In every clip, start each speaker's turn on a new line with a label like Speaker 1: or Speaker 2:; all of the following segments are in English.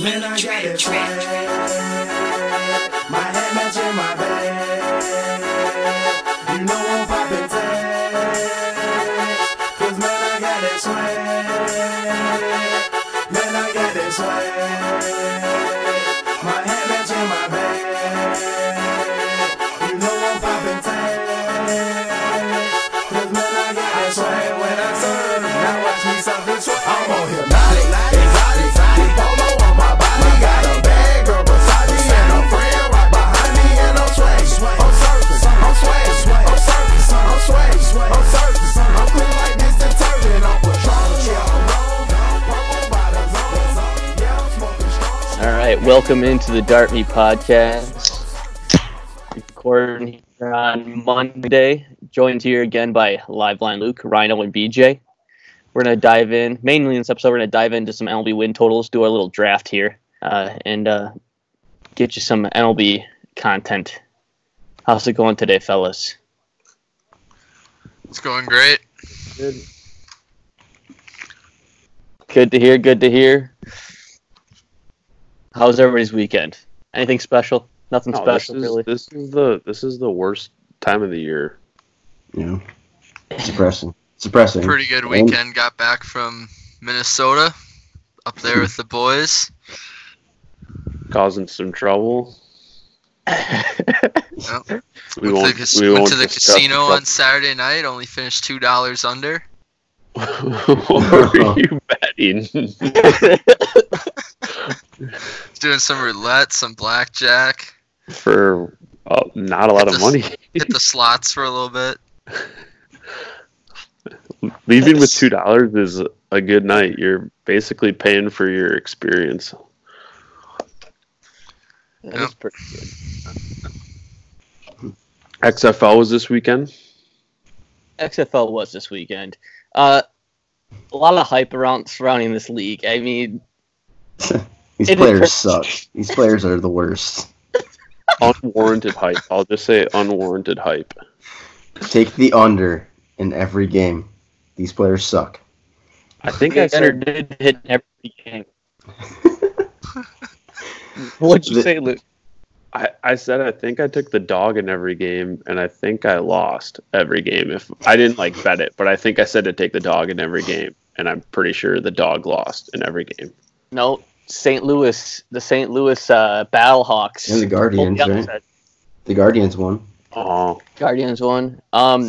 Speaker 1: Man, I got it bad. My head matching my bag. You know I'm poppin' tags. Cause man, I got that swag. Man, I got that swag. My head matching my bag. You know I'm poppin' tags. Cause man, I got that swag when I serve. Now watch me serve this swag. I'm on hypnotic, exotic, exotic. Polo on my body, got a bag of Versace and a friend right behind me, and I'm swag. I'm surface, I'm swag, I'm surface, I'm swag, I'm surface. I'm clean like this detergent, I'm petroleum. Purple bottoms on, yeah, I'm smoking strong.
Speaker 2: All right, welcome into the Dart Me podcast. Recording here on Monday. Joined here again by Liveline Luke, Rhino, and BJ. We're gonna dive in mainly in this episode. We're gonna dive into some MLB win totals, do our little draft here, uh, and uh, get you some MLB content. How's it going today, fellas?
Speaker 3: It's going great.
Speaker 2: Good to hear. Good to hear. How's everybody's weekend? Anything special? Nothing
Speaker 4: No, Oh, this
Speaker 2: special,
Speaker 4: is,
Speaker 2: really.
Speaker 4: This is the this is the worst time of the year.
Speaker 5: Yeah. It's depressing. It's depressing.
Speaker 3: Pretty good weekend. Got back from Minnesota, up there with the boys.
Speaker 4: Causing some trouble. We
Speaker 3: went to
Speaker 4: won't,
Speaker 3: the, cas-
Speaker 4: we
Speaker 3: went
Speaker 4: won't
Speaker 3: to the
Speaker 4: discuss
Speaker 3: casino
Speaker 4: the
Speaker 3: on Saturday night. Only finished two dollars under.
Speaker 4: trouble. what are you betting?
Speaker 3: Doing some roulette, some blackjack.
Speaker 4: For uh, not a lot of
Speaker 3: Just-
Speaker 4: money.
Speaker 3: Hit the slots for a little bit.
Speaker 4: Leaving with two dollars is a good night. You're basically paying for your experience.
Speaker 2: That is pretty good.
Speaker 4: XFL was this weekend.
Speaker 2: XFL was this weekend. Uh, a lot of hype around surrounding this league. I mean,
Speaker 5: These
Speaker 2: It
Speaker 5: players
Speaker 2: is-
Speaker 5: suck. These players are the worst.
Speaker 4: Unwarranted hype. I'll just say unwarranted hype.
Speaker 5: Take the under in every game. These players suck.
Speaker 4: I think I
Speaker 2: Xander
Speaker 4: said
Speaker 2: did hit every game. What'd you
Speaker 5: The-
Speaker 2: say, Luke?
Speaker 4: I, I said I think I took the dog in every game, and I think I lost every game. If I didn't like bet it, but I think I said to take the dog in every game, and I'm pretty sure the dog lost in every game.
Speaker 2: No, St. Louis, the St. Louis uh, Battlehawks.
Speaker 5: And the
Speaker 2: pulled
Speaker 5: Guardians,
Speaker 2: the
Speaker 5: right?
Speaker 2: upset.
Speaker 5: The Guardians won.
Speaker 4: Oh,
Speaker 2: Guardians won. Um,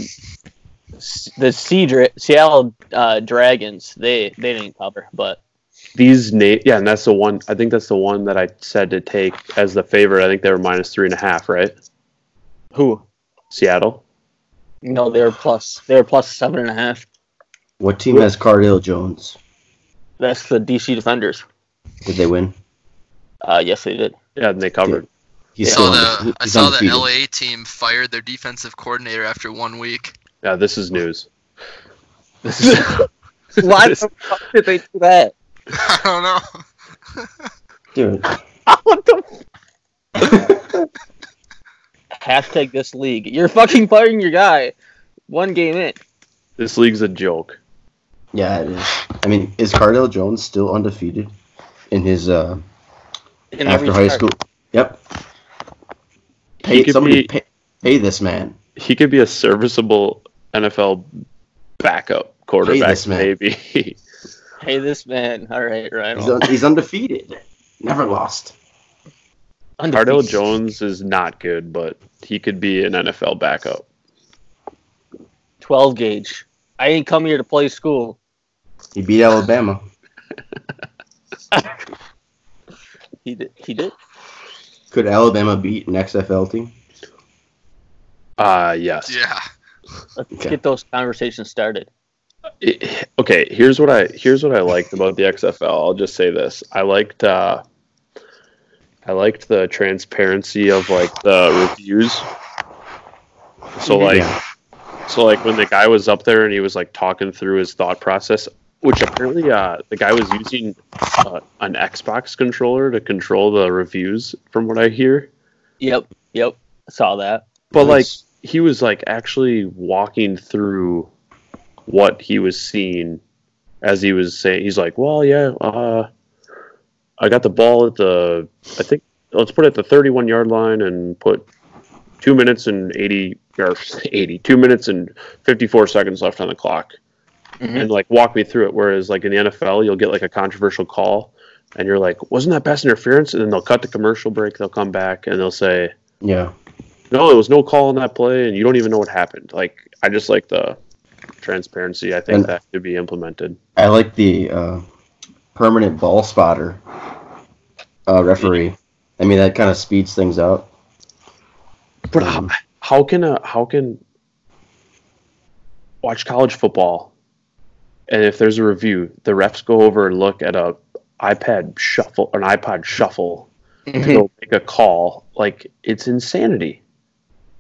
Speaker 2: s- the Seadra- Seattle uh, Dragons, they they didn't cover, but
Speaker 4: these na- yeah, and that's the one. I think that's the one that I said to take as the favorite. I think they were minus three and a half, right?
Speaker 2: who?
Speaker 4: Seattle.
Speaker 2: No, they were plus. They were plus seven and a half.
Speaker 5: What team has Cardale Jones?
Speaker 2: That's the DC Defenders.
Speaker 5: Did they win?
Speaker 2: Uh, yes, they did.
Speaker 4: Yeah, and they covered.
Speaker 5: He's
Speaker 3: saw
Speaker 5: still
Speaker 3: the
Speaker 5: undefe-
Speaker 3: I
Speaker 5: he's
Speaker 3: saw the
Speaker 5: undefeated.
Speaker 3: LA team fired their defensive coordinator after one week.
Speaker 4: Yeah, this is news.
Speaker 2: Why
Speaker 4: the
Speaker 2: fuck did they do that?
Speaker 3: I don't know.
Speaker 5: Dude,
Speaker 2: What the? Hashtag this league. You're fucking firing your guy. One game in.
Speaker 4: This league's a joke.
Speaker 5: yeah, it is. I mean, is Cardale Jones still undefeated in his uh,
Speaker 2: in
Speaker 5: after
Speaker 2: every
Speaker 5: high
Speaker 2: start.
Speaker 5: school? Yep.
Speaker 4: He
Speaker 5: Pay
Speaker 4: could
Speaker 5: somebody
Speaker 4: be-
Speaker 5: pay, pay this man.
Speaker 4: He could be a serviceable NFL backup quarterback,
Speaker 5: this man.
Speaker 4: maybe.
Speaker 2: Hey, this man. All right, right.
Speaker 5: He's, un- he's undefeated. Never lost.
Speaker 4: Cardell Jones is not good, but he could be an NFL backup.
Speaker 2: 12 gauge. I ain't come here to play school.
Speaker 5: He beat Alabama.
Speaker 2: He did. He did.
Speaker 5: Could Alabama beat an XFL team?
Speaker 4: Uh yes.
Speaker 3: Yeah.
Speaker 2: Let's
Speaker 5: Okay.
Speaker 2: get those conversations started.
Speaker 4: It- okay, here's what I here's what I liked about the XFL. I'll just say this. I liked uh I liked the transparency of like the reviews. So like
Speaker 5: Yeah.
Speaker 4: so like when the guy was up there and he was like talking through his thought process, which apparently uh the guy was using uh, an Xbox controller to control the reviews from what I hear.
Speaker 2: Yep. Yep. Saw that.
Speaker 4: But
Speaker 5: Nice.
Speaker 4: like he was like actually walking through what he was seeing as he was saying he's like, Well yeah, uh I got the ball at the I think let's put it at the 31 yard line and put two minutes and 80 or 80 two minutes and 54 seconds left on the clock
Speaker 2: Mhm.
Speaker 4: and like walk me through it. Whereas like in the NFL, you'll get like a controversial call and you're like, wasn't that pass interference? And then they'll cut the commercial break. They'll come back and they'll say,
Speaker 5: Yeah.
Speaker 4: no, there was no call on that play, and you don't even know what happened. Like I just like the transparency. I think
Speaker 5: And-
Speaker 4: that should be implemented.
Speaker 5: I like the uh, permanent ball spotter uh, referee. I mean, that kind of speeds things up.
Speaker 4: But how, Um, how can a how can watch college football, and if there's a review, the refs go over and look at a iPad shuffle, an iPod shuffle, to go make a call. Like it's insanity.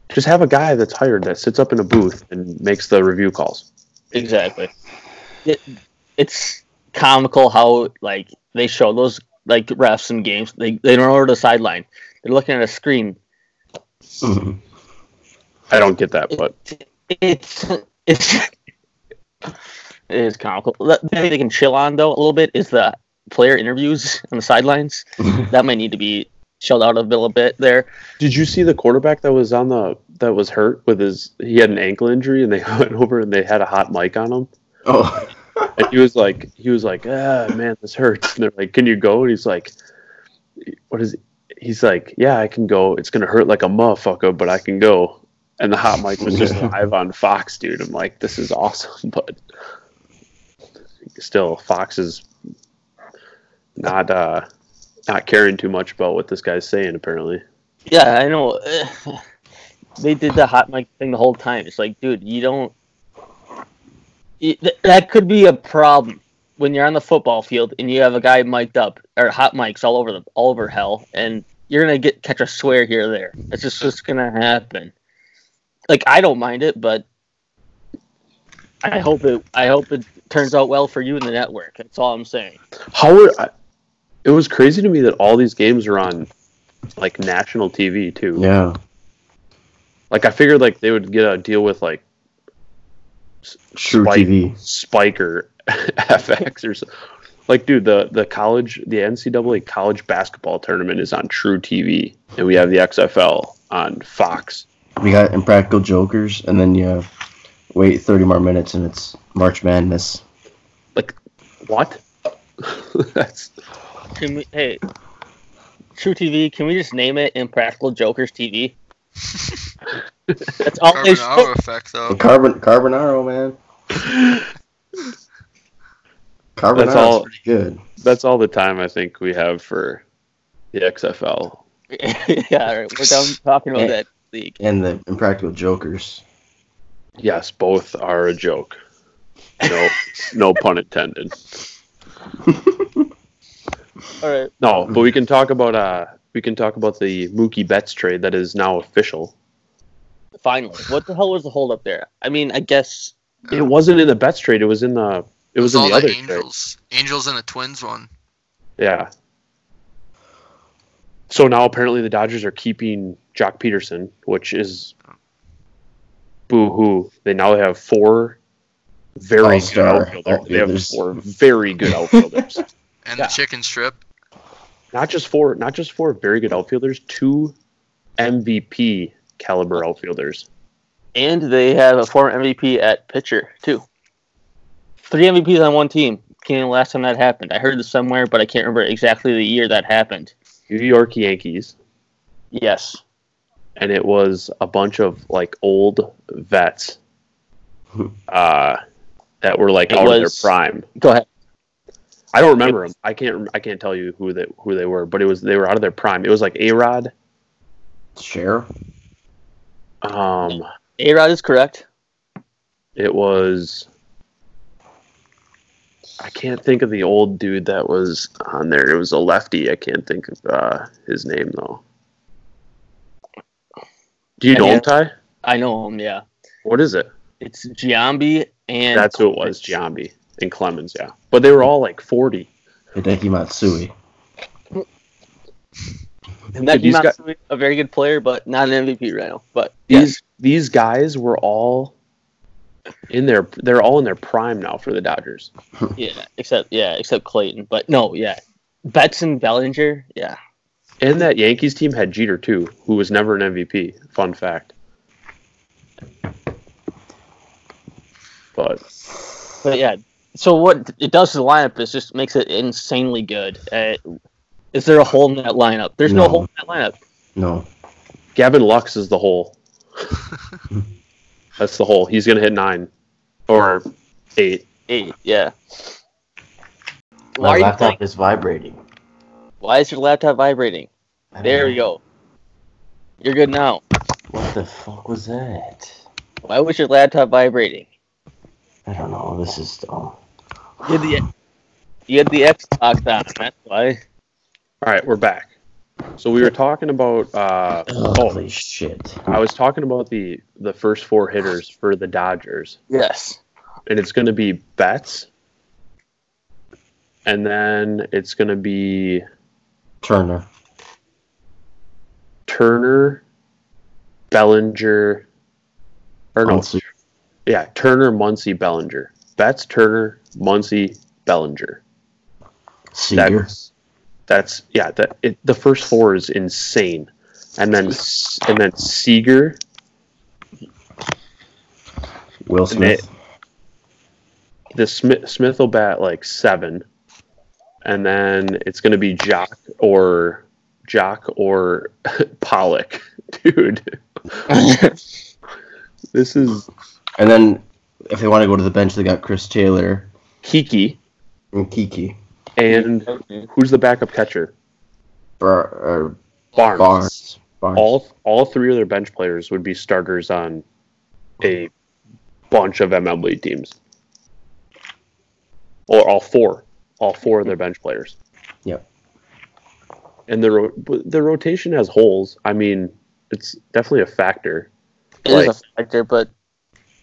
Speaker 4: Just have a guy that's hired that sits up in a booth and makes the review calls.
Speaker 2: Exactly. It, it's comical how like they show those like refs in games. They they don't order the sideline. They're looking at a screen.
Speaker 5: Mhm.
Speaker 4: I don't get that, but
Speaker 2: It's it's it is comical. The thing they can chill on though a little bit is the player interviews on the sidelines. that might need to be shelled out a little bit there.
Speaker 4: Did you see the quarterback that was on the that was hurt with his he had an ankle injury and they went over and they had a hot mic on him
Speaker 5: Oh,
Speaker 4: and he was like he was like ah man this hurts and they're like can you go and he's like what is he's like yeah I can go it's gonna hurt like a motherfucker but I can go and the hot mic was just
Speaker 5: Yeah.
Speaker 4: live on Fox dude I'm like this is awesome but still Fox is not uh not caring too much about what this guy's saying apparently
Speaker 2: Yeah, I know. They did the hot mic thing the whole time. It's like, dude, you don't. You- th- That could be a problem when you're on the football field and you have a guy mic'd up or hot mics all over the all over hell, and you're gonna get catch a swear here or there. It's just just gonna happen. Like I don't mind it, but I hope it I hope it turns out well for you in the network. That's all I'm saying.
Speaker 4: How would I, it was crazy to me that all these games are on like national TV too.
Speaker 5: yeah.
Speaker 4: Like I figured like they would get a deal with like
Speaker 5: True
Speaker 4: Spike.
Speaker 5: TV.
Speaker 4: Spike or FX or something. Like dude, the the college the NCAA college basketball tournament is on True TV and we have the XFL on Fox.
Speaker 5: We got Impractical Jokers, and then you have wait 30 more minutes, and it's March Madness.
Speaker 4: Like what? That's
Speaker 2: Can we? Hey, True TV. Can we just name it Impractical Jokers TV? That's all they show.
Speaker 3: Carbonaro effect though.
Speaker 5: And Carbon Carbonaro, man. Carbonaro's
Speaker 4: That's all-
Speaker 5: pretty good.
Speaker 4: that's all the time I think we have for the XFL.
Speaker 2: yeah, all right. We're done talking about that league.
Speaker 5: And the Impractical Jokers.
Speaker 4: Yes, both are a joke. No, no pun intended.
Speaker 2: All right.
Speaker 4: No, but we can talk about uh, we can talk about the Mookie Betts trade that is now official.
Speaker 2: Finally, what the hell was the holdup there? I mean, I guess.
Speaker 4: It wasn't in the Betts trade. It was in the it
Speaker 3: It's
Speaker 4: was in
Speaker 3: all
Speaker 4: the other trade.
Speaker 3: Angels. Angels and the Twins one.
Speaker 4: Yeah. So now apparently the Dodgers are keeping Jock Peterson, which is boo hoo. They now have four very good
Speaker 5: All-star
Speaker 4: outfielders. They have
Speaker 5: outfielders.
Speaker 4: four very good outfielders.
Speaker 3: And
Speaker 2: Yeah.
Speaker 3: the chicken strip.
Speaker 4: not just four, not just four very good outfielders, two MVP caliber outfielders.
Speaker 2: And they have a former MVP at pitcher too. Three MVPs on one team. Can't remember the last time that happened. I heard this somewhere, but I can't remember exactly the year that happened.
Speaker 4: New York Yankees,
Speaker 2: Yes.
Speaker 4: and it was a bunch of like old vets uh, that were like
Speaker 2: It
Speaker 4: out of their
Speaker 2: was-
Speaker 4: prime.
Speaker 2: Go ahead.
Speaker 4: I don't remember them. I can't. rem- I can't tell you who they who they were, but it was they were out of their prime. It was like A Rod.
Speaker 5: Share.
Speaker 4: Um,
Speaker 2: A Rod is correct.
Speaker 4: it was. I can't think of the old dude that was on there. It was a lefty. I can't think of uh, his name though. Do you know him, Ty?
Speaker 2: I know him. Yeah.
Speaker 4: What is it?
Speaker 2: It's Giambi and
Speaker 4: That's who it was, Giambi and Clemens. Yeah, but they were all like forty.
Speaker 5: Hideki Matsui.
Speaker 2: And that
Speaker 4: Dude, these
Speaker 2: Matsui, a very good player, but not an MVP right now. But
Speaker 4: These these guys were all in their they're all in their prime now for the Dodgers.
Speaker 2: yes, yeah, except yeah, except Clayton. But no, yeah, Betson Bellinger. Yeah.
Speaker 4: And that Yankees team had Jeter too, who was never an MVP. Fun fact. But
Speaker 2: But yeah, so what it does to the lineup is just makes it insanely good. Uh, is there a hole in that lineup? There's no,
Speaker 5: No.
Speaker 2: hole in that lineup.
Speaker 5: No.
Speaker 4: Gavin Lux is the hole. That's the hole. He's gonna hit nine or eight.
Speaker 2: Eight, yeah. Why
Speaker 5: My
Speaker 2: are you playing?
Speaker 5: laptop is vibrating.
Speaker 2: Why is your laptop vibrating?
Speaker 5: I don't
Speaker 2: There
Speaker 5: know.
Speaker 2: we go. You're good now.
Speaker 5: What the fuck was that?
Speaker 2: Why was your laptop vibrating?
Speaker 5: I don't know. This is dumb.
Speaker 2: You had the, you had the Xbox on. That's why.
Speaker 4: All right, we're back. So we were talking about uh,
Speaker 5: Holy shit.
Speaker 4: I was talking about the the first four hitters for the Dodgers,
Speaker 2: Yes.
Speaker 4: and it's going to be Betts, and then it's going to be
Speaker 5: Turner.
Speaker 4: Turner, Bellinger, or no,
Speaker 5: Muncy.
Speaker 4: yeah, Turner, Muncie, Bellinger, Betts, Turner, Muncie, Bellinger.
Speaker 5: Seager.
Speaker 4: That's that's yeah. That it, the first four is insane, and then S- and then Seager.
Speaker 5: Will Smith.
Speaker 4: the Smith Smith will bat like seven, and then it's going to be Jock or Jock or Pollock, dude. this is
Speaker 5: And then if they want to go to the bench, they got Chris Taylor
Speaker 4: Kiki,
Speaker 5: and Kiki.
Speaker 4: and who's the backup catcher?
Speaker 5: Bar- or
Speaker 4: Barnes.
Speaker 5: Barnes. Barnes.
Speaker 4: All all three of their bench players would be starters on a bunch of MLB teams, or all four, all four of their bench players.
Speaker 5: Yep.
Speaker 4: and the ro- but the rotation has holes. I mean, it's definitely a factor.
Speaker 2: It is
Speaker 4: Like-
Speaker 2: a factor, but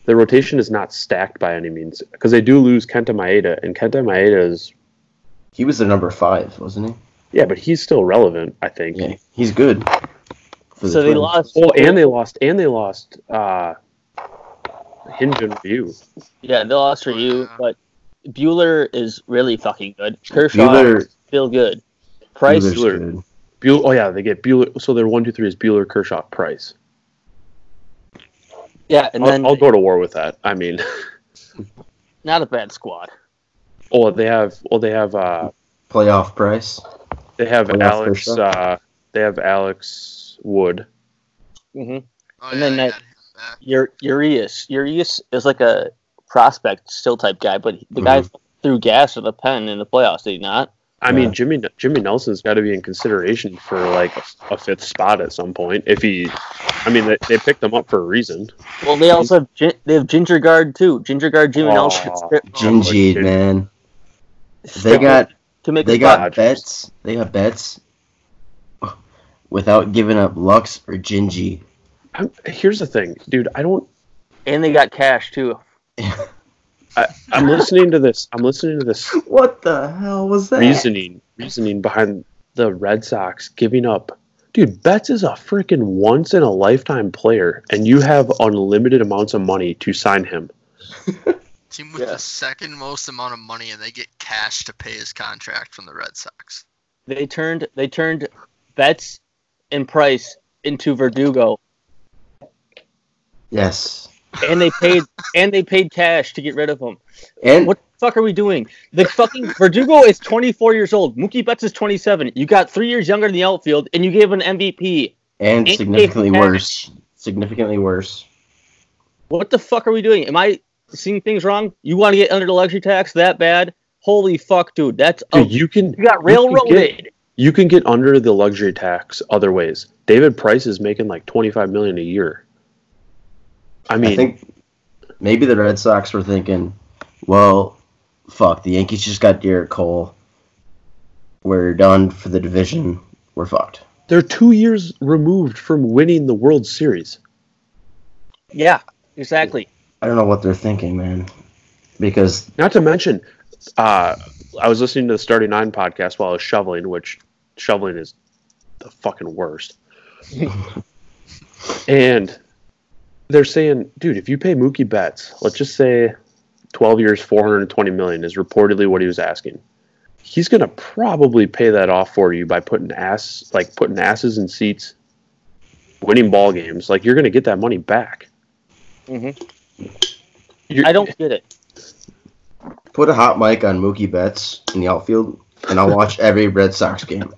Speaker 4: The rotation is not stacked by any means because they do lose Kenta Maeda, and Kenta Maeda is
Speaker 5: He was the number five, wasn't he?
Speaker 4: yeah, but he's still relevant, I think.
Speaker 5: Yeah, he's good. For the
Speaker 2: so they
Speaker 5: Twins.
Speaker 2: lost.
Speaker 4: Oh, and they lost, and they lost uh, Hinjin Ryu.
Speaker 2: Yeah, they lost for you, but Bueller is really fucking good. Kershaw
Speaker 5: Bueller,
Speaker 2: feel good. Price,
Speaker 5: Bueller's
Speaker 4: Bueller.
Speaker 5: good.
Speaker 4: Bueller, oh yeah, they get Bueller. So their one, two, three is Bueller, Kershaw, Price.
Speaker 2: yeah, and
Speaker 4: I'll,
Speaker 2: then
Speaker 4: I'll go to war with that. I mean,
Speaker 2: not a bad squad.
Speaker 4: oh they have, well they have, uh,
Speaker 5: Playoff price.
Speaker 4: they have
Speaker 5: Playoff
Speaker 4: Alex,
Speaker 5: Kershaw.
Speaker 4: uh, they have Alex Wood.
Speaker 2: hmm
Speaker 3: Oh,
Speaker 2: And
Speaker 3: yeah,
Speaker 2: then
Speaker 3: yeah,
Speaker 2: that-
Speaker 3: back.
Speaker 2: Ur- Urias, Urias is like a prospect still type guy, but the guy
Speaker 5: Mm-hmm.
Speaker 2: threw gas at the pen in the playoffs. Did he not?
Speaker 4: I
Speaker 5: Yeah.
Speaker 4: mean, Jimmy Jimmy Nelson's got to be in consideration for like a fifth spot at some point. If he, I mean, they, they picked him up for a reason.
Speaker 2: Well, they also have Gin- they have Ginger Guard too. Ginger Guard, Jimmy
Speaker 4: Aw.
Speaker 2: Nelson
Speaker 5: Gingy,
Speaker 4: dude.
Speaker 5: man. They got
Speaker 2: to make
Speaker 5: they
Speaker 2: the
Speaker 5: got
Speaker 4: Dodgers.
Speaker 5: bets. They got bets without giving up Lux or Gingy.
Speaker 4: I'm, here's the thing, dude. I don't.
Speaker 2: playoffs. and they got cash too.
Speaker 4: I'm listening to this. I'm listening to this
Speaker 5: What the hell was that?
Speaker 4: reasoning reasoning behind the Red Sox giving up. Dude, Betts is a freaking once in a lifetime player, and you have unlimited amounts of money to sign him.
Speaker 3: Team with
Speaker 2: Yeah.
Speaker 3: the second most amount of money, and they get cash to pay his contract from the Red Sox.
Speaker 2: They turned they turned Betts and Price into Verdugo,
Speaker 5: Yes.
Speaker 2: and they paid and they paid cash to get rid of him.
Speaker 5: And
Speaker 2: What the fuck are we doing? The fucking Verdugo is 24 years old. Mookie Betts is 27. You got three years younger in the outfield, and you gave an MVP.
Speaker 5: and
Speaker 2: Ain't
Speaker 5: significantly
Speaker 2: they
Speaker 5: worse. Significantly worse.
Speaker 2: What the fuck are we doing? Am I seeing things wrong? You want to get under the luxury tax that bad? Holy fuck, dude. That's a,
Speaker 4: Dude, you can
Speaker 2: Oh, you got
Speaker 4: you can get-
Speaker 2: railroaded.
Speaker 4: you can get under the luxury tax other ways. David Price is making like twenty five million a year. I mean,
Speaker 5: I think maybe the Red Sox were thinking, well, fuck, the Yankees just got Derek Cole. We're done for the division. We're fucked.
Speaker 4: they're two years removed from winning the World Series.
Speaker 2: Yeah, exactly.
Speaker 5: I don't know what they're thinking, man. Because
Speaker 4: Not to mention, uh, I was listening to the Starting Nine podcast while I was shoveling, which shoveling is the fucking worst. and they're saying, dude, if you pay Mookie Betts, let's just say twelve years, four hundred and twenty million is reportedly what he was asking. he's gonna probably pay that off for you by putting ass like putting asses in seats, winning ball games. Like you're gonna get that money back.
Speaker 2: Mhm.
Speaker 4: You're-
Speaker 2: I don't get it.
Speaker 5: Put a hot mic on Mookie Betts in the outfield, and I'll watch every Red Sox game.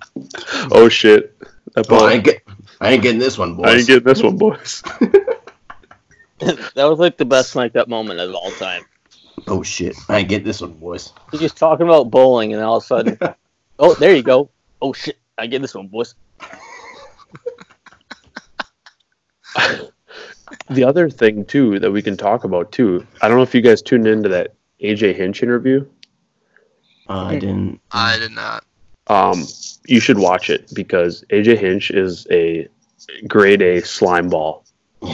Speaker 4: Oh shit! That ball,
Speaker 5: Well, Oh, I ain't, get, I ain't getting this one, boys.
Speaker 4: I ain't getting this one, boys.
Speaker 2: that was like the best Mike Up moment of all time.
Speaker 5: oh shit! I ain't getting this one, boys.
Speaker 2: He's just talking about bowling, and all of a sudden, oh, there you go. Oh shit, I get this one, boys.
Speaker 4: The other thing too that we can talk about too. I don't know if you guys tuned into that AJ Hinch interview.
Speaker 5: Uh, I didn't.
Speaker 3: I did not.
Speaker 4: Um, you should watch it because AJ Hinch is a grade A slime ball.
Speaker 5: You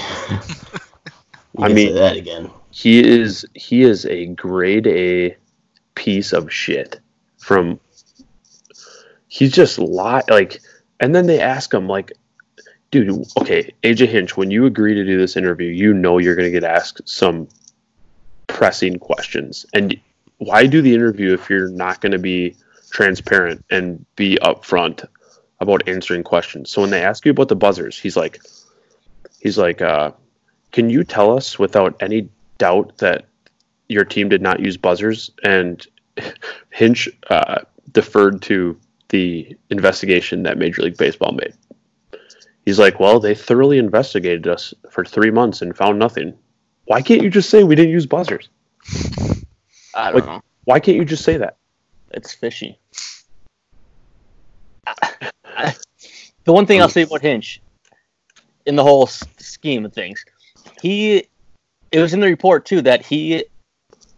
Speaker 4: I
Speaker 5: can
Speaker 4: mean-
Speaker 5: say that again.
Speaker 4: He is he is a grade A piece of shit. From he's just lie like, and then they ask him like, dude, okay, AJ Hinch, when you agree to do this interview, you know you're gonna get asked some pressing questions, and why do the interview if you're not gonna be transparent and be upfront about answering questions? So when they ask you about the buzzers, he's like, he's like, uh, can you tell us without any doubt that your team did not use buzzers and Hinch uh, deferred to the investigation that Major League Baseball made. He's like, well, they thoroughly investigated us for three months and found nothing. Why can't you just say we didn't use buzzers?
Speaker 2: I don't
Speaker 4: Like-
Speaker 2: know.
Speaker 4: Why can't you just say that?
Speaker 2: It's fishy. the one thing I'll say about Hinch, in the whole s- scheme of things, he it was in the report too that he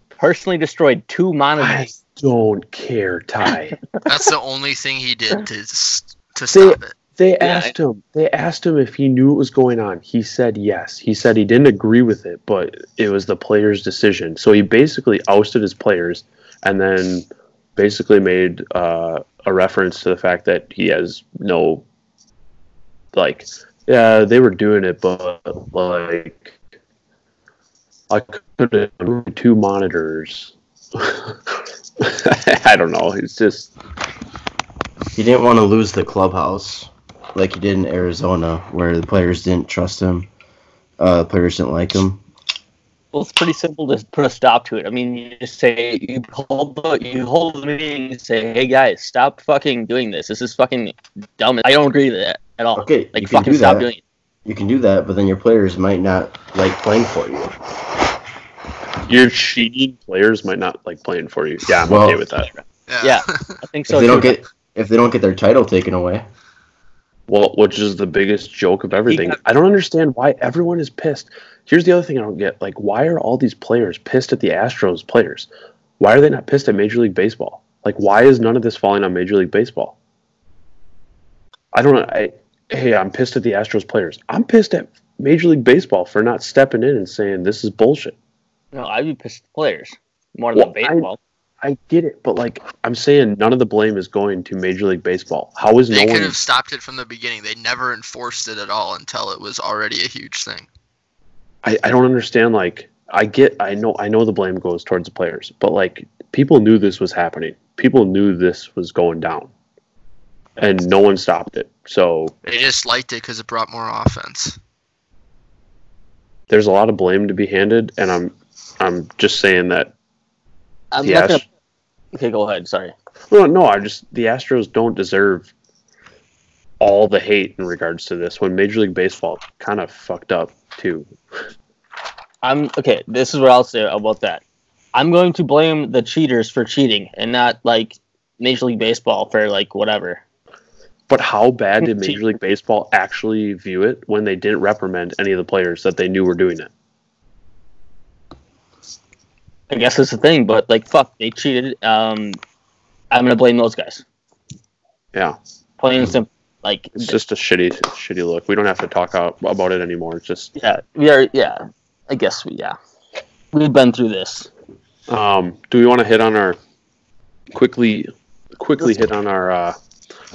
Speaker 2: personally destroyed two
Speaker 4: I
Speaker 2: monitors.
Speaker 4: don't care, Ty.
Speaker 3: That's the only thing he did to s- to
Speaker 4: See-
Speaker 3: stop it.
Speaker 4: They
Speaker 2: Yeah,
Speaker 4: asked him. They asked him if he knew what was going on. He said yes. He said he didn't agree with it, but it was the player's decision. So he basically ousted his players, and then basically made uh, a reference to the fact that he has no, like, yeah, they were doing it, but like, I could have moved two monitors. I don't know. It's just
Speaker 5: He didn't want to lose the clubhouse like he did in Arizona, where the players didn't trust him. Uh, players didn't like him.
Speaker 2: Well, it's pretty simple to put a stop to it. I mean, you just say you hold the you hold the meeting and say, "Hey guys, stop fucking doing this. This is fucking dumb. I don't agree with that at all.
Speaker 5: Okay,
Speaker 2: like
Speaker 5: you can
Speaker 2: fucking
Speaker 5: do
Speaker 2: stop
Speaker 5: that.
Speaker 2: doing it."
Speaker 5: You can do that, but then your players might not like playing for you.
Speaker 4: Your cheating players might not like playing for you. Yeah, I'm
Speaker 5: Well-
Speaker 4: okay with that.
Speaker 2: Yeah.
Speaker 3: Yeah.
Speaker 2: I think
Speaker 5: If
Speaker 2: so.
Speaker 5: they
Speaker 2: too.
Speaker 5: don't get if they don't get their title taken away,
Speaker 4: Well, which is the biggest joke of everything.
Speaker 2: got-
Speaker 4: I don't understand why everyone is pissed. Here's the other thing I don't get: like, why are all these players pissed at the Astros players? Why are they not pissed at Major League Baseball? Like, why is none of this falling on Major League Baseball? I don't. I, hey, I'm pissed at the Astros players. I'm pissed at Major League Baseball for not stepping in and saying this is bullshit.
Speaker 2: no, I'd be pissed at the players more than
Speaker 4: Well, I-
Speaker 2: baseball.
Speaker 4: I get it, but like, I'm saying none of the blame is going to Major League Baseball. How is
Speaker 3: They
Speaker 4: no
Speaker 3: could
Speaker 4: one?
Speaker 3: have stopped it from the beginning. They never enforced it at all until it was already a huge thing.
Speaker 4: I, I don't understand like I get I know I know the blame goes towards the players, but like people knew this was happening. People knew this was going down. And no one stopped it. So
Speaker 3: They just liked it because it brought more offense.
Speaker 4: there's a lot of blame to be handed and I'm I'm just saying that
Speaker 2: I'm
Speaker 4: the
Speaker 2: not gonna.
Speaker 4: Astros,
Speaker 2: Okay, go ahead. Sorry.
Speaker 4: no, no, I just the Astros don't deserve all the hate in regards to this when Major League Baseball kind of fucked up too.
Speaker 2: I'm okay. This is what I'll say about that. I'm going to blame the cheaters for cheating and not like Major League Baseball for like whatever.
Speaker 4: But how bad did
Speaker 2: Gee.
Speaker 4: Major League Baseball actually view it when they didn't reprimand any of the players that they knew were doing it?
Speaker 2: I guess that's the thing, but like, fuck, they cheated. Um, I'm gonna blame those guys.
Speaker 4: Yeah.
Speaker 2: Plain and simple. Like,
Speaker 4: It's just a shitty, shitty look. We don't have to talk out about it anymore. It's just,
Speaker 2: yeah, we are. Yeah, I guess we. Yeah, we've been through this.
Speaker 4: um, do we want to hit on our quickly, quickly hit on our? Uh,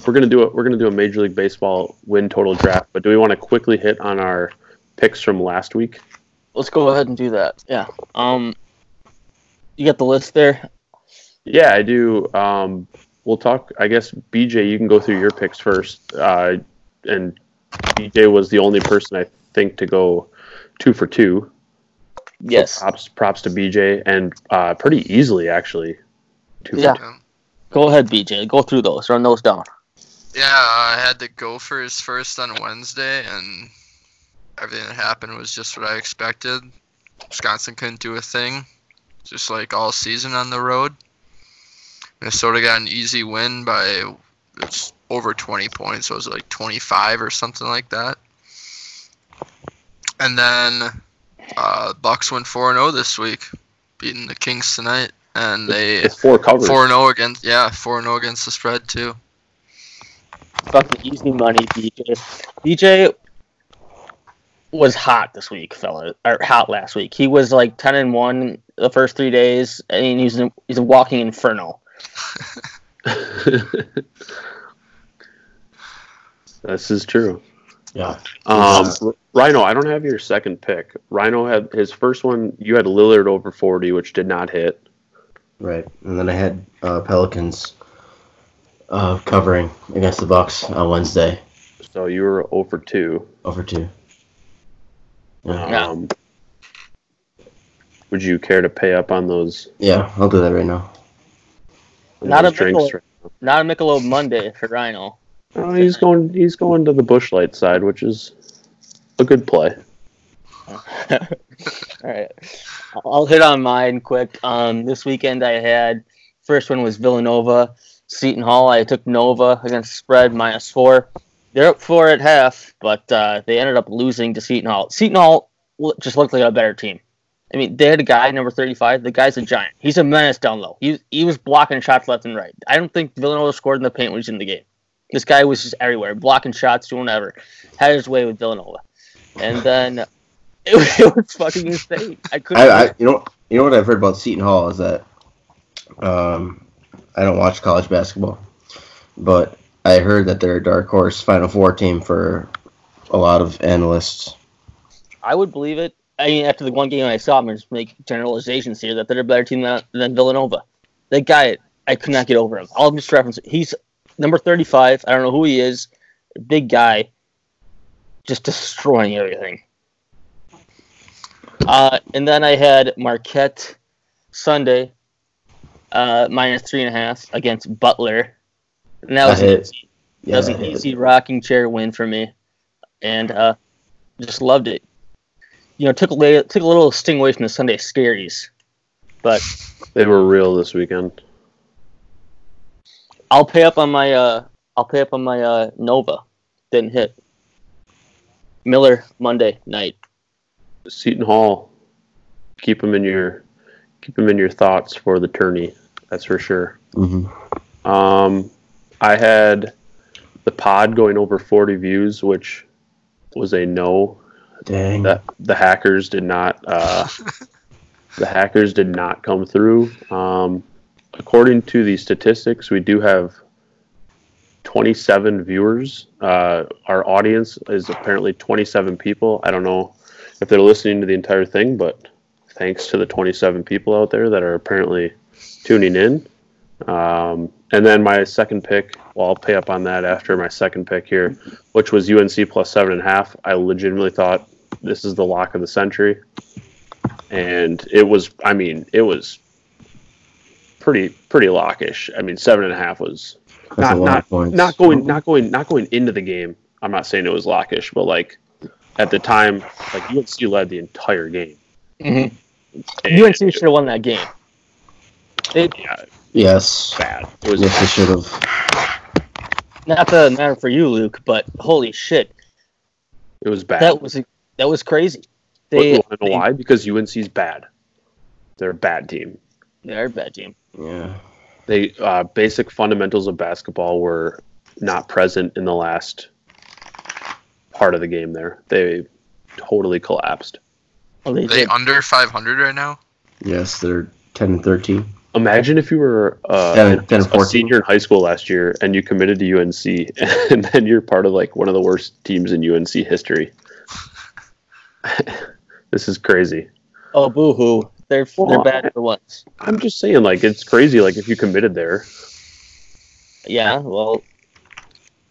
Speaker 4: we're gonna do it. We're gonna do a Major League Baseball win total draft. But do we want to quickly hit on our picks from last week?
Speaker 2: Let's go ahead and do that. Yeah. Um, you got the list there.
Speaker 4: Yeah, I do. Um, we'll talk. I guess BJ, you can go through your picks first. Uh, and BJ was the only person I think to go two for two.
Speaker 2: Yes.
Speaker 4: Props, props to BJ, and uh, pretty easily actually. Two
Speaker 2: Yeah.
Speaker 4: For two.
Speaker 2: Go ahead, BJ. Go through those. Run those down.
Speaker 3: Yeah, I had the Gophers first on Wednesday, and everything that happened was just what I expected. Wisconsin couldn't do a thing, just like all season on the road. Minnesota got an easy win by it's over 20 points, so it was like 25 or something like that. And then uh, Bucks went 4 0 this week, beating the Kings tonight, and they
Speaker 4: With four covers.
Speaker 3: 4 0 against yeah 4 0 against the spread too.
Speaker 2: Fucking easy money, BJ. BJ was hot this week, fella, or hot last week. He was like ten and one the first three days, and he's he's a walking inferno.
Speaker 4: this is true.
Speaker 5: Yeah.
Speaker 4: Um, Rhino, I don't have your second pick. Rhino had his first one. You had Lillard over forty, which did not hit.
Speaker 5: Right. And then I had uh, Pelicans uh, covering against the Bucks on Wednesday
Speaker 4: So you were over two.
Speaker 5: over two.
Speaker 4: Um,
Speaker 5: Yeah.
Speaker 2: Yeah.
Speaker 4: Would you care to pay up on those?
Speaker 5: yeah, I'll do that right now.
Speaker 4: on
Speaker 2: Not
Speaker 4: those
Speaker 2: a
Speaker 4: drinks?
Speaker 2: pickle. Not a Michelob Monday for Rhino.
Speaker 4: Oh, he's going. He's going to the bushlight side, which is a good play.
Speaker 2: All right. I'll hit on mine quick. Um, this weekend I had first one was Villanova, Seton Hall. I took Nova against spread minus four. They're up four at half, but uh, they ended up losing to Seton Hall. Seton Hall lo- just looked like a better team. I mean, they had a guy number thirty-five. The guy's a giant. He's a menace down low. He he was blocking shots left and right. I don't think Villanova scored in the paint when he was in the game. This guy was just everywhere, blocking shots, doing whatever. Had his way with Villanova, and then it, was- it was fucking insane. I couldn't.
Speaker 5: I, I you know you know what I've heard about Seton Hall is that um, I don't watch college basketball, but I heard that they're a dark horse Final Four team for a lot of analysts.
Speaker 2: I would believe it. I mean, after the one game I saw, I'm going to make generalizations here that they're a better team than, than Villanova. That guy, I could not get over him. I'll just reference. He's number 35. I don't know who he is. Big guy, just destroying everything. Uh, and then I had Marquette Sunday uh, minus three and a half against Butler. And that
Speaker 5: I
Speaker 2: was
Speaker 5: hate-
Speaker 2: that was an easy rocking chair win for me, and uh, just loved it. You know, took a li- took a little sting away from the Sunday scaries, but
Speaker 4: They were real this weekend.
Speaker 2: I'll pay up on my uh, I'll pay up on my uh, Nova, didn't hit. Miller Monday night.
Speaker 4: Seton Hall. Keep them in your keep them in your thoughts for the tourney. That's for sure.
Speaker 5: Mhm.
Speaker 4: Um, I had the pod going over 40 views, which was a no.
Speaker 5: Dang.
Speaker 4: The, the hackers did not. Uh, the hackers did not come through. Um, according to the statistics, we do have 27 viewers. Uh, our audience is apparently 27 people. I don't know if they're listening to the entire thing, but thanks to the 27 people out there that are apparently tuning in. Um, and then my second pick, well, I'll pay up on that after my second pick here, which was UNC plus seven and a half. I legitimately thought this is the lock of the century. And it was, I mean, it was pretty, pretty lockish. I mean, seven and a half was
Speaker 5: That's
Speaker 4: not,
Speaker 5: a lot
Speaker 4: not,
Speaker 5: of points.
Speaker 4: not going, not going, not going into the game. I'm not saying it was lockish, but like at the time, like UNC led the entire game.
Speaker 2: Mhm.
Speaker 4: And
Speaker 2: UNC should have won that game. They,
Speaker 4: yeah,
Speaker 5: Yes.
Speaker 4: bad. It was
Speaker 5: Yes, they should have.
Speaker 2: not that it matter for you, Luke, but holy shit,
Speaker 4: it was bad.
Speaker 2: that was that was crazy.
Speaker 4: But
Speaker 2: They
Speaker 4: you wanna know why? Because UNC's bad. They're a bad team.
Speaker 2: they're a bad team.
Speaker 5: Yeah.
Speaker 4: They uh, basic fundamentals of basketball were not present in the last part of the game. There, they totally collapsed.
Speaker 2: Well, they
Speaker 3: Are they
Speaker 2: did.
Speaker 3: under 500 right now?
Speaker 5: Yes, they're ten and thirteen.
Speaker 4: Imagine if you were uh,
Speaker 5: Ten- ten,
Speaker 4: a
Speaker 5: 14.
Speaker 4: senior in high school last year and you committed to UNC, and then you're part of like one of the worst teams in UNC history. this is crazy.
Speaker 2: Oh boo hoo. They're
Speaker 4: Well,
Speaker 2: they're bad for once.
Speaker 4: I'm just saying, like it's crazy. Like if you committed there,
Speaker 2: yeah, well,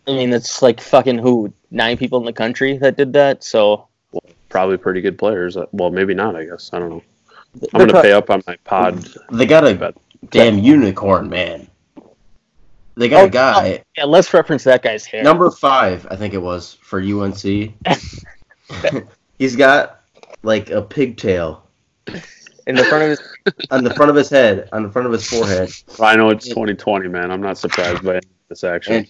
Speaker 2: I mean, it's like fucking who nine people in the country that did that. So
Speaker 4: Probably pretty good players. Uh, Well, maybe not. I guess I don't know. I'm
Speaker 2: They're
Speaker 4: gonna pay up on my pod.
Speaker 5: They got a
Speaker 4: bet.
Speaker 5: damn unicorn, man. They got
Speaker 2: Oh,
Speaker 5: a guy
Speaker 2: pro- yeah, let's reference that guy's hair.
Speaker 5: number five, I think it was for UNC. He's got like a pigtail
Speaker 2: in the front of his
Speaker 5: on the front of his head, on the front of his forehead.
Speaker 4: I know it's 2020, man. I'm not surprised by this action.
Speaker 5: And,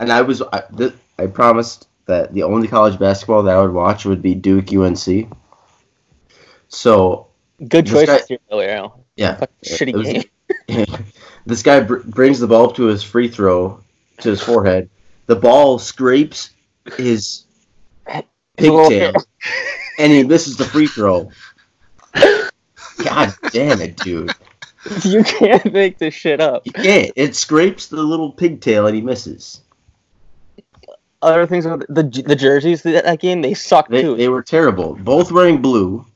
Speaker 5: and I was I, th- I promised that the only college basketball that I would watch would be Duke UNC. So
Speaker 2: good
Speaker 5: This
Speaker 2: choice
Speaker 5: guy-
Speaker 2: here earlier.
Speaker 5: yeah,
Speaker 2: Fucking
Speaker 5: it
Speaker 2: shitty
Speaker 5: was-
Speaker 2: game.
Speaker 5: this guy br- brings the ball up to his free throw to his forehead. The ball scrapes his pigtail, and he misses the free throw. God damn it, dude!
Speaker 2: you can't make this shit up.
Speaker 5: You can't. It scrapes the little pigtail, and he misses.
Speaker 2: Other things with the the jerseys that, that game they suck
Speaker 5: They,
Speaker 2: too.
Speaker 5: they were terrible. Both wearing blue.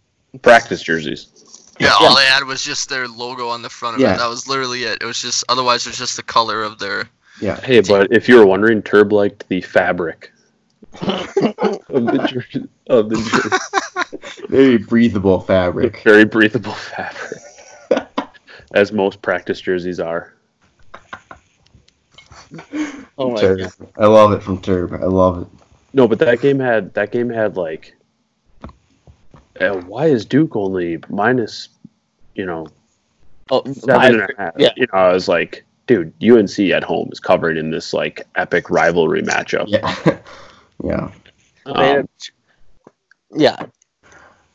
Speaker 4: Practice jerseys.
Speaker 3: Yeah, all they had was just their logo on the front of
Speaker 5: Yeah.
Speaker 3: it. That was literally it. It was just otherwise it was just the color of their
Speaker 5: Yeah.
Speaker 4: Hey, but if you were wondering, Turb liked the fabric of the jersey. Of the jersey.
Speaker 5: Very breathable fabric.
Speaker 4: Very breathable fabric. As most practice jerseys are.
Speaker 2: oh my
Speaker 5: Turb.
Speaker 2: god.
Speaker 5: I love it from Turb. I love it.
Speaker 4: No, but that game had that game had like uh, why is Duke only minus you know
Speaker 2: Oh,
Speaker 4: seven and
Speaker 2: my-
Speaker 4: a half?
Speaker 2: yeah.
Speaker 4: You know, I was like, dude, UNC at home is covered in this like epic rivalry matchup.
Speaker 5: Yeah. yeah.
Speaker 4: Um,
Speaker 2: yeah.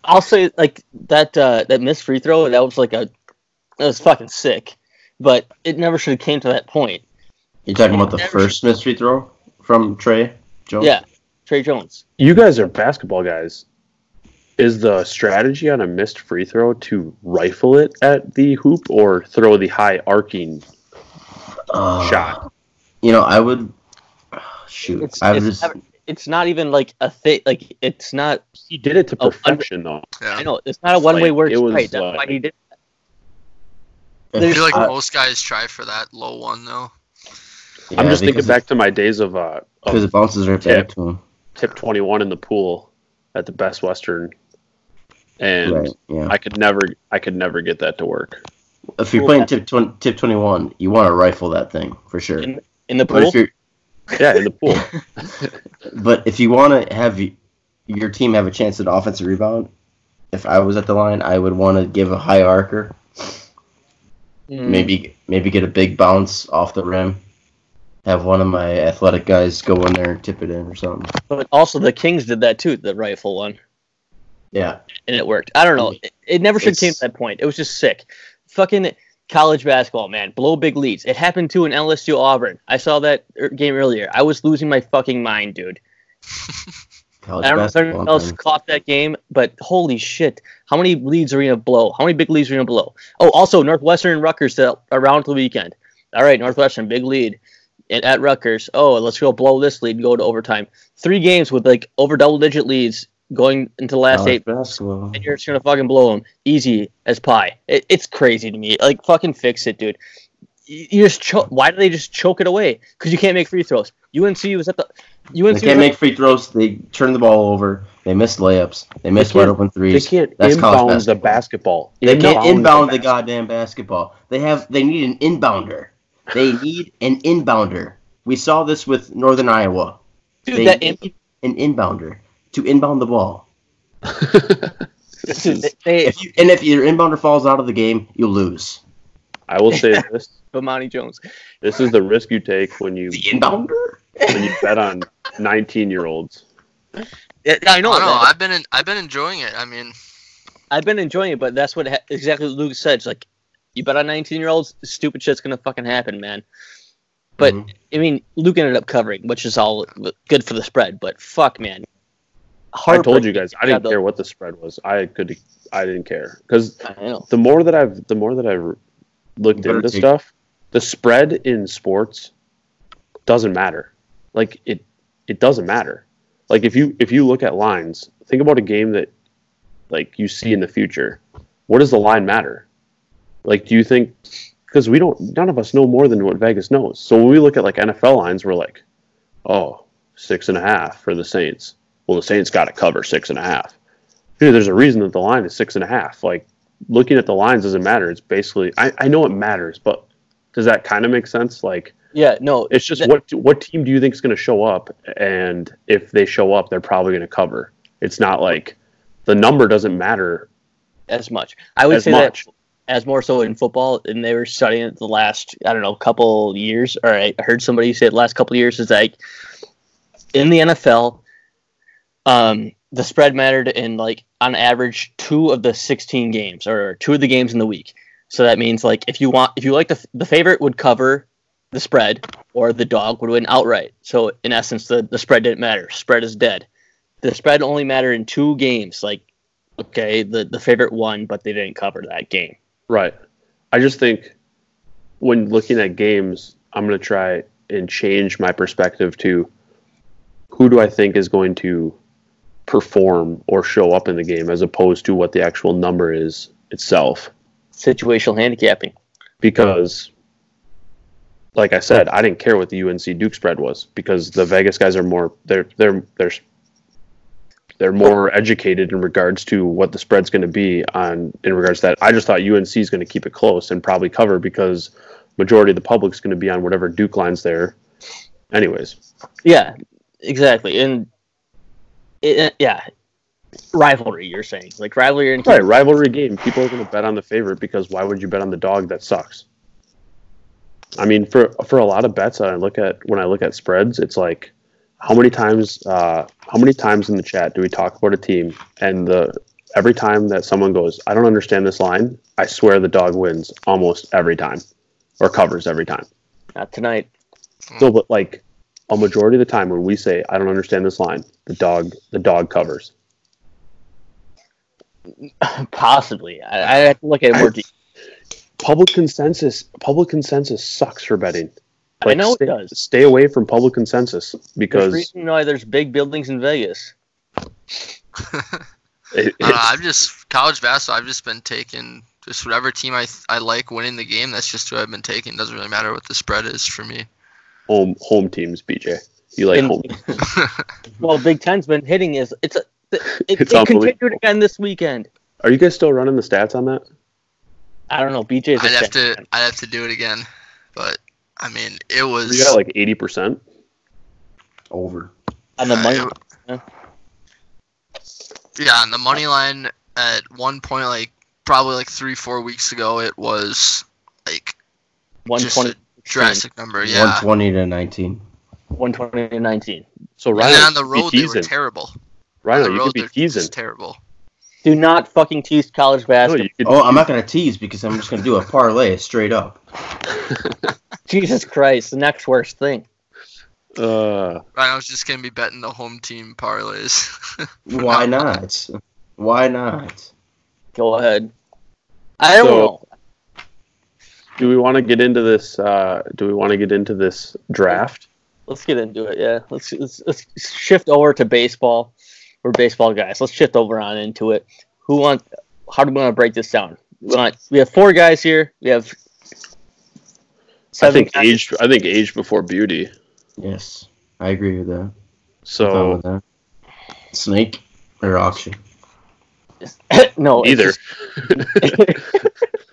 Speaker 2: I'll say like that uh, that missed free throw that was like a that was fucking sick, but it never should have came to that point.
Speaker 5: You're talking about the
Speaker 2: Never-
Speaker 5: first mystery throw from Trey Jones?
Speaker 2: Yeah, Trey Jones.
Speaker 4: you guys are basketball guys. Is the strategy on a missed free throw to rifle it at the hoop or throw the high arcing
Speaker 5: Uh,
Speaker 4: shot?
Speaker 5: You know, I would. Shoot.
Speaker 2: It's-
Speaker 5: I would
Speaker 2: it's
Speaker 5: just.
Speaker 2: never- It's not even like a thing. Like it's not.
Speaker 4: He did it to
Speaker 2: Oh, under-
Speaker 4: perfection though.
Speaker 2: I
Speaker 3: yeah.
Speaker 2: know it's not a one way
Speaker 4: Like,
Speaker 2: word
Speaker 4: it was,
Speaker 2: straight. That's
Speaker 4: uh,
Speaker 2: why he did.
Speaker 3: I feel like
Speaker 5: I-
Speaker 3: most guys try for that low one though.
Speaker 4: I'm
Speaker 5: yeah,
Speaker 4: just thinking
Speaker 5: because
Speaker 4: back to my days of uh
Speaker 5: it- Because
Speaker 4: of
Speaker 5: it bounces right
Speaker 4: Yeah.
Speaker 5: back to him.
Speaker 4: tip 21 in the pool at the Best Western, and
Speaker 5: Right. Yeah.
Speaker 4: I could never I could never get that to work.
Speaker 5: if you're
Speaker 2: Cool.
Speaker 5: playing tip, twen- tip 21, you want to rifle that thing for sure.
Speaker 2: In in the
Speaker 5: But
Speaker 2: pool.
Speaker 5: if, you're,
Speaker 4: Yeah, in the pool.
Speaker 5: but if you want to have y- your team have a chance at offensive rebound, if I was at the line, I would want to give a high arcer
Speaker 2: Mm.
Speaker 5: maybe maybe get a big bounce off the rim. Have one of my athletic guys go in there and tip it in or something.
Speaker 2: But also the Kings did that too, the rifle one,
Speaker 5: Yeah,
Speaker 2: and it worked. I don't know. It, it never should
Speaker 5: It's-
Speaker 2: came to that point. It was just sick. Fucking college basketball, man. Blow big leads. It happened to in LSU Auburn. I saw that er, game earlier. I was losing my fucking mind, dude.
Speaker 5: college
Speaker 2: I don't know if
Speaker 5: basketball.
Speaker 2: anyone else
Speaker 5: man.
Speaker 2: caught that game, but holy shit. How many leads are we going to blow? How many big leads are we going to blow? Oh, also, Northwestern and Rutgers uh, around the weekend. All right, Northwestern, big lead at, at Rutgers. Oh, let's go blow this lead and go to overtime. Three games with like over double digit leads going into the last
Speaker 5: College
Speaker 2: eight,
Speaker 5: basketball.
Speaker 2: and you're just going to fucking blow them easy as pie. It, it's crazy to me. Like, fucking fix it, dude. You you just cho- why do they just choke it away? Because you can't make free throws. UNC was at the
Speaker 5: They
Speaker 2: UNC was at
Speaker 5: can't make free throws. They turn the ball over. They miss layups. They miss wide
Speaker 4: can't-
Speaker 5: open
Speaker 4: They
Speaker 5: threes.
Speaker 4: can't
Speaker 5: That's college
Speaker 4: inbound the basketball.
Speaker 5: basketball. They can't inbound the
Speaker 4: the
Speaker 5: goddamn basketball. They have. They need an inbounder. They need an inbounder. We saw this with Northern Iowa.
Speaker 2: dude,
Speaker 5: they
Speaker 2: that in-
Speaker 5: need an inbounder to inbound the ball.
Speaker 4: This
Speaker 2: Dude,
Speaker 4: is,
Speaker 2: they-
Speaker 5: If you, and if your inbounder falls out of the game, you lose.
Speaker 4: I will say this:
Speaker 2: Bomani Jones.
Speaker 4: this is the risk you take when you
Speaker 5: The inbounder.
Speaker 4: when you bet on 19 year olds.
Speaker 2: Yeah, I know.
Speaker 3: I don't know.
Speaker 2: man.
Speaker 3: I've been in, I've been enjoying it. I mean,
Speaker 2: I've been enjoying it, but that's what ha- exactly what Luke said. It's like, you bet on 19 year olds, stupid shit's gonna fucking happen, man. But
Speaker 5: Mhm.
Speaker 2: I mean, Luke ended up covering, which is all good for the spread. But fuck, man.
Speaker 4: I told you guys
Speaker 2: Yeah,
Speaker 4: I didn't
Speaker 2: the-
Speaker 4: care what the spread was. I could I didn't care because
Speaker 2: I know.
Speaker 4: the more that I've the more that I've looked
Speaker 5: Better
Speaker 4: into
Speaker 5: take-
Speaker 4: stuff, the spread in sports doesn't matter. Like it it doesn't matter. Like if you if you look at lines, think about a game that like you see in the future. What does the line matter? Like do you think because we don't none of us know more than what Vegas knows. So when we look at like NFL lines, we're like, oh, six and a half for the Saints. Well, the Saints got to cover six and a half. Dude, there's a reason that the line is six and a half. Like looking at the lines doesn't matter. It's basically I, I know it matters, but does that kind of make sense? Like
Speaker 2: Yeah, no,
Speaker 4: it's just
Speaker 2: That-
Speaker 4: what what team do you think is going to show up, and if they show up, they're probably going to cover. It's not like the number doesn't matter
Speaker 2: as much. I would
Speaker 4: as
Speaker 2: say
Speaker 4: much.
Speaker 2: that as more so in football, and they were studying it the last I don't know couple years. Or I heard somebody say it last couple years is like in the NFL, um, the spread mattered in like on average two of the sixteen games or two of the games in the week. So that means like if you want if you like the the favorite would cover the spread or the dog would win outright. So in essence, the the spread didn't matter. Spread is dead. The spread only mattered in two games, like okay, the, the favorite won, but they didn't cover that game.
Speaker 4: Right. I just think when looking at games, I'm going to try and change my perspective to who do I think is going to perform or show up in the game as opposed to what the actual number is itself.
Speaker 2: Situational handicapping.
Speaker 4: Because, like I said, I didn't care what the UNC Duke spread was because the Vegas guys are more they're they're they're they're more educated in regards to what the spread's going to be on in regards to that. I just thought UNC is going to keep it close and probably cover because majority of the public's going to be on whatever Duke lines there. Anyways,
Speaker 2: Yeah, exactly. And it, it- yeah, rivalry. You're saying like rivalry and
Speaker 4: right, rivalry game. People are going to bet on the favorite because why would you bet on the dog that sucks? I mean, for for a lot of bets, I look at when I look at spreads, it's like how many times uh, how many times in the chat do we talk about a team and the every time that someone goes, I don't understand this line, I swear the dog wins almost every time or covers every time.
Speaker 2: not tonight.
Speaker 4: No, but like a majority of the time when we say I don't understand this line, the dog the dog covers.
Speaker 2: Possibly. I, I have to look at it more deep.
Speaker 4: Public consensus public consensus sucks for betting.
Speaker 2: I know it
Speaker 4: stay,
Speaker 2: does.
Speaker 4: Stay away from public consensus
Speaker 2: There's
Speaker 4: because
Speaker 2: reason why there's big buildings in Vegas.
Speaker 4: it,
Speaker 3: I don't know, I've just college basketball. I've just been taking just whatever team I I like winning the game. That's just who I've been taking. Doesn't really matter what the spread is for me.
Speaker 4: home home teams, BJ. You like
Speaker 2: And-
Speaker 4: home
Speaker 2: Well, Big Ten's been hitting is it's a, it,
Speaker 4: It's
Speaker 2: it continued
Speaker 4: unbelievable.
Speaker 2: again this weekend.
Speaker 4: Are you guys still running the stats on that?
Speaker 2: I don't know. BJ's. a
Speaker 3: I'd have
Speaker 2: Ten
Speaker 3: to
Speaker 2: fan.
Speaker 3: I'd have to do it again, but I mean it
Speaker 4: You
Speaker 3: was
Speaker 4: got like eighty percent.
Speaker 5: Over.
Speaker 2: on the money.
Speaker 3: Uh, yeah on the money line at one point like probably like three four weeks ago it was like
Speaker 2: One
Speaker 3: just a
Speaker 2: twenty.
Speaker 3: drastic number yeah.
Speaker 5: 120 to 19.
Speaker 2: One twenty to nineteen.
Speaker 4: So
Speaker 3: And
Speaker 4: Ryan,
Speaker 3: then on the
Speaker 4: you could be
Speaker 3: road they were
Speaker 4: teasing.
Speaker 3: terrible. on
Speaker 4: Ryan,
Speaker 3: the
Speaker 4: you could
Speaker 3: road
Speaker 4: be
Speaker 3: they're
Speaker 4: teasing.
Speaker 3: just terrible.
Speaker 2: Do not fucking tease college
Speaker 4: No,
Speaker 2: basketball.
Speaker 4: you could,
Speaker 5: Oh, I'm not going to tease because I'm just going to do a parlay straight up.
Speaker 2: Jesus Christ, the next worst thing.
Speaker 4: uh,
Speaker 3: Ryan was just gonna be betting the home team parlays.
Speaker 5: Why not? Why not?
Speaker 2: Go ahead. I don't
Speaker 4: So-
Speaker 2: know.
Speaker 4: do we want to get into this? Uh, do we want to get into this draft?
Speaker 2: Let's get into it. Yeah, let's, let's let's shift over to baseball. We're baseball guys. Let's shift over on into it. Who want? How do we want to break this down? We want. We have four guys here. We have.
Speaker 4: I
Speaker 2: seven
Speaker 4: think
Speaker 2: guys.
Speaker 4: age. I think age before beauty.
Speaker 5: Yes, I agree with that. I'm fine
Speaker 4: So
Speaker 5: with that. Snake or auction?
Speaker 2: no, it's
Speaker 4: either.
Speaker 2: just-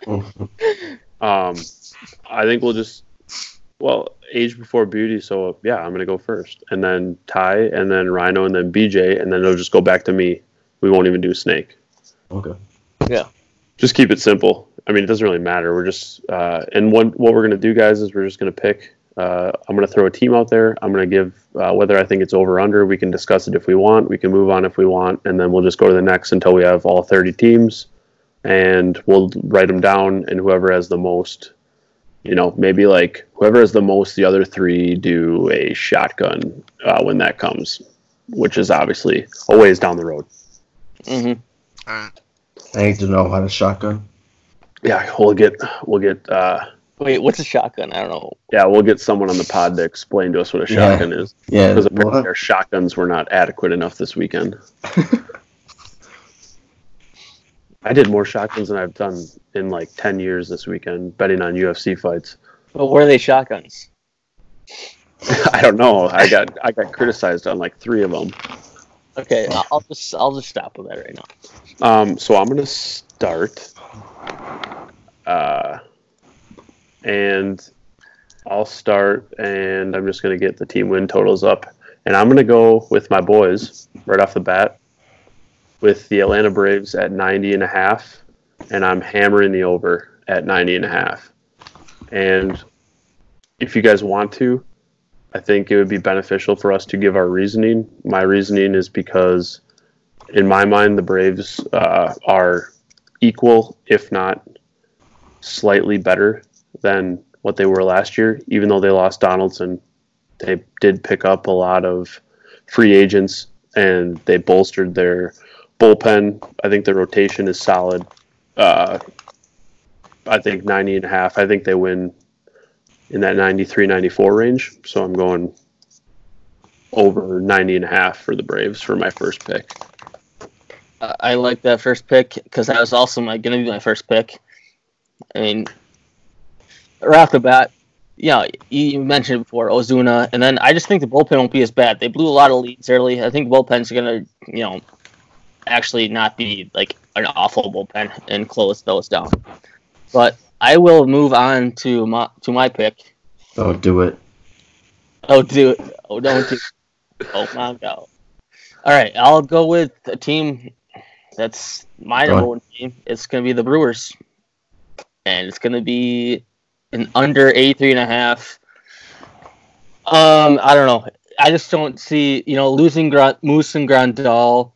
Speaker 4: um, I think we'll just well age before beauty. So uh, yeah, I'm gonna go first, and then Ty, and then Rhino, and then BJ, and then it'll just go back to me. We won't even do snake.
Speaker 5: Okay.
Speaker 4: just keep it simple. I mean, it doesn't really matter. We're just uh, and one what we're gonna do, guys, is we're just gonna pick. Uh, I'm gonna throw a team out there. I'm gonna give uh, whether I think it's over or under. We can discuss it if we want. We can move on if we want, and then we'll just go to the next until we have all 30 teams, and we'll write them down. And whoever has the most, you know, maybe like whoever has the most, the other three do a shotgun uh, when that comes, which is obviously a ways down the road.
Speaker 2: mhm.
Speaker 3: Alright.
Speaker 5: I need to know how to shotgun.
Speaker 4: Yeah, we'll get we'll get. Uh,
Speaker 2: Wait, what's a shotgun? I don't know.
Speaker 4: Yeah, we'll get someone on the pod to explain to us what a
Speaker 5: Yeah.
Speaker 4: shotgun is.
Speaker 5: Yeah.
Speaker 4: Because
Speaker 5: we'll
Speaker 4: apparently
Speaker 5: have-
Speaker 4: our shotguns were not adequate enough this weekend. I did more shotguns than I've done in like ten years this weekend, betting on UFC fights.
Speaker 2: But were they shotguns?
Speaker 4: I don't know. I got I got criticized on like three of them.
Speaker 2: Okay, I'll- I'll just I'll just stop with that right now.
Speaker 4: Um, so I'm gonna start, uh, and I'll start, and I'm just gonna get the team win totals up, and I'm gonna go with my boys right off the bat with the Atlanta Braves at 90 and a half, and I'm hammering the over at 90 and a half. And if you guys want to, I think it would be beneficial for us to give our reasoning. My reasoning is because in my mind, the Braves uh, are equal, if not slightly better than what they were last year. Even though they lost Donaldson, they did pick up a lot of free agents and they bolstered their bullpen. I think the rotation is solid. Uh, I think 90 and a half. I think they win in that 93 94 range. So I'm going over 90 and a half for the Braves for my first pick.
Speaker 2: I I like that first pick because that was also my going to be my first pick. I mean, right off the bat, yeah, you, you mentioned it before Ozuna, and then I just think the bullpen won't be as bad. They blew a lot of leads early. I think the bullpen's going to, you know, actually not be like an awful bullpen and close those down. But I will move on to my to my pick.
Speaker 5: Don't do it.
Speaker 2: Oh, do it. Oh, don't do it. Oh, my God. All right, I'll go with a team that's my
Speaker 5: Go
Speaker 2: number one team. It's going to be the Brewers. And it's going to be an under 83 and a half. Um, I don't know. I just don't see, you know, losing Gra- Moose and Grandal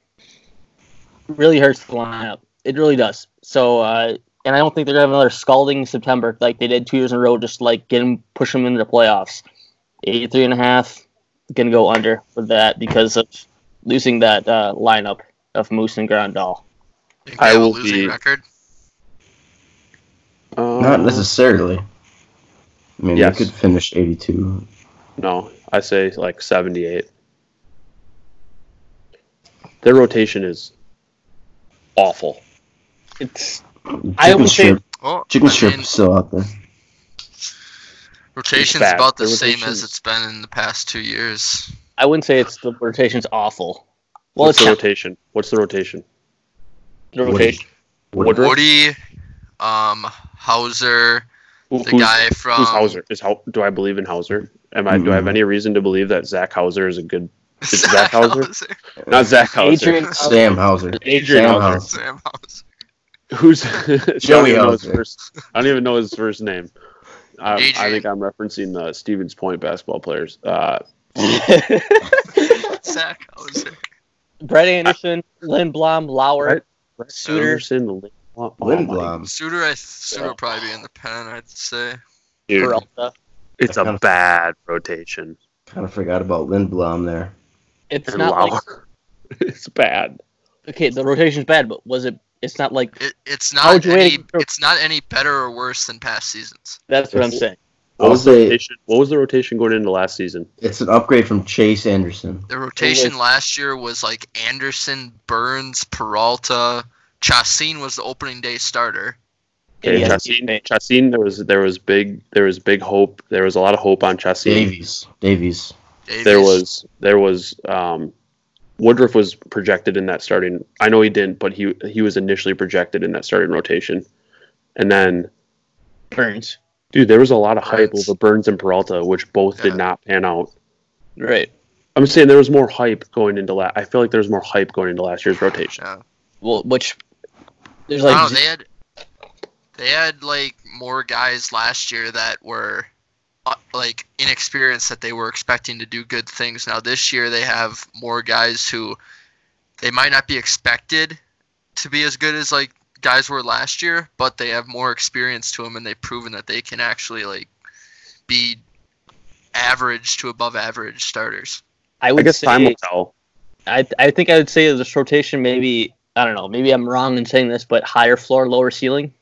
Speaker 2: really hurts the lineup. It really does. So, uh, and I don't think they're going to have another scalding September like they did two years in a row, just like get 'em- push them into the playoffs. 83 and a half gonna go under for that because of losing that uh, lineup of moose and grandal
Speaker 3: Think
Speaker 4: I
Speaker 3: they have a
Speaker 4: will
Speaker 3: losing
Speaker 4: be-
Speaker 3: record.
Speaker 4: Um,
Speaker 5: Not necessarily. I mean,
Speaker 4: Yes.
Speaker 5: you could finish 82.
Speaker 4: No, I say like 78. Their rotation is awful.
Speaker 2: it's I
Speaker 5: Chicken
Speaker 2: would say-
Speaker 5: strip,
Speaker 3: Oh,
Speaker 5: chicken
Speaker 3: I
Speaker 5: strip
Speaker 3: mean,
Speaker 5: is still out there.
Speaker 3: rotation's
Speaker 4: bad.
Speaker 3: about the,
Speaker 4: The
Speaker 3: same
Speaker 4: rotation's-
Speaker 3: as it's been in the past two years.
Speaker 2: i wouldn't say it's the rotation's awful well
Speaker 4: What's
Speaker 2: it's
Speaker 4: the
Speaker 2: not
Speaker 4: rotation? What's the rotation?
Speaker 2: the rotation
Speaker 5: Woody.
Speaker 4: Woodruff?
Speaker 3: Woody, um, Hauser,
Speaker 4: Who-
Speaker 3: the
Speaker 4: who's,
Speaker 3: guy from
Speaker 4: who's Hauser? Is how do I believe in Hauser? Am I do I have
Speaker 5: Mhm.
Speaker 4: any reason to believe that Zach Hauser is a good Zach Hauser?
Speaker 3: Hauser?
Speaker 4: not Zach Hauser?
Speaker 2: adrian
Speaker 5: Sam Hauser.
Speaker 4: Adrian
Speaker 5: Sam
Speaker 4: Hauser.
Speaker 5: Hauser.
Speaker 3: Sam Hauser.
Speaker 4: Who's Joey I don't
Speaker 5: Joey
Speaker 4: even know his
Speaker 5: Hauser.
Speaker 4: first, I don't even know his first name. I, I
Speaker 3: Adrian.
Speaker 4: think I'm referencing the Stevens Point basketball players. Uh,
Speaker 3: Zach Hauser.
Speaker 2: brett anderson lynn blom lauer
Speaker 4: Brett-
Speaker 2: Suter.
Speaker 4: Anderson, Lin- oh my
Speaker 5: Lindblom.
Speaker 3: Suter, I th- Suter would probably be in the pen. I'd say.
Speaker 4: Dude,
Speaker 2: Peralta.
Speaker 4: it's
Speaker 5: Kind
Speaker 4: a
Speaker 5: of-
Speaker 4: bad rotation.
Speaker 5: Kind of forgot about Lindblom there.
Speaker 2: it's
Speaker 4: And
Speaker 2: not like
Speaker 4: Lauer. it's bad.
Speaker 2: okay the rotation's bad but was it it's not like
Speaker 3: It, it's
Speaker 2: How would
Speaker 3: not
Speaker 2: you
Speaker 3: any.
Speaker 2: rate-
Speaker 3: It's not any better or worse than past seasons.
Speaker 2: that's what i'm
Speaker 5: It's-
Speaker 2: saying
Speaker 4: What
Speaker 5: I'll
Speaker 4: was the
Speaker 5: say-
Speaker 4: rotation? What was the rotation going into last season?
Speaker 5: It's an upgrade from Chase Anderson.
Speaker 3: The rotation
Speaker 2: was-
Speaker 3: last year was like Anderson, Burns, Peralta. Chassin was the opening day starter.
Speaker 4: Okay,
Speaker 2: Yeah.
Speaker 4: Chassin, Chassin, there was there was big there was big hope. There was a lot of hope on Chassin.
Speaker 5: Davies. Davies.
Speaker 3: Davies.
Speaker 4: There was there was um, Woodruff was projected in that starting. I know he didn't, but he he was initially projected in that starting rotation, and then
Speaker 2: burns
Speaker 4: dude, there was a lot of hype
Speaker 3: Burns.
Speaker 4: over Burns and Peralta, which both
Speaker 3: Yeah.
Speaker 4: did not pan out.
Speaker 2: right
Speaker 4: I'm saying there was more hype going into last. I feel like there was more hype going into last year's rotation.
Speaker 3: Yeah.
Speaker 2: well which there's
Speaker 3: I
Speaker 2: like
Speaker 3: don't know, they had they had like more guys last year that were uh, like inexperienced that they were expecting to do good things. Now this year they have more guys who they might not be expected to be as good as like guys were last year, but they have more experience to them and they've proven that they can actually like be average to above average starters.
Speaker 2: i would
Speaker 4: I guess
Speaker 2: say
Speaker 4: time will tell.
Speaker 2: I I think I would say this rotation maybe I don't know maybe I'm wrong in saying this but higher floor lower ceiling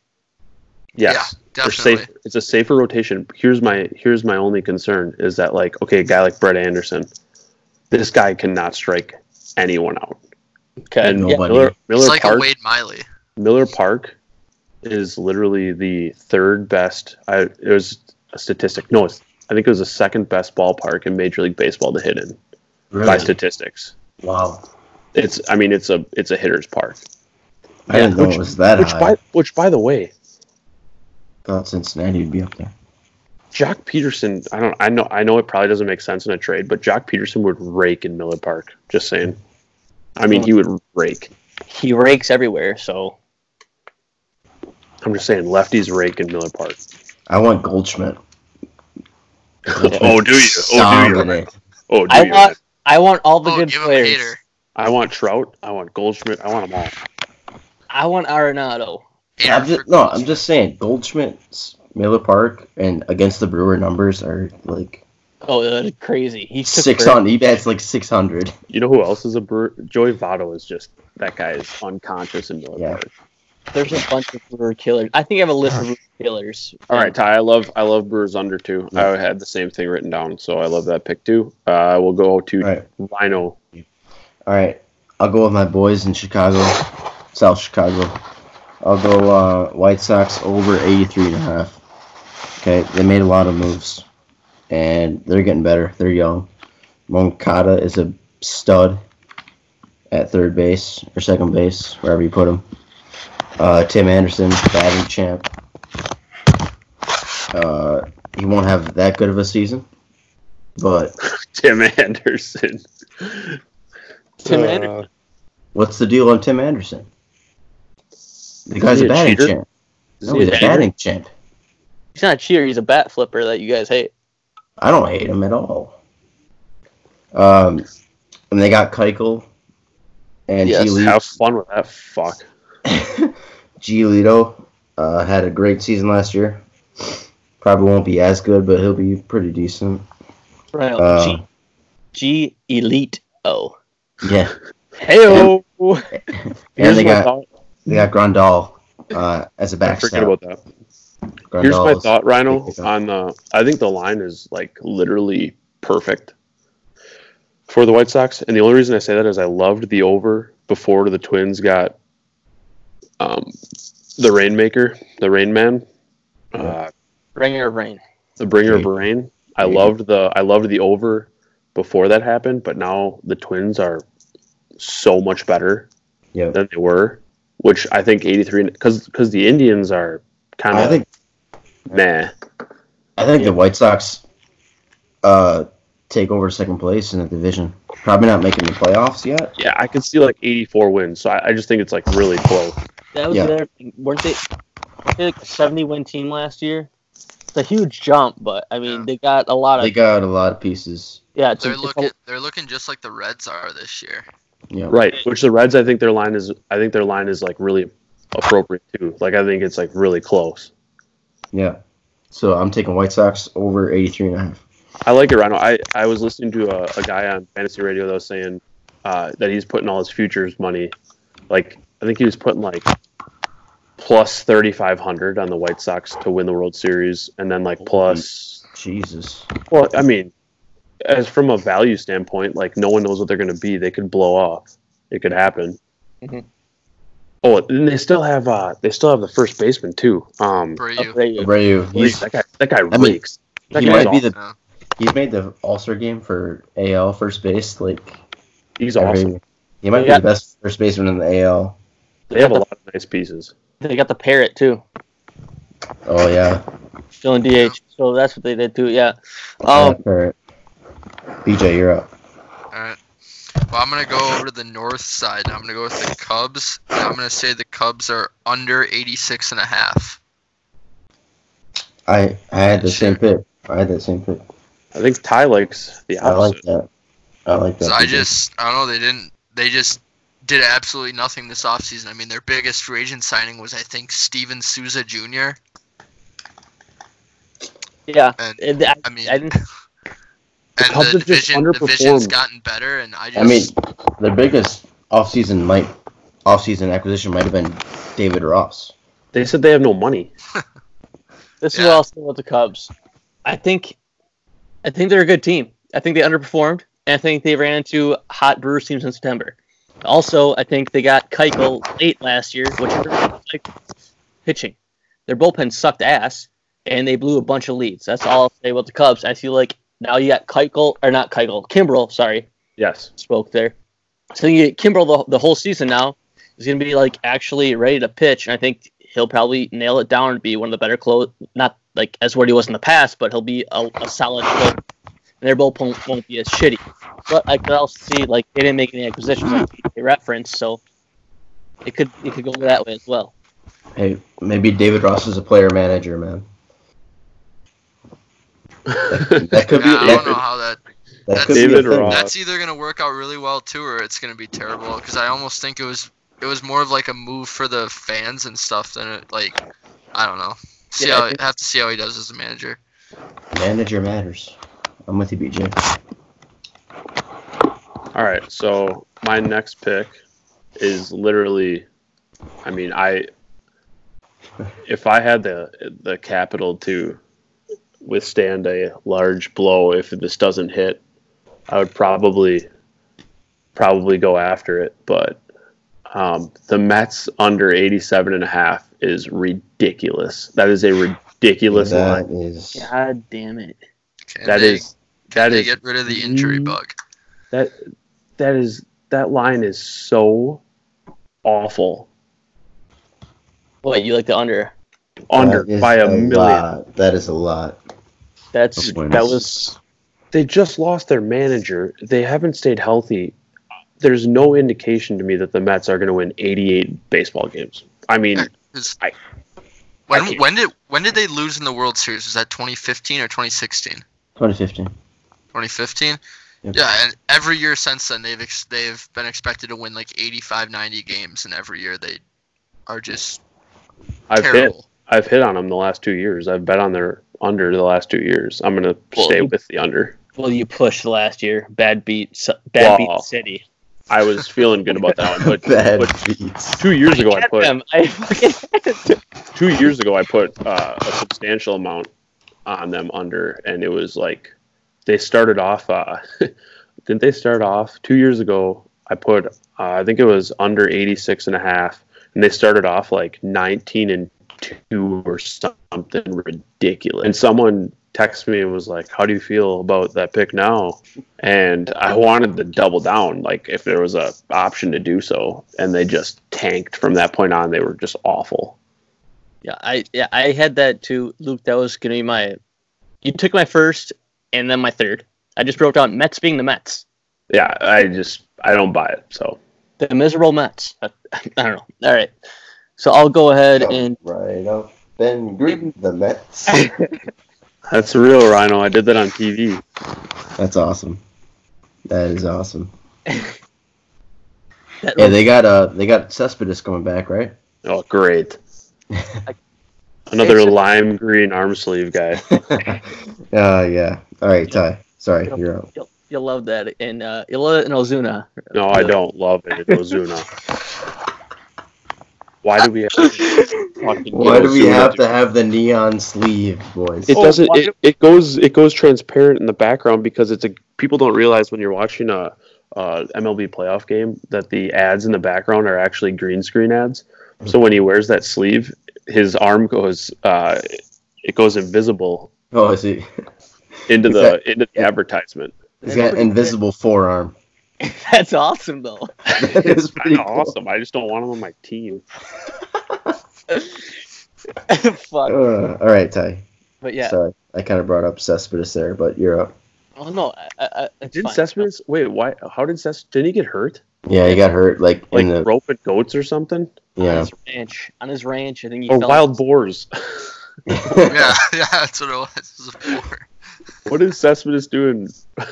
Speaker 4: Yes,
Speaker 3: Yeah,
Speaker 4: They're
Speaker 3: definitely.
Speaker 4: safe. It's a safer rotation. Here's my here's my only concern is that like okay, a guy like Brett Anderson, this guy cannot strike anyone out.
Speaker 2: okay
Speaker 4: And
Speaker 5: Nobody.
Speaker 4: Miller, Miller
Speaker 3: It's like a
Speaker 4: Park,
Speaker 3: Wade Miley.
Speaker 4: Miller Park is literally the third best. I, it was a statistic. No, it's, I think it was the second best ballpark in Major League Baseball to hit in by
Speaker 5: Really?
Speaker 4: statistics.
Speaker 5: Wow.
Speaker 4: It's. I mean, it's a it's a hitter's park.
Speaker 5: I
Speaker 4: Yeah,
Speaker 5: didn't know
Speaker 4: which-
Speaker 5: it was that
Speaker 4: Which
Speaker 5: high.
Speaker 4: by which by the way,
Speaker 5: Thought Cincinnati would be up there.
Speaker 4: Jock Peterson. I don't. I know. I know it probably doesn't make sense in a trade, but Jock Peterson would rake in Miller Park. Just saying. I mean, he would rake.
Speaker 2: He rakes everywhere, so
Speaker 4: I'm just saying, lefties rake in Miller Park.
Speaker 5: I want Goldschmidt.
Speaker 4: Oh, do you? Oh, do you?
Speaker 5: Dominate.
Speaker 4: Oh, do
Speaker 2: I
Speaker 4: you?
Speaker 2: want I want all the
Speaker 3: Oh,
Speaker 2: good
Speaker 3: give him a
Speaker 2: players.
Speaker 3: hater.
Speaker 4: I want Trout. I want Goldschmidt. I want them all.
Speaker 2: I want Arenado.
Speaker 3: Hater
Speaker 5: I'm
Speaker 3: for
Speaker 5: just, no,
Speaker 3: goals.
Speaker 5: I'm just saying Goldschmidt's Miller Park and against the Brewer numbers are like
Speaker 2: Oh, that's crazy. He took
Speaker 5: six
Speaker 2: first.
Speaker 5: on That's like six hundred.
Speaker 4: You know who else is a brewer? Joey Votto is just that guy is unconscious in Miller
Speaker 5: Yeah.
Speaker 4: Park.
Speaker 2: There's a bunch of brewer killers. I think I have a list of brewer killers.
Speaker 4: All right, Ty. I love I love Brewers under two. I had the same thing written down, so I love that pick too. Uh, we'll go to
Speaker 5: All right,
Speaker 4: Rhino.
Speaker 5: all right. I'll go with my boys in Chicago, South Chicago. I'll go uh, White Sox over 83 and a half. Okay, they made a lot of moves, and they're getting better. They're young. Moncada is a stud at third base or second base, wherever you put him. Uh, Tim Anderson, batting champ. Uh, he won't have that good of a season, but
Speaker 4: Tim Anderson.
Speaker 2: Tim
Speaker 4: Uh,
Speaker 2: Anderson.
Speaker 5: What's the deal on Tim Anderson? The guy's
Speaker 4: he
Speaker 5: a
Speaker 4: a
Speaker 5: batting
Speaker 4: cheater?
Speaker 5: champ.
Speaker 4: is
Speaker 5: No,
Speaker 4: he
Speaker 5: he's a
Speaker 4: a batter?
Speaker 5: batting champ.
Speaker 2: He's not a cheater. He's a bat flipper that you guys hate.
Speaker 5: I don't hate him at all. Um, and they got Keuchel and
Speaker 4: Yes.
Speaker 5: G. Lee-
Speaker 4: Have fun with that. Fuck.
Speaker 5: Giolito uh, had a great season last year. Probably won't be as good, but he'll be pretty decent.
Speaker 2: Right.
Speaker 5: Uh,
Speaker 2: G, G elite. Oh.
Speaker 5: yeah,
Speaker 4: Heyo.
Speaker 5: and
Speaker 4: Here's
Speaker 5: they
Speaker 4: my
Speaker 5: got
Speaker 4: thought.
Speaker 5: they got Grandal uh, as a
Speaker 4: I forget
Speaker 5: backstop.
Speaker 4: about that. Here's my
Speaker 5: Grandal's-
Speaker 4: thought, Rhino.
Speaker 5: pick it up.
Speaker 4: On the, I think the line is like literally perfect for the White Sox, and the only reason I say that is I loved the over before the Twins got um, the Rainmaker, the Rain Man, uh,
Speaker 2: Ringer of rain.
Speaker 4: the Bringer of Rain. I
Speaker 5: Yeah.
Speaker 4: loved the, I loved the over before that happened, but now the Twins are so much better
Speaker 5: Yeah,
Speaker 4: than they were, which I think eighty three because because the Indians are kind
Speaker 5: I
Speaker 4: of
Speaker 5: think
Speaker 4: meh.
Speaker 5: I think the White Sox uh, take over second place in the division. Probably not making the playoffs yet.
Speaker 4: Yeah, I could see like 84 wins. So I, I just think it's like really close.
Speaker 2: That was
Speaker 5: Yeah.
Speaker 2: their weren't they, weren't they like a seventy win team last year? It's a huge jump, but I mean they got a lot of
Speaker 5: They got a lot of pieces.
Speaker 2: yeah. It's,
Speaker 3: They're
Speaker 2: it's a,
Speaker 3: looking. They're looking just like the Reds are this year.
Speaker 5: Yeah.
Speaker 4: Right. Which the Reds, I think their line is, I think their line is like really appropriate too. Like I think it's like really close.
Speaker 5: Yeah. So I'm taking White Sox over 83 and a half.
Speaker 4: I like it, Rhino. I, I was listening to a, a guy on fantasy radio that was saying uh, that he's putting all his futures money. Like I think he was putting like plus 3,500 on the White Sox to win the World Series and then like plus
Speaker 5: Jesus.
Speaker 4: Well, I mean, as from a value standpoint, like no one knows what they're going to be. They could blow off. It could happen.
Speaker 2: Mhm.
Speaker 4: Oh, and they still have uh, they still have the first baseman too. Um,
Speaker 3: Brayu.
Speaker 2: they-
Speaker 5: Abreu,
Speaker 4: he's-
Speaker 5: he's,
Speaker 4: that guy, that guy
Speaker 5: mean,
Speaker 4: rakes. That
Speaker 5: he
Speaker 4: guy's
Speaker 5: might be the
Speaker 3: awesome.
Speaker 5: he's made the All Star game for AL first base. Like
Speaker 4: He's awesome.
Speaker 5: every- he might
Speaker 2: Yeah.
Speaker 5: be the best first baseman in the AL.
Speaker 4: They have a lot of nice pieces.
Speaker 2: they got the parrot too,
Speaker 5: Oh yeah.
Speaker 2: still in DH. So that's what they did too. Yeah.
Speaker 5: All
Speaker 2: Um,
Speaker 5: right. BJ, you're up.
Speaker 3: All right. Well, I'm gonna go over to the north side. and I'm gonna go with the Cubs. and I'm gonna say the Cubs are under 86 and a half.
Speaker 5: I I had the same pick. I had that same pick.
Speaker 4: I think Ty likes the
Speaker 5: I like
Speaker 4: opposite.
Speaker 5: that. I like that.
Speaker 3: So I
Speaker 5: BJ.
Speaker 3: just, I don't know. They didn't. They just did absolutely nothing this offseason. I mean, their biggest free agent signing was, I think, Steven Souza Jr.
Speaker 2: yeah.
Speaker 3: And
Speaker 2: And I,
Speaker 3: I mean,
Speaker 2: I didn't-
Speaker 3: and
Speaker 4: Cubs
Speaker 3: the
Speaker 4: have just
Speaker 3: division, division's
Speaker 4: underperformed.
Speaker 3: gotten better, and I just,
Speaker 5: I mean, their biggest offseason might offseason acquisition might have been David Ross.
Speaker 4: They said they have no money.
Speaker 2: this is
Speaker 3: yeah.
Speaker 2: also with the Cubs. I think, I think they're a good team. I think they underperformed, and I think they ran into hot Brewers teams in September. Also, I think they got Keuchel late last year, which hurt Keuchel's pitching. Their bullpen sucked ass, and they blew a bunch of leads. That's all I'll say about the Cubs. I feel like now you got Keuchel, or not Keuchel, Kimbrel, sorry,
Speaker 4: Yes.
Speaker 2: spoke there. So you get Kimbrel the, the whole season now is going to be like actually ready to pitch, and I think he'll probably nail it down and be one of the better close, not like as what he was in the past, but he'll be a, a solid. Close. And their bullpen won't be as shitty. But I could also see like they didn't make any acquisitions like they referenced, so it could it could go that way as well.
Speaker 5: Hey, maybe David Ross is a player manager, man. That could be.
Speaker 3: Yeah, I
Speaker 5: that
Speaker 3: don't know
Speaker 5: could,
Speaker 3: how that.
Speaker 5: that could
Speaker 4: David
Speaker 5: be a thing.
Speaker 4: Ross.
Speaker 3: That's either gonna work out really well too, or it's gonna be terrible. Because I almost think it was it was more of like a move for the fans and stuff than it like I don't know. See
Speaker 2: Yeah, I
Speaker 3: how
Speaker 2: think-
Speaker 3: have to see how he does as a manager.
Speaker 5: Manager matters. I'm with you, BJ.
Speaker 4: All right. So my next pick is literally, I mean, I if I had the the capital to withstand a large blow, if this doesn't hit, I would probably probably go after it. But um, the Mets under 87 and a half is ridiculous. That is a ridiculous line.
Speaker 5: That is.
Speaker 2: God damn it!
Speaker 3: Can
Speaker 4: That
Speaker 3: they,
Speaker 4: is that
Speaker 3: they
Speaker 4: is
Speaker 3: get rid of the injury
Speaker 4: Mm.
Speaker 3: bug.
Speaker 4: that that is that line is so awful.
Speaker 2: Wait, you like the under?
Speaker 4: Under
Speaker 5: that is
Speaker 4: by a million.
Speaker 5: lot. That is a lot.
Speaker 2: That's
Speaker 5: Wins.
Speaker 2: that was
Speaker 4: They just lost their manager. They haven't stayed healthy. There's no indication to me that the Mets are going to win 88 baseball games. I mean,
Speaker 3: Is-
Speaker 4: I-
Speaker 3: when
Speaker 4: I can't-
Speaker 3: when did when did they lose in the World Series? Was that 2015 or 2016?
Speaker 5: 2015.
Speaker 3: 2015.
Speaker 5: Yep.
Speaker 3: Yeah, and every year since then they've ex- they've been expected to win like 85, 90 games, and every year they are just
Speaker 4: I've hit
Speaker 3: terrible.
Speaker 4: I've hit on them the last two years. I've bet on their under the last two years. I'm going to
Speaker 2: Well,
Speaker 4: stay
Speaker 2: you-
Speaker 4: with the under.
Speaker 2: well you pushed last year. Bad beat, Su- bad
Speaker 4: Wow.
Speaker 2: beat city.
Speaker 4: I was feeling good about that one, but,
Speaker 5: Bad
Speaker 4: but
Speaker 5: beats.
Speaker 4: two years ago I
Speaker 2: Had
Speaker 4: put
Speaker 2: them. I fucking
Speaker 4: two years ago I put uh, a substantial amount on them under, and it was like they started off. Uh, didn't they start off two years ago? I put uh, I think it was under 86 and a half, and they started off like 19 and two or something ridiculous. And someone texted me and was like, "How do you feel about that pick now?" And I wanted to double down, like if there was a option to do so, and they just tanked from that point on. They were just awful.
Speaker 2: Yeah, I yeah, I had that too, Luke. That was gonna be my. You took my first and then my third. I just wrote down Mets being the Mets,
Speaker 4: yeah, I just I don't buy it. So
Speaker 2: the miserable Mets. I, I don't know. All right, so I'll go ahead and
Speaker 5: Right up. Ben Green, the Mets.
Speaker 4: that's real, Rhino. I did that on TV.
Speaker 5: That's awesome. That is awesome.
Speaker 2: that,
Speaker 5: Yeah, they got uh they got Cespedes coming back, right?
Speaker 4: Oh, great! Another lime green arm sleeve guy.
Speaker 5: uh yeah. All right, Ty. Sorry, you're out.
Speaker 2: you'll, you'll love that, and uh, you'll love it in Ozuna.
Speaker 4: No, I don't love it. Ozuna. Why do we have? To fucking
Speaker 5: Why do we
Speaker 4: Ozuna,
Speaker 5: have
Speaker 4: dude?
Speaker 5: to have the neon sleeve, boys?
Speaker 4: It
Speaker 2: Oh,
Speaker 4: doesn't.
Speaker 2: why
Speaker 4: It,
Speaker 2: do-
Speaker 4: it goes. It goes transparent in the background because it's a. People don't realize when you're watching a, uh MLB playoff game that the ads in the background are actually green screen ads.
Speaker 5: Hmm.
Speaker 4: So when he wears that sleeve, his arm goes. Uh, it goes invisible
Speaker 5: oh, I see.
Speaker 4: into
Speaker 5: Is
Speaker 4: the
Speaker 5: that-
Speaker 4: into the advertisement.
Speaker 5: He's got
Speaker 2: pretty
Speaker 5: invisible forearm.
Speaker 2: That's awesome though.
Speaker 5: That is pretty
Speaker 4: Kinda
Speaker 5: cool.
Speaker 4: awesome. I just don't want him on my team.
Speaker 2: Fuck.
Speaker 5: Uh, all right, Ty.
Speaker 2: But yeah.
Speaker 5: Sorry, I kind of brought up Cespedes there, but you're up.
Speaker 2: Oh no. I, I, I- it's
Speaker 4: Didn't
Speaker 2: fine.
Speaker 4: Cespedes? Wait, why? How did Cespedes? Didn't he get hurt?
Speaker 5: Yeah, he got hurt like,
Speaker 4: Like
Speaker 5: in the
Speaker 4: rope at goats or something?
Speaker 2: on
Speaker 5: yeah.
Speaker 2: his ranch? On his ranch, I think he
Speaker 4: Or
Speaker 2: fell-
Speaker 4: Oh, wild boars?
Speaker 3: yeah, yeah, that's what it was. It was a four.
Speaker 4: what is Cespedes doing?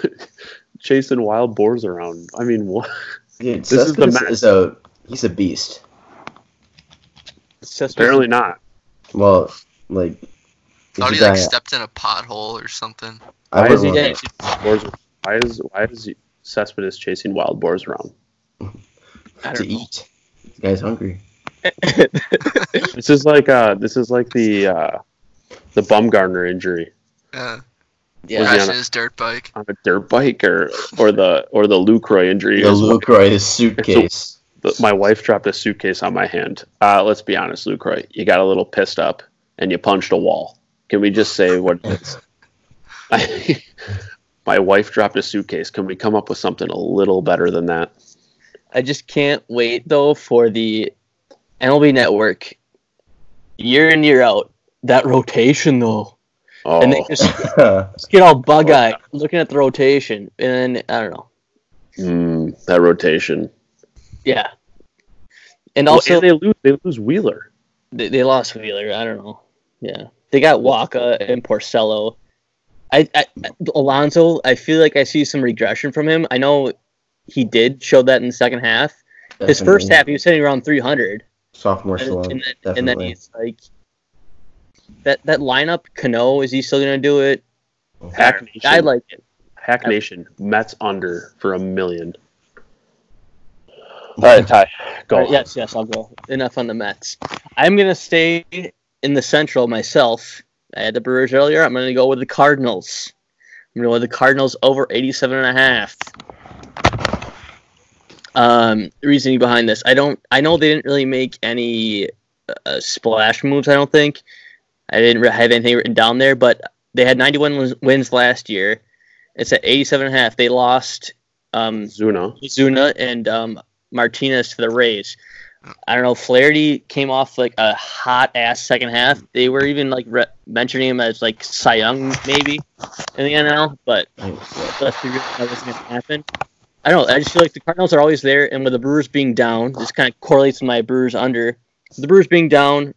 Speaker 4: Chasing wild boars around? I mean, what?
Speaker 5: Dude,
Speaker 4: This is the
Speaker 5: Cespedes
Speaker 4: match.
Speaker 5: is a he's a beast.
Speaker 2: Cespedes-
Speaker 4: Apparently not.
Speaker 5: Well, like if
Speaker 3: Thought
Speaker 5: you
Speaker 3: he like
Speaker 5: die-
Speaker 3: stepped in a pothole or something.
Speaker 5: I
Speaker 4: Why
Speaker 5: would
Speaker 4: is he
Speaker 5: want-
Speaker 2: Yeah,
Speaker 4: Boars. Why is why is Cespedes chasing wild boars around?
Speaker 2: I
Speaker 5: to
Speaker 2: don't know.
Speaker 5: eat. This guy's hungry.
Speaker 4: This is like uh, this is like the uh, the Bumgarner injury.
Speaker 3: Yeah.
Speaker 2: Yeah.
Speaker 4: Was
Speaker 3: crashed
Speaker 4: he on a-
Speaker 3: his dirt bike.
Speaker 4: on a dirt bike or or the or the Lucroy injury.
Speaker 5: The
Speaker 4: is what-
Speaker 5: Lucroy his suitcase.
Speaker 4: But my wife dropped a suitcase on my hand. Uh, let's be honest, Lucroy, you got a little pissed up and you punched a wall. Can we just say what it is? I, my wife dropped a suitcase. Can we come up with something a little better than that?
Speaker 2: I just can't wait though for the MLB Network year in year out that rotation though,
Speaker 4: Oh,
Speaker 2: and they just,
Speaker 5: Uh,
Speaker 2: just get all bug eyed looking at the rotation, and then, I don't know.
Speaker 4: mm, that rotation.
Speaker 2: Yeah, and
Speaker 4: Also,
Speaker 2: also
Speaker 4: they lose. They lose Wheeler.
Speaker 2: they, they lost Wheeler. I don't know. Yeah, they got Waka and Porcello. I, I Alonso. I feel like I see some regression from him. I know he did show that in the second half. His first
Speaker 5: Definitely.
Speaker 2: half, he was hitting around 300,
Speaker 5: sophomore
Speaker 2: and,
Speaker 5: slump.
Speaker 2: and then,
Speaker 5: definitely.
Speaker 2: and then he's like, that that lineup. Cano, is he still gonna do it?
Speaker 4: Hack Nation.
Speaker 2: I like it.
Speaker 4: Hack Nation. Mets under for a million. All right, Ty, go.
Speaker 2: Alright, yes, yes, I'll go. Enough on the Mets. I'm gonna stay in the Central myself. I had the Brewers earlier. I'm gonna go with the Cardinals. I'm gonna go with the Cardinals over 87 and a half. Um, reasoning behind this, I don't. I know they didn't really make any uh, splash moves. I don't think. I didn't re- have anything written down there, but they had 91 wins- wins last year. It's at 87 and a half. They lost. Um,
Speaker 4: Zuna.
Speaker 2: Zuna and um, Martinez to the Rays. I don't know. Flaherty came off like a hot ass second half. They were even like re- mentioning him as like Cy Young maybe in the NL, but let's be real, that wasn't gonna happen. I don't know. I just feel like the Cardinals are always there, and with the Brewers being down, this kind of correlates with my Brewers under. With the Brewers being down,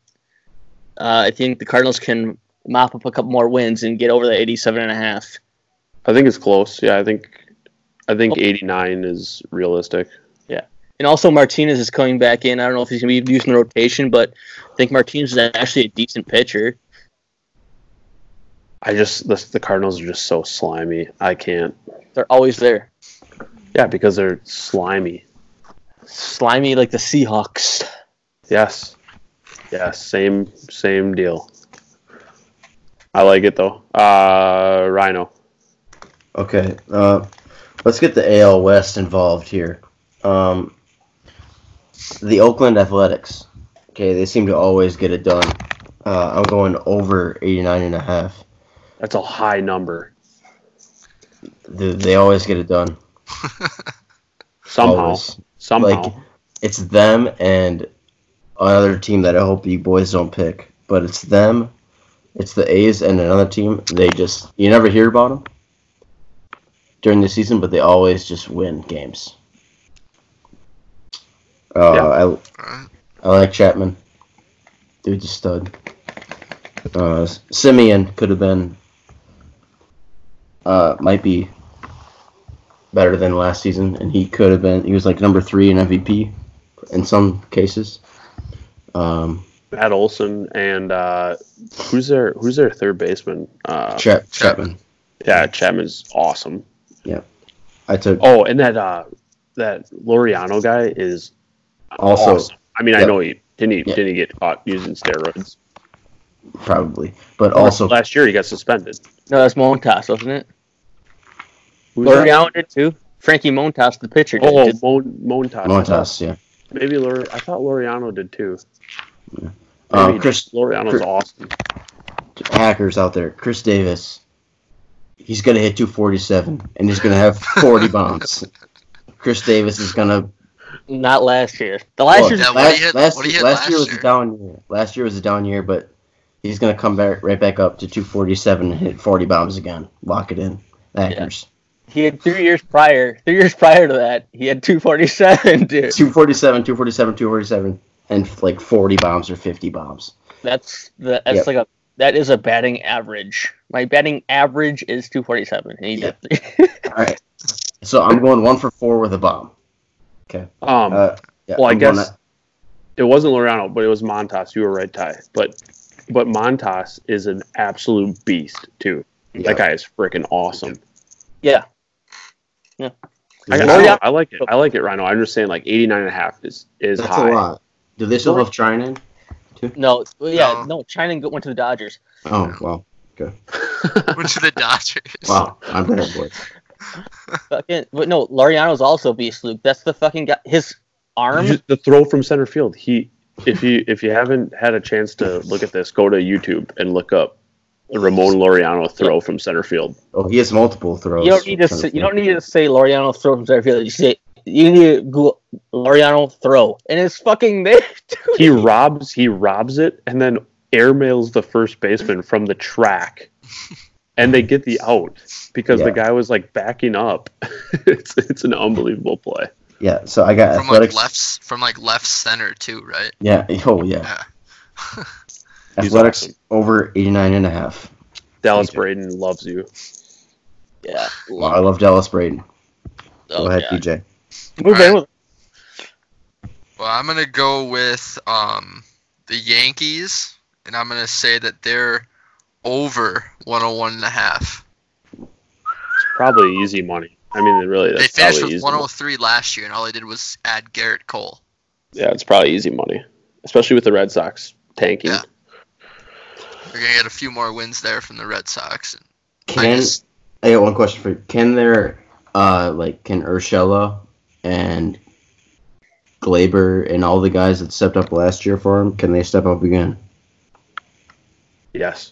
Speaker 2: uh, I think the Cardinals can mop up a couple more wins and get over the eighty-seven and a half.
Speaker 4: I think it's close. Yeah, I think I think
Speaker 2: Oh.
Speaker 4: 89 is realistic.
Speaker 2: And also Martinez is coming back in. I don't know if he's going to be using the rotation, but I think Martinez is actually a decent pitcher.
Speaker 4: I just the, the Cardinals are just so slimy. I can't.
Speaker 2: They're always there.
Speaker 4: Yeah, because they're slimy.
Speaker 2: Slimy like the Seahawks.
Speaker 4: Yes. Yeah, same same deal. I like it though. Uh Rhino.
Speaker 5: Okay, uh, let's get the AL West involved here. Um, the Oakland Athletics. Okay, they seem to always get it done. Uh, I'm going over 89 and a half.
Speaker 4: That's a high number.
Speaker 5: They, they always get it done.
Speaker 4: Somehow.
Speaker 5: Always.
Speaker 4: Somehow.
Speaker 5: Like- It's them and another team that I hope you boys don't pick, but it's them. It's the A's and another team. They just you never hear about them during the season, but they always just win games. Uh,
Speaker 4: Yeah.
Speaker 5: I
Speaker 3: Alright.
Speaker 5: I like Chapman. Dude's a stud. Uh, Simeon could have been, uh, might be better than last season, and he could have been. He was like number three in MVP in some cases. Um,
Speaker 4: Matt Olson and uh who's their who's their third baseman? Uh
Speaker 5: Chap-
Speaker 3: Chapman.
Speaker 5: Chapman.
Speaker 4: yeah, Chapman's awesome.
Speaker 5: I took
Speaker 4: Oh, and that uh that Loriano guy is
Speaker 5: Also-
Speaker 4: awesome. I mean, I
Speaker 5: yeah.
Speaker 4: know he didn't he
Speaker 5: Yeah.
Speaker 4: didn't he get caught using steroids.
Speaker 5: probably, but also
Speaker 4: last year he got suspended.
Speaker 2: No, that's Montas, wasn't it?
Speaker 4: Who's that?
Speaker 2: Loriano did too. Frankie Montas, the pitcher. Did.
Speaker 4: Oh,
Speaker 2: Did-
Speaker 4: Mon- Montas.
Speaker 5: Montas. Yeah,
Speaker 4: Maybe Lor- I thought Loriano did too. Maybe
Speaker 5: Uh,
Speaker 4: he did.
Speaker 5: Chris-
Speaker 4: Loriano's
Speaker 5: Chris-
Speaker 4: awesome.
Speaker 5: hackers out there. Chris Davis. He's gonna hit 247, and he's gonna have 40 bombs. Chris Davis is gonna
Speaker 2: Not last year. The last
Speaker 4: Oh.
Speaker 5: Look,
Speaker 2: year's
Speaker 3: Yeah, what
Speaker 5: last,
Speaker 3: he hit-
Speaker 5: last-
Speaker 3: what he hit
Speaker 5: last
Speaker 3: last
Speaker 5: year was
Speaker 3: year.
Speaker 5: a down year. Last year was a down year, but he's going to come back right back up to 247 and hit 40 bombs again. Lock it in, Packers.
Speaker 2: he had three years prior. Three years prior to that, he had two forty seven, dude.
Speaker 5: 247, 247, 247, and like 40 bombs or 50 bombs.
Speaker 2: That's the that's
Speaker 5: Yep.
Speaker 2: like a that is a batting average. My batting average is two forty seven. And he did
Speaker 5: All right. So I'm going one for four with a bomb.
Speaker 4: Um,
Speaker 5: Uh, yeah,
Speaker 4: well, I
Speaker 5: I'm
Speaker 4: guess
Speaker 5: going-
Speaker 4: it wasn't Loriano, but it was Montas. You were right, Ty. But but Montas is an absolute beast too.
Speaker 5: yeah.
Speaker 4: That guy is freaking awesome.
Speaker 2: yeah.
Speaker 4: I,
Speaker 5: That's
Speaker 4: I
Speaker 5: a
Speaker 4: don't know.
Speaker 5: lot.
Speaker 4: I like it. I like it, Rhino. I understand. Like 89 and a half is is
Speaker 5: That's
Speaker 4: high.
Speaker 5: a lot. Do they still have Trinan?
Speaker 2: No, well, yeah,
Speaker 3: No.
Speaker 2: no. China went to the Dodgers.
Speaker 5: Oh, well.
Speaker 3: Went to the Dodgers.
Speaker 5: Wow, I'm terrible.
Speaker 2: Fucking, but no, Lariano's also a beast, Luke. That's the fucking guy. His arm.
Speaker 4: You- the throw from center field. He, if you if you haven't had a chance to look at this, go to YouTube and look up the Ramon Laureano throw from center field.
Speaker 5: Oh, he has multiple throws.
Speaker 2: You don't need to. Say, you don't need to say Loriano throw from center field. You say you need to Google Loriano throw, and it's fucking there. Dude.
Speaker 4: He robs he robs it and then airmails the first baseman from the track, and they get the out because the
Speaker 5: Yeah.
Speaker 4: guy was like backing up. it's it's an unbelievable play.
Speaker 5: Yeah, so I got
Speaker 3: From like
Speaker 5: athletics.
Speaker 3: left, from like left center too, right?
Speaker 5: yeah, oh yeah.
Speaker 3: Yeah.
Speaker 4: He's
Speaker 5: Athletics
Speaker 4: awesome.
Speaker 5: over 89 and a half.
Speaker 4: Dallas
Speaker 5: Thank you.
Speaker 4: Braden loves you.
Speaker 2: Yeah.
Speaker 5: Wow, I love Dallas Braden. Go
Speaker 2: Oh,
Speaker 5: ahead,
Speaker 2: yeah.
Speaker 5: DJ.
Speaker 2: Move in with
Speaker 3: Well, I'm gonna go with um the Yankees, and I'm gonna say that they're over 101 and a half.
Speaker 4: It's probably easy money. I mean, really,
Speaker 3: They
Speaker 4: that's
Speaker 3: finished
Speaker 4: probably
Speaker 3: with
Speaker 4: easy.
Speaker 3: 103 last year, and all they did was add Garrett Cole.
Speaker 4: Yeah, it's probably easy money, especially with the Red Sox tanking.
Speaker 3: Yeah. They're gonna get a few more wins there from the Red Sox. And I
Speaker 5: Can
Speaker 3: just-
Speaker 5: I got one question for you. Can there, uh, like, can Urshela and Glaber and all the guys that stepped up last year for him, can they step up again?
Speaker 4: Yes.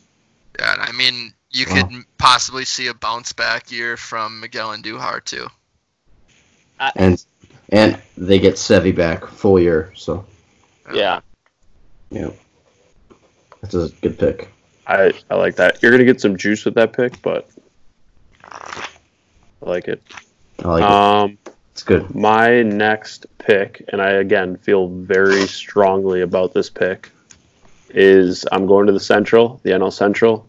Speaker 3: yeah, and I mean, you
Speaker 5: Wow.
Speaker 3: could possibly see a bounce back year from Miguel and Duhar too.
Speaker 5: And and they get Sevy back full year, so
Speaker 2: Yeah.
Speaker 5: yeah, that's a good pick.
Speaker 4: I, I like that. You're gonna get some juice with that pick, but I like it.
Speaker 5: I like it.
Speaker 4: Um,
Speaker 5: It's good.
Speaker 4: my next pick, and I again feel very strongly about this pick, is I'm going to the Central, the NL Central,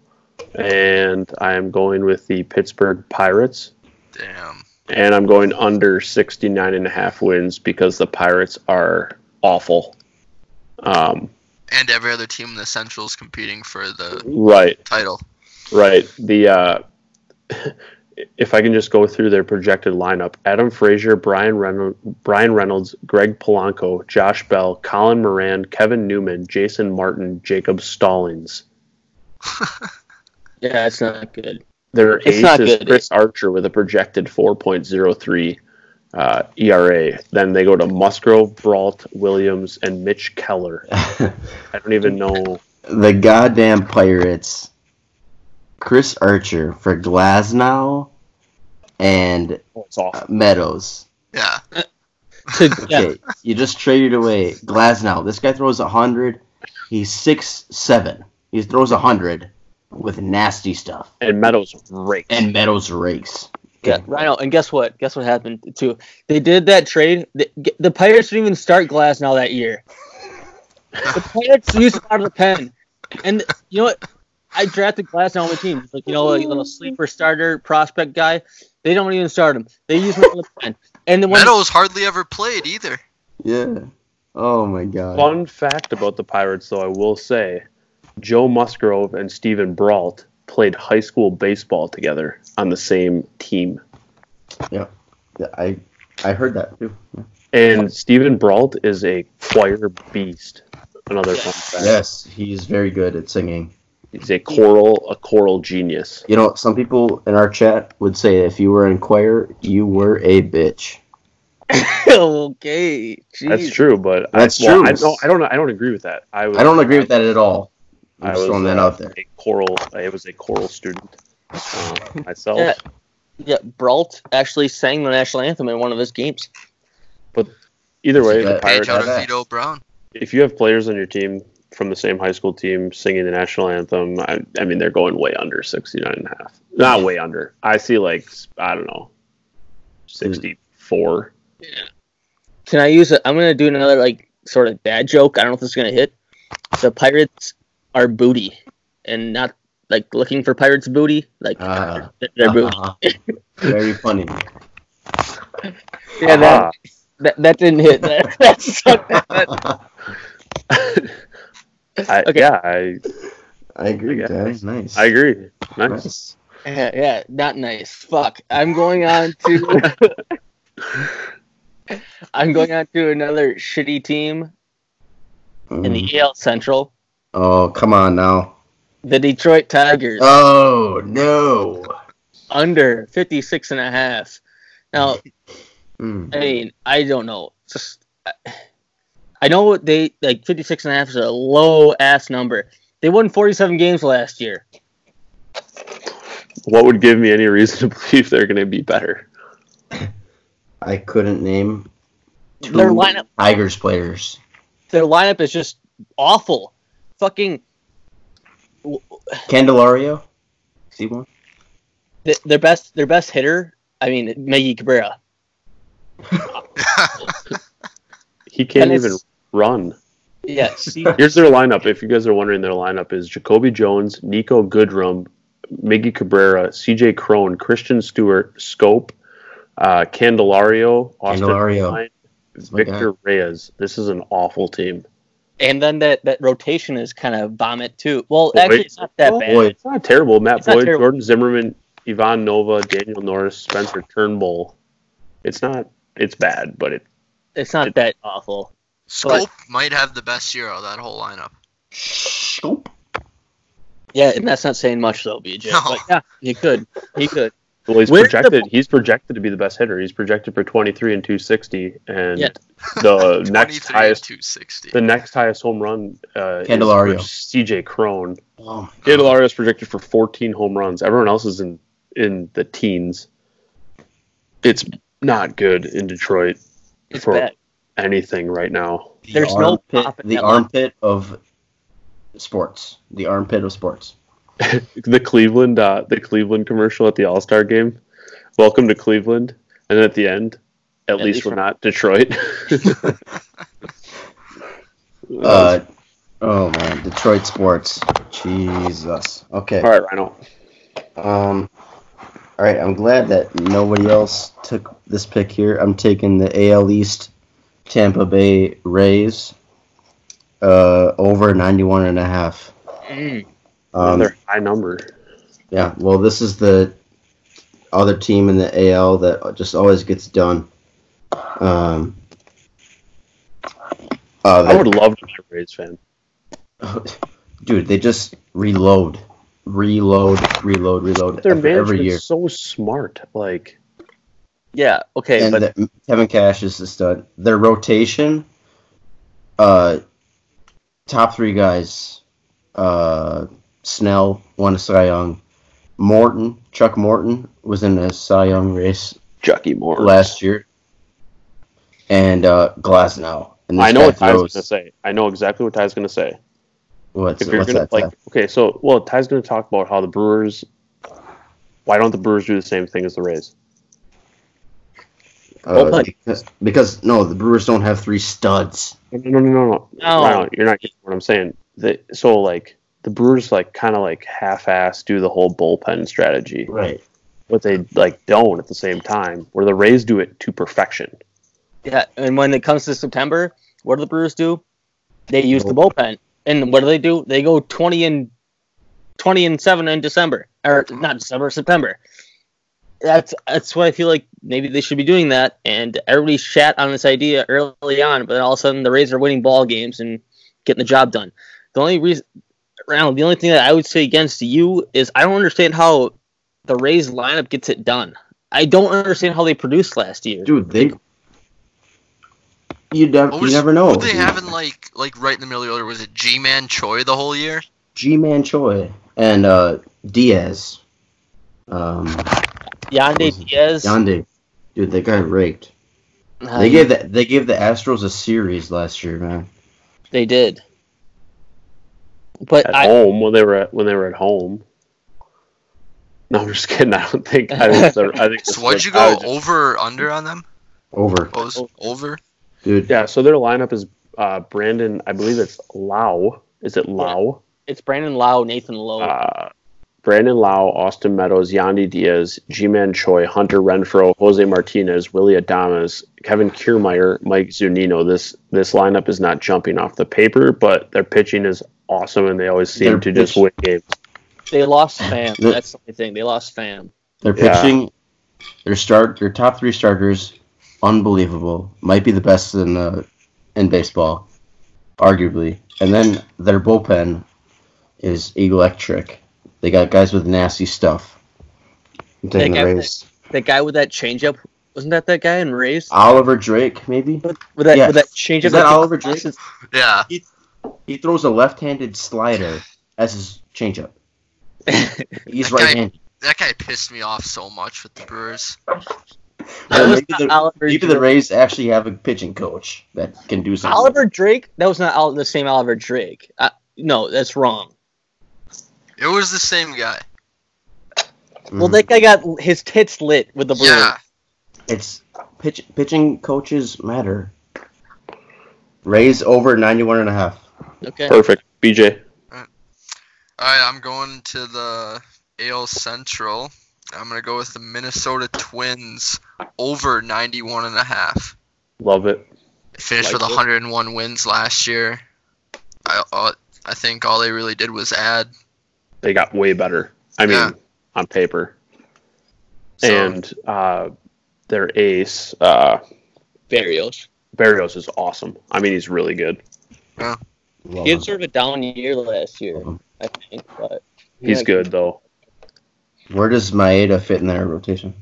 Speaker 4: and I am going with the Pittsburgh Pirates,
Speaker 3: Damn.
Speaker 4: and I'm going under 69 and a half wins because the Pirates are awful. Um,
Speaker 3: And every other team in the Central's competing for the
Speaker 4: right.
Speaker 3: title.
Speaker 4: Right. The uh, if I can just go through their projected lineup: Adam Frazier, Brian Reynolds, Brian Reynolds, Greg Polanco, Josh Bell, Colin Moran, Kevin Newman, Jason Martin, Jacob Stallings.
Speaker 2: Yeah, it's not good.
Speaker 4: Their
Speaker 2: It's
Speaker 4: ace
Speaker 2: not
Speaker 4: is
Speaker 2: good.
Speaker 4: Chris Archer with a projected 4.03 uh, ERA. Then they go to Musgrove, Brault, Williams, and Mitch Keller. I don't even know.
Speaker 5: the goddamn Pirates. Chris Archer for Glasnow and
Speaker 4: Oh, it's awful.
Speaker 5: Meadows.
Speaker 3: Yeah.
Speaker 2: To, yeah,
Speaker 5: Okay, you just traded away Glasnow. This guy throws a hundred. He's six seven. He throws a hundred with nasty stuff.
Speaker 4: And Meadows raked.
Speaker 5: And Meadows rakes.
Speaker 2: yeah, Rhino. And guess what? Guess what happened too? They did that trade. The, the Pirates didn't even start Glass now that year. The Pirates used him out of the pen, and you know what? I drafted Glass now on my team. Like you know, like a little sleeper starter prospect guy. They don't even start him. They use him out of the pen. And then when
Speaker 3: Meadows hardly ever played either.
Speaker 5: Yeah. Oh my god.
Speaker 4: Fun fact about the Pirates, though, I will say Joe Musgrove and Stephen Brault played high school baseball together on the same team.
Speaker 5: Yeah, I I heard that too.
Speaker 4: And Stephen Brault is a choir beast. Another fun fact.
Speaker 5: Yes, he's very good at singing.
Speaker 4: He's a choral, a choral genius.
Speaker 5: You know, some people in our chat would say if you were in choir, you were a bitch.
Speaker 2: okay, jeez.
Speaker 4: That's true, but
Speaker 5: That's
Speaker 4: I, well,
Speaker 5: true.
Speaker 4: I don't, I don't, I don't agree with that. I, was,
Speaker 5: I don't agree with that at all. I'm just throwing that
Speaker 4: uh,
Speaker 5: out there.
Speaker 4: A choral, I was a choral student uh, myself.
Speaker 2: Yeah. Yeah, Brault actually sang the national anthem in one of his games.
Speaker 4: Either way,
Speaker 5: Yeah.
Speaker 4: the
Speaker 3: Page
Speaker 4: Pirates
Speaker 3: out of
Speaker 5: that.
Speaker 3: Vito Brown.
Speaker 4: if you have players on your team from the same high school team singing the national anthem, I, I mean, they're going way under 69 and a half. Not way under. I see like, I don't know, 64.
Speaker 2: Can I use it? I'm gonna do another like sort of dad joke. I don't know if this is gonna hit. The pirates are booty, and not like looking for pirates booty. Like
Speaker 5: Ah.
Speaker 2: they're, they're booty.
Speaker 5: very funny.
Speaker 2: Yeah,
Speaker 4: Aha.
Speaker 2: that, that that didn't hit. That, that sucked. That-
Speaker 4: I,
Speaker 2: Okay.
Speaker 4: Yeah, I,
Speaker 5: I agree.
Speaker 4: I guess.
Speaker 5: That is nice.
Speaker 4: I agree. Nice.
Speaker 5: Nice.
Speaker 2: yeah, yeah, not nice. Fuck. I'm going on to. I'm going on to another shitty team in
Speaker 5: Mm.
Speaker 2: the AL Central.
Speaker 5: Oh come on now.
Speaker 2: The Detroit Tigers
Speaker 5: Oh no.
Speaker 2: under 56 and a half. Now,
Speaker 5: Mm.
Speaker 4: Hmm.
Speaker 2: I mean, I don't know. It's Just, I- I know they like 56 and a half is a low ass number. They won 47 games last year.
Speaker 4: What would give me any reason to believe they're going to be better?
Speaker 5: I couldn't name two
Speaker 2: Their lineup
Speaker 5: Tigers players.
Speaker 2: their lineup is just awful. Fucking
Speaker 5: Candelario? See one?
Speaker 2: th- their best their best hitter, I mean, Maggie Cabrera.
Speaker 4: He can't
Speaker 2: And it's-
Speaker 4: even run.
Speaker 2: Yes.
Speaker 4: Here's their lineup. If you guys are wondering, their lineup is Jacoby Jones, Nico Goodrum, Miggy Cabrera, CJ Crone, Christian Stewart, Scope, uh, Candelario, Austin
Speaker 5: Candelario.
Speaker 4: Ryan,
Speaker 5: That's my guy.
Speaker 4: Victor Reyes. This is an awful team.
Speaker 2: and then that, that rotation is kind of vomit too. Well,
Speaker 4: Well,
Speaker 2: actually,
Speaker 4: wait.
Speaker 2: it's not that
Speaker 4: Oh,
Speaker 2: bad.
Speaker 5: boy.
Speaker 4: It's not terrible. Matt
Speaker 2: It's not
Speaker 4: Boyd,
Speaker 2: terrible.
Speaker 4: Jordan Zimmerman, Ivan Nova, Daniel Norris, Spencer Turnbull. It's not. It's bad, but it.
Speaker 2: It's not that awful.
Speaker 3: Scope might have the best year out of that whole lineup.
Speaker 5: Scoop.
Speaker 2: Yeah, and that's not saying much though, BJ.
Speaker 3: No.
Speaker 2: But yeah, he could. He could.
Speaker 4: Well, he's
Speaker 2: Where's the-
Speaker 4: projected. he's projected to be the best hitter. He's projected for twenty three and two sixty, and
Speaker 2: Yeah.
Speaker 4: the next
Speaker 3: 23
Speaker 4: highest
Speaker 3: two sixty.
Speaker 4: The next highest home run uh, is
Speaker 5: Candelario.
Speaker 4: for CJ Crone.
Speaker 5: Oh my God.
Speaker 4: Candelario is projected for 14 home runs. Everyone else is in in the teens. It's not good in Detroit
Speaker 2: It's
Speaker 4: for
Speaker 2: bad.
Speaker 4: anything right now.
Speaker 5: The
Speaker 2: There's no
Speaker 5: armpit-
Speaker 2: pop in
Speaker 5: the
Speaker 2: that
Speaker 5: armpit of sports. The armpit of sports.
Speaker 4: The Cleveland uh, the Cleveland commercial at the All Star game. Welcome to Cleveland, and then at the end, at,
Speaker 2: least
Speaker 4: least, we're
Speaker 2: we're-
Speaker 4: not Detroit.
Speaker 5: Uh, oh man, Detroit sports. Jesus. Okay.
Speaker 4: All right, Rhino.
Speaker 5: Um. All right. I'm glad that nobody else took this pick here. I'm taking the AL East, Tampa Bay Rays. Uh, over 91 and a half.
Speaker 2: Mm.
Speaker 5: Um,
Speaker 4: Another high number.
Speaker 5: yeah. Well, this is the other team in the AL that just always gets done. Um. Uh,
Speaker 4: I would love to be a Rays fan.
Speaker 5: dude, they just reload, reload, reload, reload
Speaker 4: Their
Speaker 5: every, every year.
Speaker 4: management's so smart. Like
Speaker 2: Yeah. Okay.
Speaker 5: and
Speaker 2: but
Speaker 5: that Kevin Cash is the stud. Their rotation, uh, top three guys, uh, Snell won a Cy Young. Morton, Chuck Morton was in a Cy Young race
Speaker 4: Chucky Moore.
Speaker 5: last year, and uh, Glasnow. And this
Speaker 4: I know
Speaker 5: guy
Speaker 4: what Ty's
Speaker 5: throws-
Speaker 4: gonna say. I know exactly what Ty's gonna say.
Speaker 5: What's,
Speaker 4: If you're
Speaker 5: what's
Speaker 4: gonna
Speaker 5: that?
Speaker 4: like,
Speaker 5: Ty?
Speaker 4: okay, so well, Ty's gonna talk about how the Brewers. Why don't the Brewers do the same thing as the Rays?
Speaker 2: Oh,
Speaker 5: Uh,
Speaker 2: my-
Speaker 5: because, because no, the Brewers don't have three studs.
Speaker 4: No, no, no, no, no.
Speaker 2: No.
Speaker 4: Ryan, you're not getting what I'm saying. The, so like the Brewers like kind of like half-ass do the whole bullpen strategy,
Speaker 5: Right.
Speaker 4: but they like don't at the same time. Where the Rays do it to perfection.
Speaker 2: yeah, and when it comes to September, what do the Brewers do? They use the bullpen, and what do they do? They go twenty and twenty and seven in December, or not December, September. That's that's why I feel like maybe they should be doing that. And everybody shat on this idea early on, but then all of a sudden the Rays are winning ball games and getting the job done. The only reason, Ronald, the only thing that I would say against you is I don't understand how the Rays lineup gets it done. I don't understand how they produced last year.
Speaker 5: Dude, they. You, nev-
Speaker 3: What
Speaker 5: you
Speaker 3: was-
Speaker 5: never know.
Speaker 3: What they
Speaker 5: dude.
Speaker 3: have in like like right in the middle of the order was it G Man Choi the whole year?
Speaker 5: G Man Choi and uh, Diaz. Um,
Speaker 2: Yande Diaz.
Speaker 5: Yande. Dude, that guy raked.
Speaker 2: Uh,
Speaker 5: they gave the they gave the Astros a series last year, man.
Speaker 2: They did. But
Speaker 4: at
Speaker 2: I,
Speaker 4: home when they were at, when they were at home. No, I'm just kidding. I don't think. I, think the- I think. the
Speaker 3: So what'd you
Speaker 4: Slick- I
Speaker 3: go
Speaker 4: would just- Oh.
Speaker 3: over or under on them?
Speaker 5: Over,
Speaker 3: What was over?
Speaker 5: dude.
Speaker 4: Yeah, so their lineup is uh, Brandon. I believe it's Lau. Is it Lau?
Speaker 2: it's Brandon Lau, Nathan Lowe.
Speaker 5: Ah.
Speaker 4: Uh, Brandon Lau, Austin Meadows, Yandy Diaz, G-Man Choi, Hunter Renfro, Jose Martinez, Willie Adamas, Kevin Kiermeyer, Mike Zunino. This this lineup is not jumping off the paper, but their pitching is awesome, and they always seem
Speaker 5: Their
Speaker 4: to just
Speaker 5: pitch-
Speaker 4: win games.
Speaker 2: they lost Fam.
Speaker 5: The-
Speaker 2: That's the only thing. They lost Fam.
Speaker 5: They're
Speaker 4: Yeah.
Speaker 5: pitching. Their start, their top three starters, unbelievable. Might be the best in uh, in baseball, arguably. And then their bullpen is electric. They got guys with nasty stuff. I'm taking
Speaker 2: guy
Speaker 5: the
Speaker 2: with
Speaker 5: Rays.
Speaker 2: That guy with that changeup wasn't that that guy in Rays?
Speaker 5: Oliver Drake, maybe?
Speaker 2: With that
Speaker 5: Ah. yeah.
Speaker 2: with that changeup.
Speaker 5: Is that
Speaker 2: he
Speaker 5: Oliver Drake?
Speaker 2: tosses-
Speaker 3: Yeah.
Speaker 5: He throws a left-handed slider as his changeup.
Speaker 3: That
Speaker 5: He's
Speaker 3: guy-
Speaker 5: right-handed.
Speaker 3: That guy pissed me off so much with the Brewers.
Speaker 2: That
Speaker 5: Or
Speaker 2: was
Speaker 5: maybe
Speaker 2: not
Speaker 5: the-
Speaker 2: Oliver
Speaker 5: Maybe
Speaker 2: Drake.
Speaker 5: the Rays actually have a pitching coach that can do something.
Speaker 2: Oliver Drake? That was not Ol- the same Oliver Drake. Uh, no, that's wrong.
Speaker 3: It was the same guy.
Speaker 2: Well,
Speaker 5: Mhm.
Speaker 2: that guy got his tits lit with the blue.
Speaker 3: Yeah.
Speaker 5: It's pitch, pitching coaches matter. Rays over 91 and a half.
Speaker 2: Okay.
Speaker 4: Perfect. BJ.
Speaker 3: All right, I'm going to the AL Central. I'm going to go with the Minnesota Twins over 91 and a half.
Speaker 4: Love it.
Speaker 3: They finished
Speaker 4: Like
Speaker 3: with
Speaker 4: it.
Speaker 3: 101 wins last year. I uh, I think all they really did was add.
Speaker 4: They got way better. I mean,
Speaker 3: Yeah.
Speaker 4: on paper.
Speaker 3: So,
Speaker 4: And uh, their ace, uh,
Speaker 2: Burials.
Speaker 4: Barrios, is awesome. I mean, he's really good.
Speaker 5: Love
Speaker 2: He
Speaker 5: him.
Speaker 2: had sort of a down year last year,
Speaker 5: Mhm.
Speaker 2: I think. But
Speaker 4: He's
Speaker 2: Yeah.
Speaker 4: good, though.
Speaker 5: Where does Maeda fit in their rotation?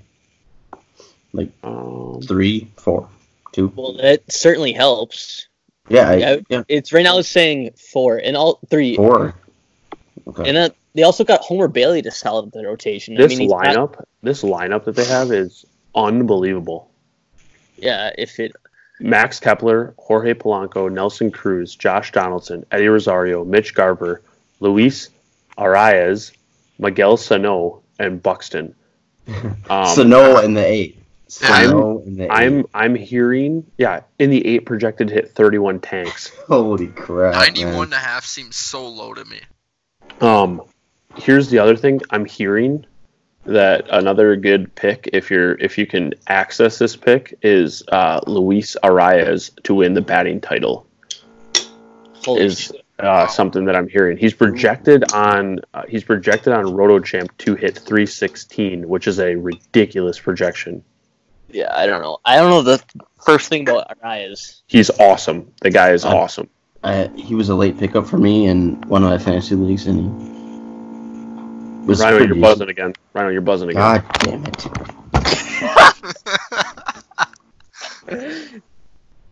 Speaker 4: Um,
Speaker 5: Three, four, two.
Speaker 2: Well, that certainly helps.
Speaker 5: Yeah, I,
Speaker 2: Yeah.
Speaker 5: yeah.
Speaker 2: It's right now it's saying four and all three,
Speaker 5: four. Okay.
Speaker 2: and uh, they also got Homer Bailey to solid the rotation. I
Speaker 4: this
Speaker 2: mean, he's not-
Speaker 4: lineup, this lineup that they have is unbelievable.
Speaker 2: yeah, if it
Speaker 4: Max Kepler, Jorge Polanco, Nelson Cruz, Josh Donaldson, Eddie Rosario, Mitch Garver, Luis Arias, Miguel Sano, and Buxton. Um,
Speaker 5: Sano in the eight.
Speaker 3: I'm-
Speaker 5: Sano in the eight.
Speaker 4: I'm I'm hearing yeah in the eight projected to hit 31 tanks.
Speaker 5: Holy crap.
Speaker 3: 91
Speaker 5: man.
Speaker 3: and a half seems so low to me.
Speaker 4: Um, here's the other thing I'm hearing that another good pick if you're if you can access this pick is uh, Luis Arias to win the batting title
Speaker 2: holy
Speaker 4: is
Speaker 2: shit.
Speaker 4: uh, something that I'm hearing. He's projected on uh, he's projected on RotoChamp to hit 316, which is a ridiculous projection.
Speaker 2: yeah, I don't know. I don't know the first thing about Arias.
Speaker 4: He's awesome. The guy is awesome.
Speaker 5: I, he was a late pickup for me in one of my fantasy leagues, and he was
Speaker 4: Rhino,
Speaker 5: pretty
Speaker 4: you're buzzing again. Rhino, you're buzzing again.
Speaker 5: God damn it.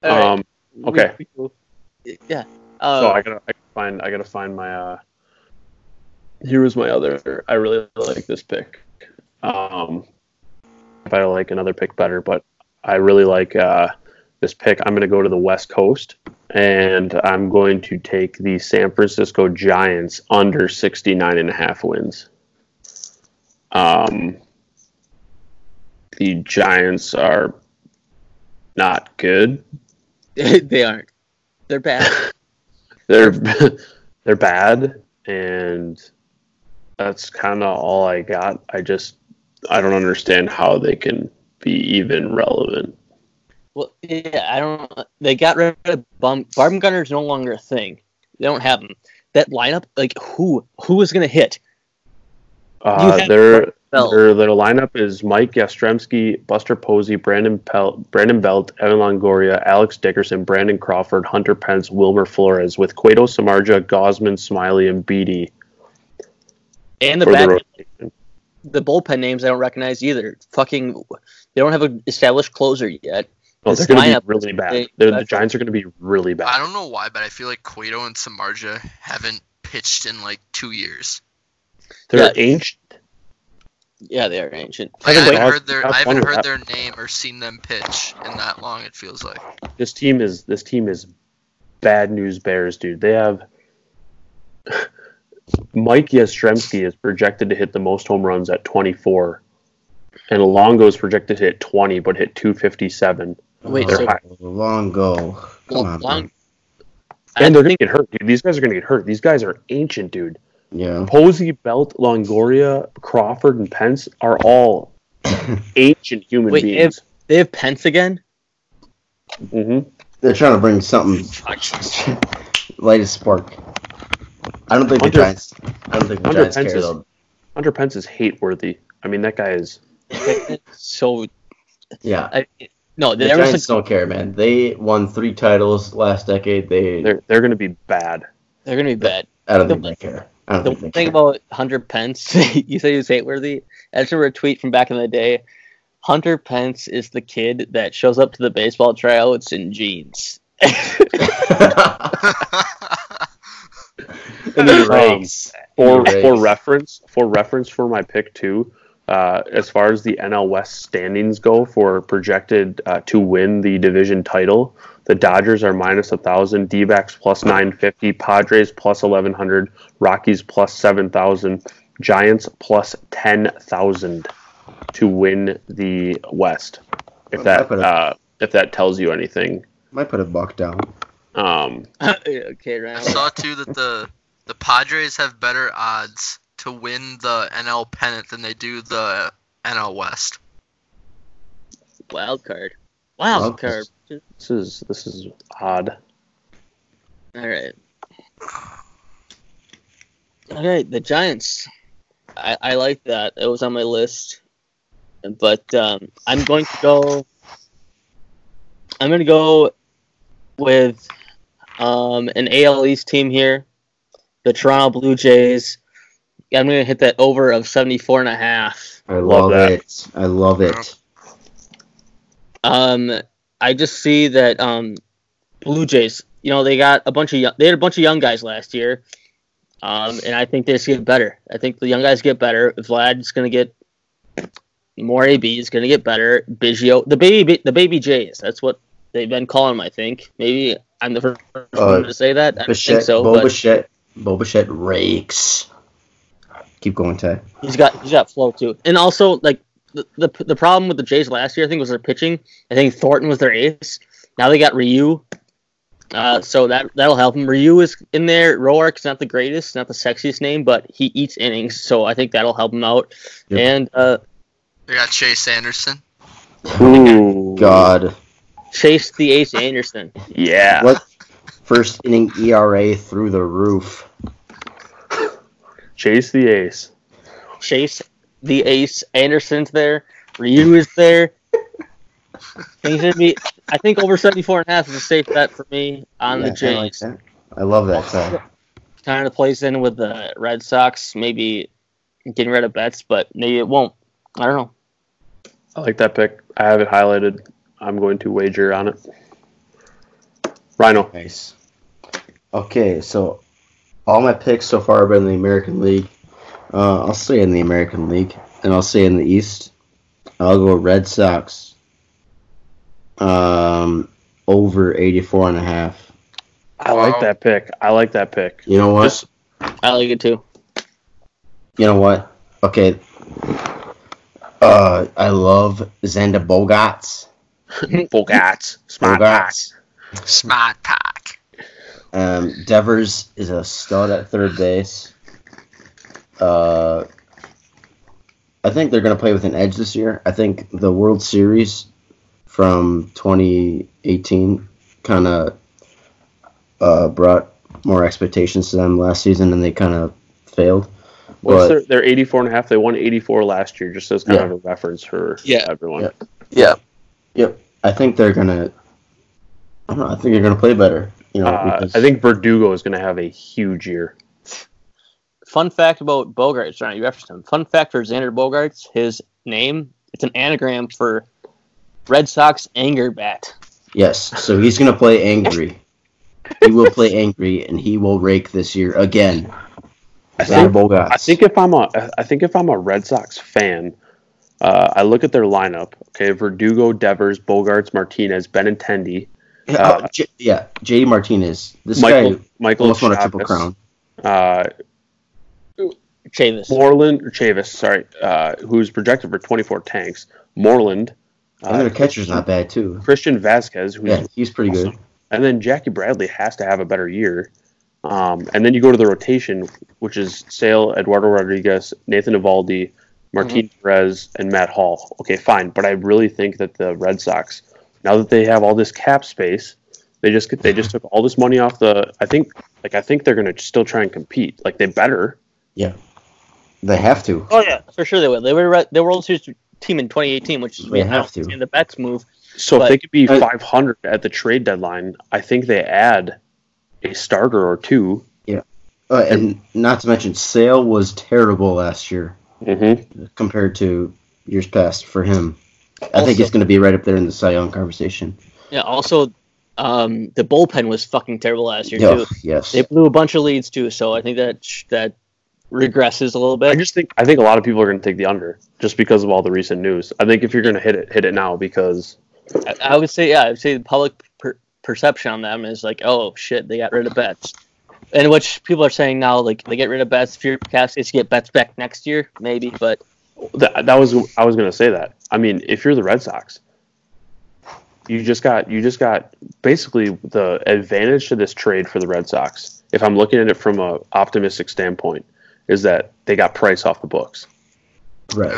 Speaker 4: Um, okay.
Speaker 2: yeah.
Speaker 4: so
Speaker 2: Uh,
Speaker 4: Oh, I gotta I gotta find I gotta find my uh here was my other I really like this pick. Um if I like another pick better, but I really like uh this pick. I'm gonna go to the West Coast and I'm going to take the San Francisco Giants under 69 and a half wins. Um the Giants are not good.
Speaker 2: Um, they aren't. They're bad.
Speaker 4: they're they're bad and that's kind of all i got i just i don't understand how they can be even relevant
Speaker 2: Well, yeah, I don't. They got rid of Bum. Gunner's no longer a thing. They don't have him. That lineup, like who who is gonna hit? You
Speaker 4: uh,
Speaker 2: have
Speaker 4: their,
Speaker 2: Belt.
Speaker 4: their their lineup is mike Yastrzemski, buster posey brandon pelt brandon belt evan longoria alex dickerson brandon crawford hunter pence wilmer flores with Cueto samarja gosman smiley and beatty
Speaker 2: And the
Speaker 4: for
Speaker 2: back,
Speaker 4: the rotation.
Speaker 2: the bullpen names I don't recognize either. Fucking, they don't have an established closer yet.
Speaker 4: No,
Speaker 2: this
Speaker 4: they're going to
Speaker 2: lineup-
Speaker 4: be really bad.
Speaker 2: they-
Speaker 4: They're, the Giants are going to be really bad.
Speaker 3: I don't know why, but I feel like Cueto and Samarja haven't pitched in like two years.
Speaker 4: They're
Speaker 2: Yeah.
Speaker 4: ancient.
Speaker 2: Yeah, they are ancient.
Speaker 3: Like, I
Speaker 4: Kevin
Speaker 3: haven't
Speaker 4: Goss-
Speaker 3: heard their
Speaker 4: Goss
Speaker 3: I haven't
Speaker 4: won
Speaker 3: heard
Speaker 4: that.
Speaker 3: their name or seen them pitch in that long. It feels like.
Speaker 4: this team is this team is bad news bears, dude. They have Mike Yastrzemski is projected to hit the most home runs at 24, and Longo is projected to hit 20, but hit 257.
Speaker 2: Wait,
Speaker 4: They're
Speaker 2: so
Speaker 4: hot.
Speaker 5: long go. Come on,
Speaker 2: Long-
Speaker 5: man.
Speaker 2: I
Speaker 4: and they're
Speaker 2: think
Speaker 4: gonna get hurt, dude. These guys are gonna get hurt. These guys are ancient, dude.
Speaker 5: yeah.
Speaker 4: Posey, Belt, Longoria, Crawford, and Pence are all ancient human
Speaker 2: Wait,
Speaker 4: beings.
Speaker 2: they have Pence again.
Speaker 4: hmm
Speaker 5: They're trying to bring something light as spark. I don't think the
Speaker 4: Hunter-
Speaker 5: Giants. I don't think the
Speaker 4: Hunter
Speaker 5: Giants care
Speaker 4: Pence is-
Speaker 5: though.
Speaker 4: Hunter Pence is hate worthy. I mean, that guy is.
Speaker 2: so
Speaker 5: Yeah,
Speaker 2: I, no,
Speaker 5: the
Speaker 2: there
Speaker 5: Giants
Speaker 2: was a,
Speaker 5: don't care, man. They won three titles last decade. They
Speaker 4: They're they're gonna be bad.
Speaker 2: they're gonna be bad.
Speaker 5: I don't
Speaker 2: the-
Speaker 5: think they care. I don't
Speaker 2: The
Speaker 5: think
Speaker 2: one
Speaker 5: they
Speaker 2: thing
Speaker 5: should.
Speaker 2: about Hunter Pence, you say he was hate worthy. I just remember a tweet from back in the day. Hunter Pence is the kid that shows up to the baseball tryouts in jeans.
Speaker 4: And then um, for
Speaker 5: Rays.
Speaker 4: for reference, for reference for my pick two, uh, as far as the NL West standings go for projected uh, to win the division title, the Dodgers are minus a thousand, D-backs plus nine fifty, Padres plus eleven hundred, Rockies plus seven thousand, Giants plus ten thousand to win the West. If that uh, if that tells you anything,
Speaker 5: Might put a buck down.
Speaker 4: um,
Speaker 2: okay,
Speaker 3: I
Speaker 2: right.
Speaker 3: saw too that the the Padres have better odds to win the NL pennant than they do the NL West.
Speaker 2: Wild card. Wild
Speaker 5: Wild
Speaker 2: card.
Speaker 4: this is this is odd.
Speaker 2: All right. All right, the Giants. I, I like that. It was on my list, but um, I'm going to go. I'm going to go with um, an AL East team here, the Toronto Blue Jays. I'm going to hit that over of 74 and a half.
Speaker 5: I
Speaker 4: Love
Speaker 5: love,
Speaker 4: that.
Speaker 5: it. I love it.
Speaker 2: Um, I just see that um, Blue Jays. You know, they got a bunch of young, they had a bunch of young guys last year, um, and I think they just get better. I think the young guys get better. Vlad's going to get more AB is going to get better. Biggio, the baby, the baby Jays. That's what they've been calling them. I think maybe I'm the first
Speaker 5: Uh,
Speaker 2: one to say that. I don't think
Speaker 5: Bichette,
Speaker 2: so,
Speaker 5: Bo
Speaker 2: but
Speaker 5: Bichette, Bo Bichette rakes. Keep going, Ty.
Speaker 2: he's got he's got flow too. And also, like the, the the problem with the Jays last year, I think, was their pitching. I think Thornton was their ace. Now they got Ryu, uh, so that that'll help him. Ryu is in there. Roark's not the greatest, not the sexiest name, but he eats innings, so I think that'll help him out.
Speaker 5: Yep.
Speaker 2: And uh,
Speaker 3: They got Chase Anderson.
Speaker 4: Ooh,
Speaker 5: God.
Speaker 2: chase the ace Anderson.
Speaker 4: yeah.
Speaker 5: What? First inning ERA through the roof.
Speaker 4: Chase the ace.
Speaker 2: Chase the ace Anderson's there. Ryu is there. Things should be. I think over 74 and a half is a safe bet for me on
Speaker 5: Yeah,
Speaker 2: the Jays.
Speaker 5: I like that. I love that, Ty.
Speaker 2: kind of plays in with the Red Sox, maybe getting rid of bets, but maybe it won't. I don't know.
Speaker 4: I like that pick. I have it highlighted. I'm going to wager on it. Rhino.
Speaker 5: Nice. Okay, so all my picks so far have been in the American League. Uh, I'll stay in the American League, and I'll stay in the East. I'll go Red Sox. Um, over 84 and a half.
Speaker 4: I
Speaker 3: Wow.
Speaker 4: like that pick. I like that pick.
Speaker 5: You know what?
Speaker 4: Just-
Speaker 2: I like it too.
Speaker 5: you know what? Okay. Uh, I love Xander Bogarts.
Speaker 4: Bogats. Smart
Speaker 5: Bogarts.
Speaker 3: Smart pack.
Speaker 5: Um, Devers is a stud at third base. Uh, I think they're going to play with an edge this year. I think the World Series from 2018 kind of uh, brought more expectations to them last season, and they kind of failed.
Speaker 4: What's
Speaker 5: But-
Speaker 4: their, they're 84 and a half. They won 84 last year, just as kind
Speaker 5: Yeah.
Speaker 4: of a reference for
Speaker 2: Yeah.
Speaker 4: everyone.
Speaker 5: Yeah. Yep, I think they're gonna. I don't know. I think they're gonna play better. You know,
Speaker 4: Uh,
Speaker 5: because-
Speaker 4: I think Verdugo is going to have a huge year.
Speaker 2: Fun fact about Bogarts, Ryan, you referenced him. Fun fact for Xander Bogarts, his name, it's an anagram for Red Sox anger bat.
Speaker 5: yes. So he's gonna play angry. he will play angry, and he will rake this year again.
Speaker 4: I think,
Speaker 5: Xander Bogarts.
Speaker 4: I think if I'm a I think if I'm a Red Sox fan, uh, I look at their lineup. Okay, Verdugo, Devers, Bogarts, Martinez, Benintendi,
Speaker 5: Yeah,
Speaker 4: uh,
Speaker 5: uh, J- yeah, JD Martinez. This
Speaker 4: Michael
Speaker 5: guy
Speaker 4: Michael
Speaker 5: almost won a triple
Speaker 4: Chavis,
Speaker 5: crown.
Speaker 4: Uh,
Speaker 2: Chavis.
Speaker 4: Moreland or Chavis, sorry, uh, who's projected for 24 tanks. Moreland,
Speaker 5: And
Speaker 4: uh,
Speaker 5: their catcher's not bad too.
Speaker 4: Christian Vasquez, who's,
Speaker 5: Yeah, he's pretty good.
Speaker 4: and then Jackie Bradley has to have a better year. Um, and then you go to the rotation, which is Sale, Eduardo Rodriguez, Nathan Ivaldi, Martin Perez, and Matt Hall. Okay, fine, but I really think that the Red Sox, now that they have all this cap space, they just get, they just took all this money off the. I think like I think they're gonna still try and compete. Like they better.
Speaker 5: They have to.
Speaker 2: Oh yeah, for sure they would. They were re- they were World Series team in 2018, which is
Speaker 5: They have to.
Speaker 2: And the bets move.
Speaker 4: So
Speaker 2: But-
Speaker 4: if they could be
Speaker 5: Uh,
Speaker 4: 500 at the trade deadline, I think they add a starter or two.
Speaker 5: Yeah. Uh, and not to mention, Sale was terrible last year
Speaker 4: Mm-hmm.
Speaker 5: compared to years past for him. I think
Speaker 2: Also-
Speaker 5: he's going to be right up there in the Cy Young conversation.
Speaker 2: Yeah. Also, um, the bullpen was fucking terrible last year
Speaker 5: Yeah,
Speaker 2: too.
Speaker 5: yes.
Speaker 2: They blew a bunch of leads too, so I think that sh- that regresses a little bit.
Speaker 4: I just think I think a lot of people are going to take the under just because of all the recent news. I think if you're going to hit it, hit it now because
Speaker 2: I, I would say, yeah, I would say the public per- perception on them is like, oh shit, they got rid of bets. And which people are saying now, like they get rid of bets. If you're Cascades, get bets back next year, maybe. But
Speaker 4: that, that was I was going to say that. I mean, if you're the Red Sox, you just got you just got basically the advantage to this trade for the Red Sox. If I'm looking at it from a optimistic standpoint, is that they got Price off the books,
Speaker 5: right.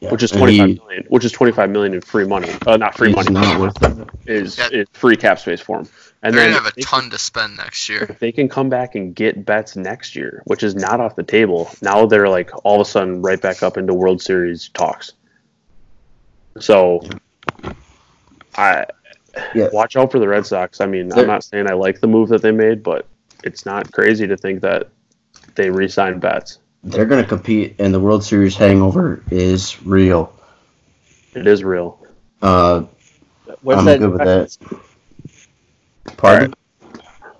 Speaker 5: Yeah.
Speaker 4: which is
Speaker 5: And
Speaker 4: 25
Speaker 5: he-
Speaker 4: million, which is 25 million in free money, uh, not free money,
Speaker 5: he's not worth it.
Speaker 4: is,
Speaker 3: Yeah.
Speaker 4: is free cap space for him. And
Speaker 3: They're
Speaker 4: then
Speaker 3: gonna have a
Speaker 4: they-
Speaker 3: ton to spend next year.
Speaker 4: if they can come back and get bets next year, which is not off the table, now they're like all of a sudden right back up into World Series talks. So, I
Speaker 5: Yeah.
Speaker 4: watch out for the Red Sox. I mean,
Speaker 5: They're-
Speaker 4: I'm not saying I like the move that they made, but it's not crazy to think that they re-signed bets.
Speaker 5: They're going to compete, and the World Series hangover is real.
Speaker 4: It is real.
Speaker 5: Uh,
Speaker 2: what's
Speaker 5: I'm
Speaker 2: that?
Speaker 5: good with that. Pardon?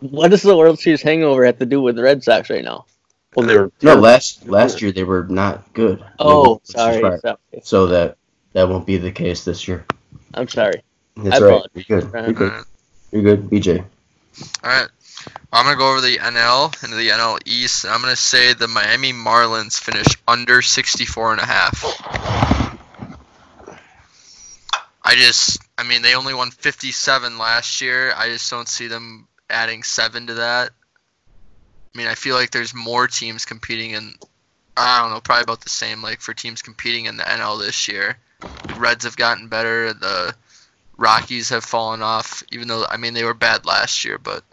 Speaker 2: What does the World Series hangover have to do with the Red Sox right now?
Speaker 4: Well, they were
Speaker 5: No, last last year they were not good. They
Speaker 2: Oh,
Speaker 5: were-
Speaker 2: sorry,
Speaker 5: right.
Speaker 2: sorry.
Speaker 5: So that that won't be the case this year.
Speaker 2: I'm sorry.
Speaker 5: That's
Speaker 2: I
Speaker 5: right.
Speaker 2: apologize,
Speaker 5: You're good.
Speaker 2: Brian.
Speaker 5: You're good.
Speaker 3: Alright.
Speaker 5: You're good. BJ.
Speaker 3: All right. I'm going to go over the NL and the NL East. And I'm going to say the Miami Marlins finish under 64 and a half. I just I mean they only won 57 last year. I just don't see them adding 7 to that. I mean, I feel like there's more teams competing in I don't know, probably about the same like for teams competing in the NL this year. Reds have gotten better, the Rockies have fallen off even though I mean they were bad last year, but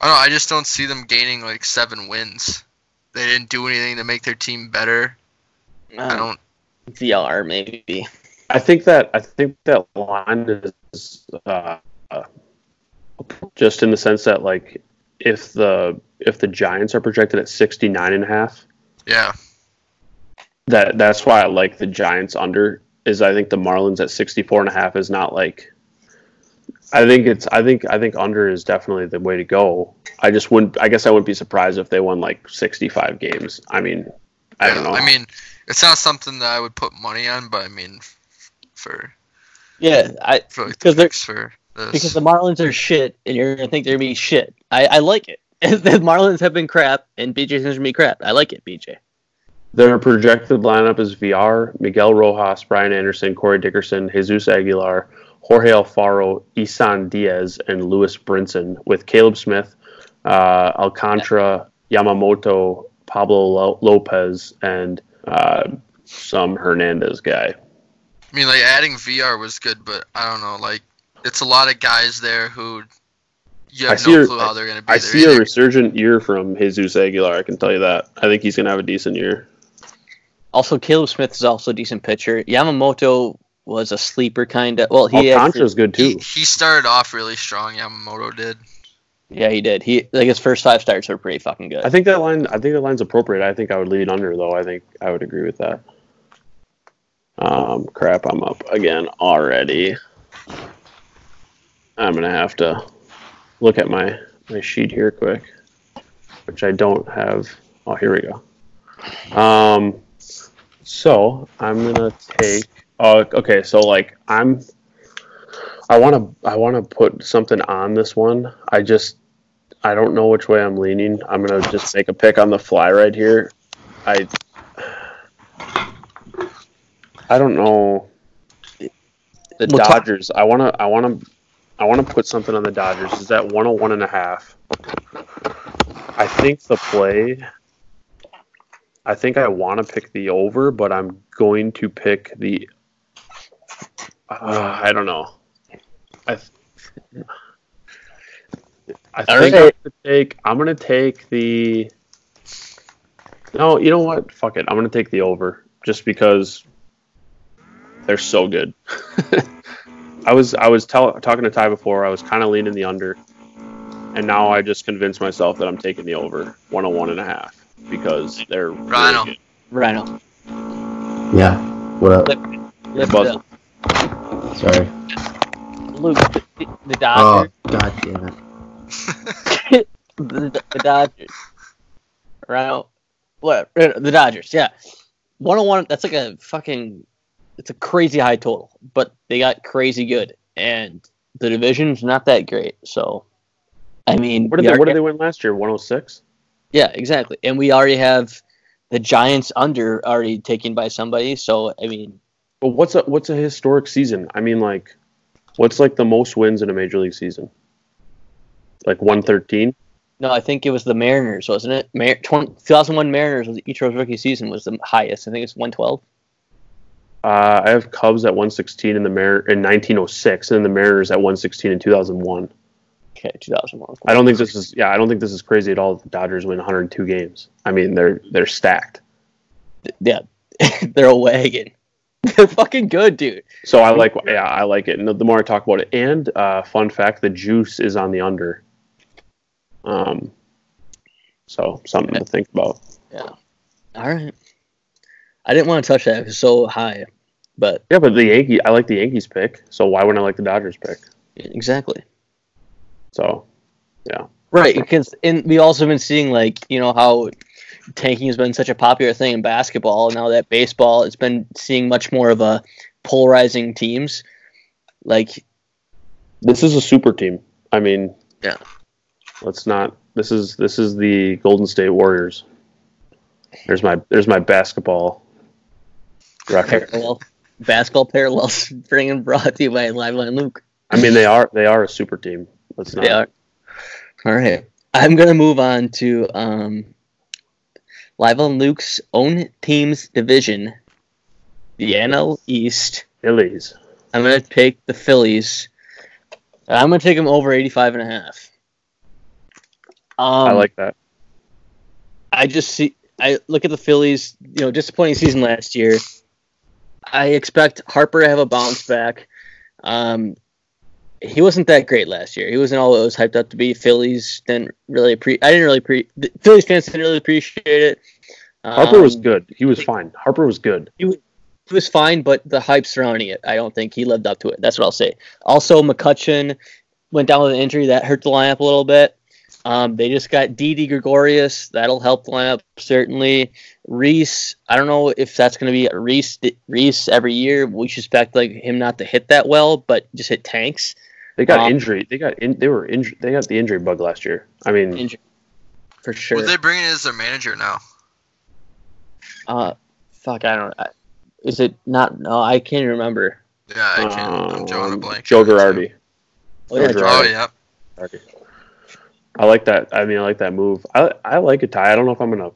Speaker 3: I don't know. I just don't see them gaining like seven wins. They didn't do anything to make their team better. I
Speaker 2: Uh,
Speaker 3: don't.
Speaker 2: VR maybe.
Speaker 4: I think that I think that line is uh, just in the sense that like if the if the Giants are projected at 69 and a half,
Speaker 3: Yeah,
Speaker 4: that that's why I like the Giants under is I think the Marlins at 64 and a half is not like I think it's I think I think under is definitely the way to go. I just wouldn't I guess I wouldn't be surprised if they won like 65 games. I mean, I don't know.
Speaker 3: I mean, it's not something that I would put money on, but I mean, f- for
Speaker 2: Yeah, I
Speaker 3: for like the
Speaker 2: Because they're-
Speaker 3: picks for this.
Speaker 2: because the Marlins are shit, and you're gonna think they're gonna be shit. I, I like it. the Marlins have been crap, and BJ's gonna be crap. I like it, BJ.
Speaker 4: Their projected lineup is VR, Miguel Rojas, Brian Anderson, Corey Dickerson, Jesus Aguilar, Jorge Alfaro, Isan Diaz, and Lewis Brinson, with Caleb Smith, uh, Alcantara, Yamamoto, Pablo Lo- Lopez, and uh, some Hernandez guy.
Speaker 3: I mean, like adding VR was good, but I don't know. Like, it's a lot of guys there who you
Speaker 4: I
Speaker 3: have
Speaker 4: see
Speaker 3: no
Speaker 4: a-
Speaker 3: clue how they're gonna be
Speaker 4: I
Speaker 3: there.
Speaker 4: see a
Speaker 3: either.
Speaker 4: resurgent year from Jesus Aguilar, I can tell you that. I think he's going to have a decent year.
Speaker 2: Also, Caleb Smith is also a decent pitcher. Yamamoto was a sleeper kind of. Well, he actually,
Speaker 4: Alcantara's good,
Speaker 3: He,
Speaker 4: too.
Speaker 3: he started off really strong. Yamamoto did.
Speaker 2: yeah, he did. He like his first five starts are pretty fucking good.
Speaker 4: I think that line. I think that line's appropriate. I think I would lean under though. I think I would agree with that. Um, crap, I'm up again already. I'm gonna have to look at my my sheet here quick, which I don't have. Oh, here we go. Um, so I'm gonna take. Oh, okay. So like I'm. I want to. I want to put something on this one. I just I don't know which way I'm leaning. I'm gonna just make a pick on the fly right here. I I don't know the
Speaker 2: Well, ta-
Speaker 4: Dodgers. I wanna I wanna I wanna put something on the Dodgers. Is that 101 and a half? I think the play I think I wanna pick the over, but I'm going to pick the uh, I don't know. I th- I
Speaker 2: All
Speaker 4: think
Speaker 2: right.
Speaker 4: I'm gonna take. I'm gonna take the. No, you know what? Fuck it. I'm gonna take the over just because they're so good. I was I was tell, talking to Ty before. I was kind of leaning the under, and now I just convinced myself that I'm taking the over 101 and a half because they're really
Speaker 3: Rhino.
Speaker 4: good.
Speaker 2: Rhino.
Speaker 5: Yeah. What up?
Speaker 2: Lip, lip it
Speaker 4: Buzzing.
Speaker 2: up.
Speaker 5: Sorry.
Speaker 2: Luke, the, the
Speaker 5: Oh,
Speaker 2: Dodgers.
Speaker 5: god damn it.
Speaker 2: the, the Dodgers. Rhino. What? The Dodgers, yeah. 101, that's like a fucking. It's a crazy high total, but they got crazy good. And the division's not that great, so. I mean,
Speaker 4: What did
Speaker 2: we
Speaker 4: they,
Speaker 2: are-
Speaker 4: what did they win last year? 106.
Speaker 2: Yeah, exactly. And we already have the Giants under already taken by somebody. So I mean,
Speaker 4: But what's a what's a historic season? I mean, like, what's like the most wins in a major league season? Like 113.
Speaker 2: no, I think it was the Mariners, wasn't it? Mar- 20, 2001 Mariners was Ichiro's rookie season was the highest. I think it's 112.
Speaker 4: Uh, I have Cubs at 116 in the Mar- in 1906, and the Mariners at 116 in 2001.
Speaker 2: Okay, 2001.
Speaker 4: I don't think this is yeah. I don't think this is crazy at all. that The Dodgers win 102 games. I mean, they're they're stacked.
Speaker 2: Yeah, they're a wagon. They're fucking good, dude.
Speaker 4: So I like yeah, I like it. And the more I talk about it, and uh, fun fact, the juice is on the under. Um, so something to think about.
Speaker 2: All right. I didn't want to touch that. It was so high, but
Speaker 4: Yeah, but the Yankee, I like the Yankees pick. So why wouldn't I like the Dodgers pick?
Speaker 2: exactly.
Speaker 4: So
Speaker 2: Right, because and we also been seeing like you know how tanking has been such a popular thing in basketball. Now that baseball, it's been seeing much more of a polarizing teams. Like
Speaker 4: this is a super team. I mean,
Speaker 2: Yeah.
Speaker 4: Let's not. This is this is the Golden State Warriors. There's my there's my basketball record.
Speaker 2: parallel basketball parallels, bringing brought to you by Liveline Luke.
Speaker 4: I mean, they are they are a super team. Let's not.
Speaker 2: They are. All right, I'm gonna move on to um, Live on Luke's own team's division, the NL East.
Speaker 4: Phillies.
Speaker 2: I'm going to take the Phillies. I'm going to take them over 85 and a half. Um,
Speaker 4: I like that.
Speaker 2: I just see. I look at the Phillies. You know, disappointing season last year. I expect Harper to have a bounce back. Um, he wasn't that great last year. He wasn't all it was hyped up to be. Phillies didn't really pre. I didn't really pre. The Phillies fans didn't really appreciate it.
Speaker 4: Harper was
Speaker 2: Um,
Speaker 4: good. He was fine. Harper was good.
Speaker 2: it was fine, but the hype surrounding it, I don't think he lived up to it. That's what I'll say. Also, McCutcheon went down with an injury that hurt the lineup a little bit. Um, they just got Didi Gregorius. That'll help the lineup certainly. Reese, I don't know if that's going to be Reese. Reese every year. We should expect like him not to hit that well, but just hit tanks.
Speaker 4: They got
Speaker 2: um,
Speaker 4: injury. They got in, they were injured. They got the injury bug last year. I mean,
Speaker 2: Injury. For sure.
Speaker 3: Well, they bring in as their manager now.
Speaker 2: uh, fuck, I don't. I, is it not? No, I can't remember.
Speaker 3: Yeah, I can't. I'm drawing a
Speaker 4: um,
Speaker 3: blank.
Speaker 4: Joe
Speaker 3: on it, too.
Speaker 4: Girardi.
Speaker 2: Oh, yeah,
Speaker 4: Joe
Speaker 3: Oh
Speaker 4: Girardi.
Speaker 3: yeah.
Speaker 4: I like that. I mean, I like that move. I I like it, Ty. I don't know if I'm gonna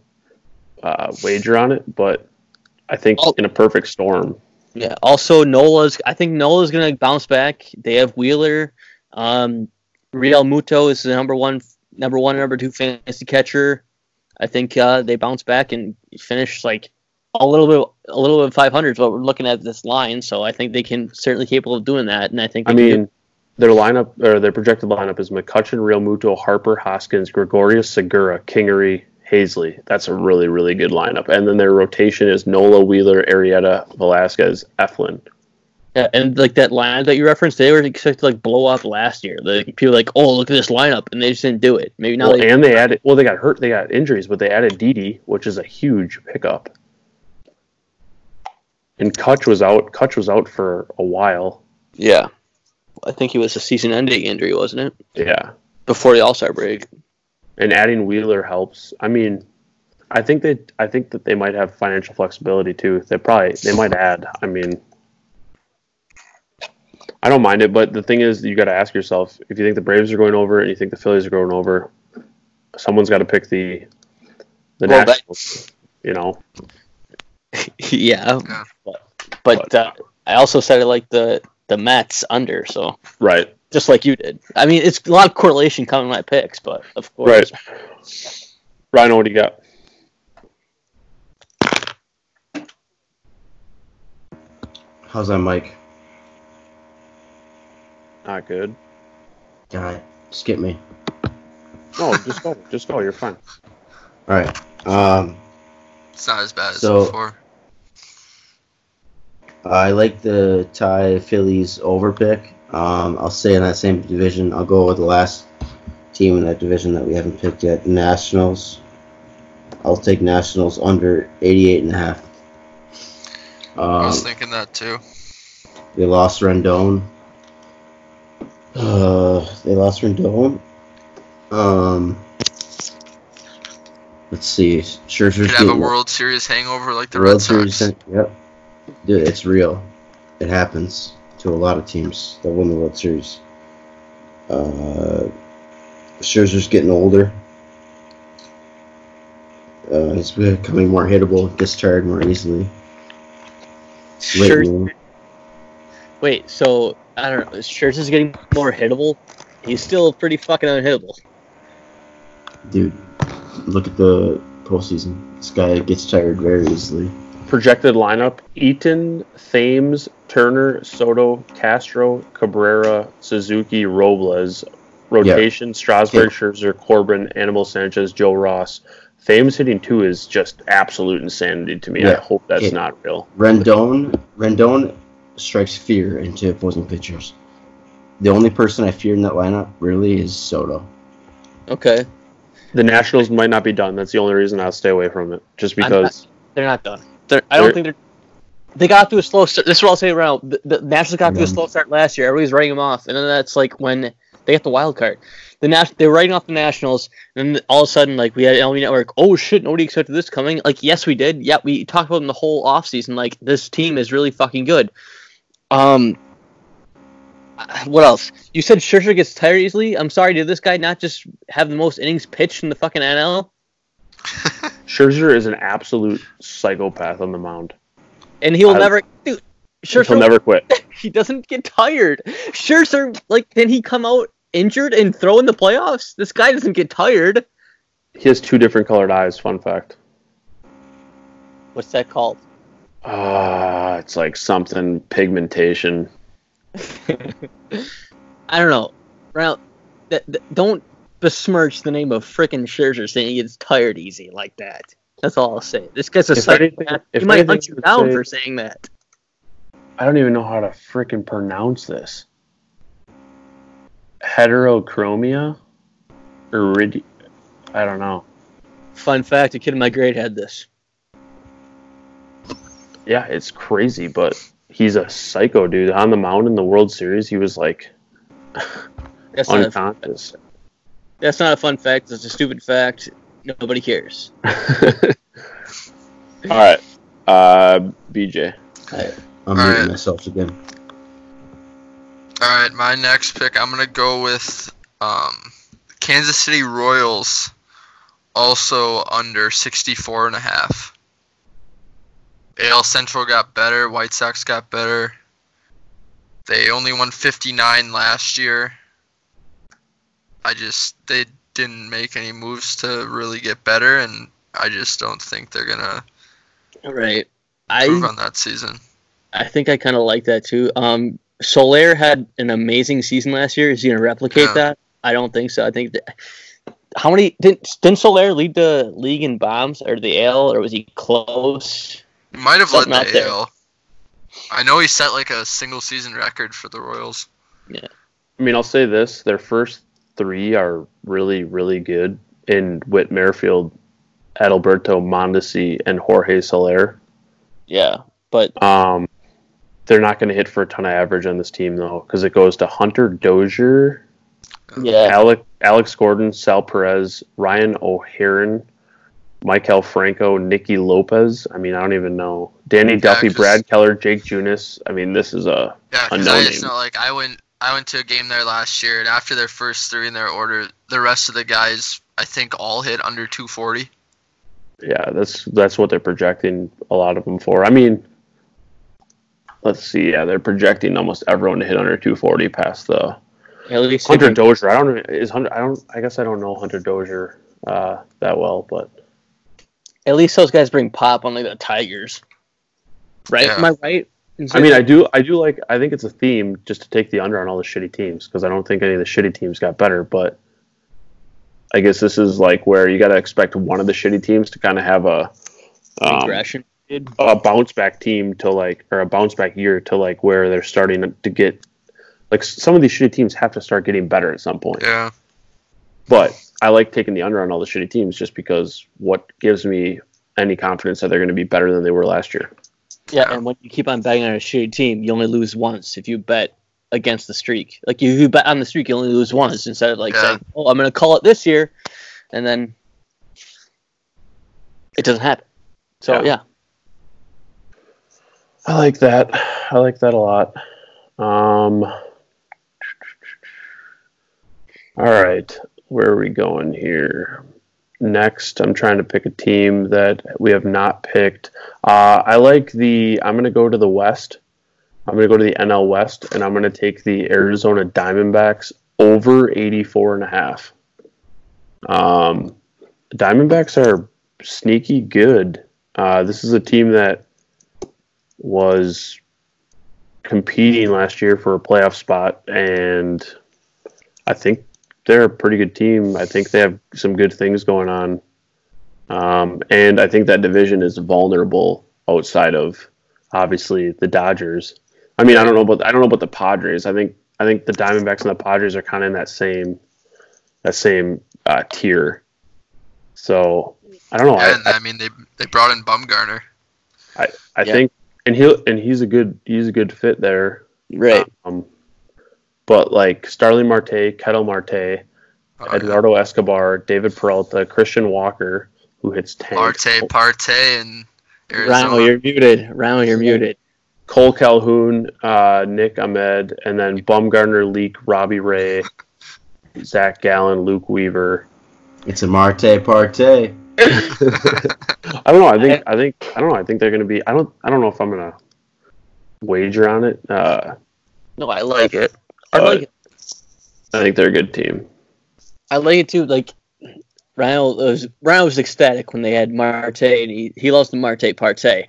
Speaker 4: uh, wager on it, but I think
Speaker 2: Oh.
Speaker 4: in a perfect storm,
Speaker 2: Yeah. Also, Nola's. I think Nola's gonna bounce back. They have Wheeler. Um, Real Muto is the number one, number one, and number two fantasy catcher. I think uh, they bounce back and finish like a little bit, a little bit 500 is what we're looking at this line. So I think they can certainly capable of doing that. And I think
Speaker 4: I
Speaker 2: they can do-
Speaker 4: mean, their lineup or their projected lineup is McCutcheon, Real Muto, Harper, Hoskins, Gregorius, Segura, Kingery, Hazley. That's a really, really good lineup. And then their rotation is Nola, Wheeler, Arietta, Velasquez, Eflin.
Speaker 2: yeah, and like that lineup that you referenced, they were expected to like blow up last year. Like people were like, oh, look at this lineup, and they just didn't do it. Maybe now
Speaker 4: well,
Speaker 2: they
Speaker 4: and they added. Well, they got hurt. They got injuries, but they added Didi, which is a huge pickup. And Kutch was out. Kutch was out for a while.
Speaker 2: yeah. I think it was a season-ending injury, wasn't it?
Speaker 4: Yeah.
Speaker 2: Before the All-Star break.
Speaker 4: and adding Wheeler helps. I mean, I think they, I think that they might have financial flexibility too. They probably, they might add. I mean, I don't mind it, but the thing is, you got to ask yourself if you think the Braves are going over and you think the Phillies are going over, someone's got to pick the, the
Speaker 2: Well, that-
Speaker 4: Nationals. You know,
Speaker 2: yeah.
Speaker 3: Yeah.
Speaker 2: But, but uh, I also said I like the the Mets under, so
Speaker 4: right,
Speaker 2: just like you did. I mean, it's a lot of correlation coming my picks, but of course,
Speaker 4: right. Rhino, what do you got?
Speaker 5: How's that mic?
Speaker 4: Not good.
Speaker 5: God, skip me.
Speaker 4: No, just go. Just go. You're fine.
Speaker 5: All right. Um,
Speaker 3: It's not as bad as
Speaker 5: So-
Speaker 3: before.
Speaker 5: I like the tie Phillies over pick. Um, I'll stay in that same division. I'll go with the last team in that division that we haven't picked yet, Nationals. I'll take Nationals under 88 and a half.
Speaker 3: I
Speaker 5: Um,
Speaker 3: was thinking that too.
Speaker 5: they lost Rendon. Uh, they lost Rendon. Um, let's see. Scherzer's
Speaker 3: Could have a
Speaker 5: getting-
Speaker 3: World Series hangover like the
Speaker 5: World
Speaker 3: Red Sox.
Speaker 5: Series, Yep. Dude, it's real. It happens to a lot of teams that win the World Series. Uh, Scherzer's getting older. Uh, he's becoming more hittable, gets tired more easily. Late
Speaker 2: Scherz-
Speaker 5: in the game.
Speaker 2: Wait, so I don't know. Scherz is getting more hittable. He's still pretty fucking unhittable.
Speaker 5: Dude, look at the postseason. This guy gets tired very easily.
Speaker 4: Projected lineup: Eaton, Thames, Turner, Soto, Castro, Cabrera, Suzuki, Robles. Rotation: Strasburg, Scherzer, Corbin, Animal Sanchez, Joe Ross. Thames hitting two is just absolute insanity to me. I
Speaker 5: Yeah.
Speaker 4: hope that's
Speaker 5: Yeah.
Speaker 4: not real.
Speaker 5: Rendon Rendon strikes fear into opposing pitchers. The only person I fear in that lineup really is Soto.
Speaker 2: Okay,
Speaker 4: The Nationals might not be done. That's the only reason I'll stay away from it, just
Speaker 2: I'm not-
Speaker 4: because.
Speaker 2: they're not done. They're, I don't
Speaker 4: They're-
Speaker 2: think they're. They got off to a slow start. This is what I'll say around. The, the Nationals got off to a
Speaker 5: Mhm.
Speaker 2: slow start last year. Everybody's writing them off, and then that's like when they got the wild card. The Nas- they were writing off the Nationals, and then all of a sudden, like we had MLB Network. Oh shit! Nobody expected this coming. Like yes, we did. Yeah, we talked about them the whole offseason. Like this team is really fucking good. Um, uh, what else? You said Scherzer gets tired easily. I'm sorry. Did this guy not just have the most innings pitched in the fucking NL?
Speaker 4: Scherzer is an absolute psychopath on the mound.
Speaker 2: And he'll
Speaker 4: I-
Speaker 2: never. Dude, Scherzer
Speaker 4: He'll never quit.
Speaker 2: he doesn't get tired. Sure, sir. Like, can he come out injured and throw in the playoffs? This guy doesn't get tired.
Speaker 4: He has two different colored eyes. Fun fact.
Speaker 2: What's that called?
Speaker 4: Ah, it's like something pigmentation.
Speaker 2: I don't know. Now, th- th- don't besmirch the name of frickin' Scherzer saying he gets tired easy like that. That's all I'll say. This guy's a
Speaker 4: If
Speaker 2: psychopath.
Speaker 4: anything-
Speaker 2: he
Speaker 4: if
Speaker 2: might
Speaker 4: anything,
Speaker 2: hunt you
Speaker 4: I would
Speaker 2: down
Speaker 4: say-
Speaker 2: for saying that.
Speaker 4: I don't even know how to freaking pronounce this. Heterochromia, or rid- I don't know.
Speaker 2: Fun fact: a kid in my grade had this.
Speaker 4: Yeah, it's crazy, but he's a psycho dude. On the mound in the World Series, he was like
Speaker 2: That's not. A,
Speaker 4: unconscious.
Speaker 2: that's not a fun fact. It's a stupid fact. Nobody cares.
Speaker 4: All right, uh, BJ.
Speaker 5: I, I'm
Speaker 3: All
Speaker 5: muting
Speaker 3: right.
Speaker 5: myself again.
Speaker 3: All right, my next pick, I'm gonna go with um, Kansas City Royals, also under 64 and a half. AL Central got better, White Sox got better. They only won 59 last year. I just they didn't make any moves to really get better, and I just don't think they're gonna
Speaker 2: All right. I
Speaker 3: improve on that season.
Speaker 2: I think I kind of like that too. Um, Solaire had an amazing season last year. Is he going to replicate
Speaker 3: Yeah.
Speaker 2: that? I don't think so. I think that, how many didn't didn't Solaire lead the league in bombs or the AL or was he close?
Speaker 3: He might have led
Speaker 2: Something out
Speaker 3: the
Speaker 2: there.
Speaker 3: AL. I know he set like a single season record for the Royals.
Speaker 4: I mean, I'll say this: their first three are really, really good in Whit Merrifield, Adalberto Mondesi, and Jorge Soler.
Speaker 2: Yeah, but
Speaker 4: Um, they're not going to hit for a ton of average on this team though, because it goes to Hunter Dozier,
Speaker 2: yeah,
Speaker 4: Alec, Alex Gordon, Sal Perez, Ryan O'Hearn, Michael Franco, Nicky Lopez. I mean, I don't even know Danny Duffy,
Speaker 3: 'cause-
Speaker 4: Brad Keller, Jake Junis. I mean, this is a
Speaker 3: Yeah,
Speaker 4: A
Speaker 3: because I
Speaker 4: no-name.
Speaker 3: just know like I went I went to a game there last year, and after their first three in their order, the rest of the guys I think all hit under 240.
Speaker 4: yeah, that's that's what they're projecting a lot of them for. I mean, let's see. Yeah, they're projecting almost everyone to hit under 240 past the
Speaker 2: at least
Speaker 4: Hunter
Speaker 2: he,
Speaker 4: Dozier. I don't is Hunter. I don't. I guess I don't know Hunter Dozier uh, that well, but
Speaker 2: at least those guys bring pop on like the Tigers, right?
Speaker 3: Yeah.
Speaker 2: Am I right? in
Speaker 4: I mean, I
Speaker 2: saying-
Speaker 4: do. I do like. I think it's a theme just to take the under on all the shitty teams because I don't think any of the shitty teams got better, but I guess this is like where you got to expect one of the shitty teams to kind of have a um,
Speaker 2: Regression. period.
Speaker 4: a bounce back team to like or a bounce back year to like where they're starting to get like s- some of these shitty teams have to start getting better at some point.
Speaker 3: Yeah.
Speaker 4: But I like taking the under on all the shitty teams just because what gives me any confidence that they're going to be better than they were last year.
Speaker 2: Yeah, and when you keep on betting on a shitty team, you only lose once if you bet against the streak. Like if you bet on the streak, you only lose once instead of like
Speaker 3: Yeah.
Speaker 2: saying, "Oh, I'm going to call it this year," and then it doesn't happen. So
Speaker 4: Yeah.
Speaker 2: yeah,
Speaker 4: I like that. I like that a lot. Um, all right, where are we going here? Next, I'm trying to pick a team that we have not picked. Uh, I like the. I'm going to go to the West. I'm going to go to the NL West, and I'm going to take the Arizona Diamondbacks over 84 and a half. Um, Diamondbacks are sneaky good. Uh, this is a team that was competing last year for a playoff spot, and I think they're a pretty good team. I think they have some good things going on, um, and I think that division is vulnerable outside of obviously the Dodgers. I mean, I don't know about I don't know about the Padres. I think I think the Diamondbacks and the Padres are kind of in that same that same uh, tier. So I don't know. I-
Speaker 3: and I, mean, they they brought in Bumgarner.
Speaker 4: I
Speaker 2: Yeah.
Speaker 4: think, and he will and he's a good he's a good fit there.
Speaker 2: right.
Speaker 4: Um, but like Starling Marte, Kettle Marte,
Speaker 3: Oh, yeah.
Speaker 4: Eduardo Escobar, David Peralta, Christian Walker, who hits tank,
Speaker 3: Marte, Partey, and
Speaker 2: Rhino,
Speaker 3: Arizona.
Speaker 2: you're muted. Rhino, you're muted.
Speaker 4: Cole Calhoun, uh, Nick Ahmed, and then Bumgarner, Leak, Robbie Ray, Zach Gallen, Luke Weaver.
Speaker 5: It's a Marte Parte.
Speaker 4: I don't know. I think I think I don't know. I think they're going to be. I don't. I don't know if I'm going to wager on it. Uh,
Speaker 2: No, I like it. Uh, I
Speaker 4: but
Speaker 2: like it.
Speaker 4: I think they're a good team.
Speaker 2: I like it too. Like Rhino was Rhino was ecstatic when they had Marte, and he he loves the Marte Parte.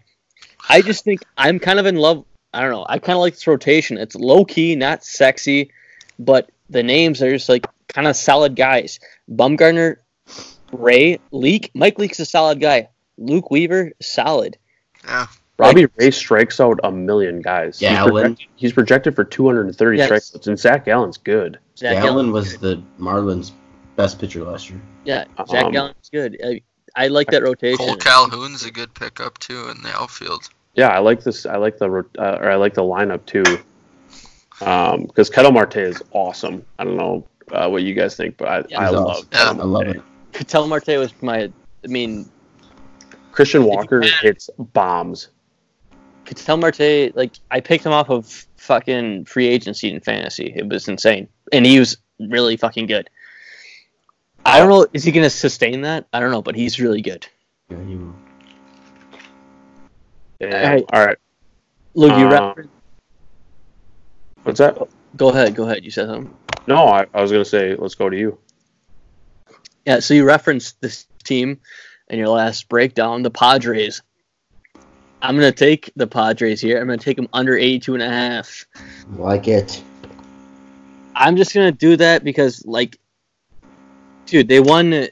Speaker 2: I just think I'm kind of in love. I don't know. I kind of like this rotation. It's low key, not sexy, but the names are just like kind of solid guys. Bumgarner, Ray, Leak, Mike Leak's a solid guy. Luke Weaver, solid.
Speaker 3: Yeah.
Speaker 4: Robbie Ray strikes out a million guys. He's
Speaker 5: Gallen.
Speaker 4: projected, he's projected for 230
Speaker 2: Yes.
Speaker 4: strikeouts, and Zach Allen's good.
Speaker 2: Zach
Speaker 5: Allen
Speaker 2: Gallen
Speaker 5: was the Marlins' best pitcher last year.
Speaker 2: Yeah, Zach
Speaker 4: Um,
Speaker 2: Gallen's good. I, I like that
Speaker 3: Cole
Speaker 2: rotation.
Speaker 3: Calhoun's a good pickup too in the outfield.
Speaker 4: Yeah, I like this. I like the ro- uh, or I like the lineup too, because Kettle Marte is awesome. I don't know uh, what you guys think, but I,
Speaker 2: Yeah.
Speaker 4: I
Speaker 5: He's
Speaker 4: love
Speaker 5: awesome.
Speaker 4: Kettle
Speaker 5: I love
Speaker 4: Marte.
Speaker 5: it.
Speaker 2: Cattell Marte was my. I mean,
Speaker 4: Christian Walker
Speaker 2: can-
Speaker 4: hits bombs.
Speaker 2: Cattell Marte, like I picked him off of fucking free agency in fantasy. It was insane, and he was really fucking good. I don't know. Is he going to sustain that? I don't know, but he's really good.
Speaker 5: Yeah, he-
Speaker 4: Yeah.
Speaker 2: All right.
Speaker 4: All right,
Speaker 2: Look, you
Speaker 4: Um,
Speaker 2: referenced-
Speaker 4: what's that?
Speaker 2: go ahead. Go ahead. You said something.
Speaker 4: No, I, I was gonna say let's go to you.
Speaker 2: Yeah. So you referenced this team in your last breakdown, the Padres. I'm going to take the Padres here. I'm going to take them under 82 and a half.
Speaker 5: Like it.
Speaker 2: I'm just gonna do that because like dude, they won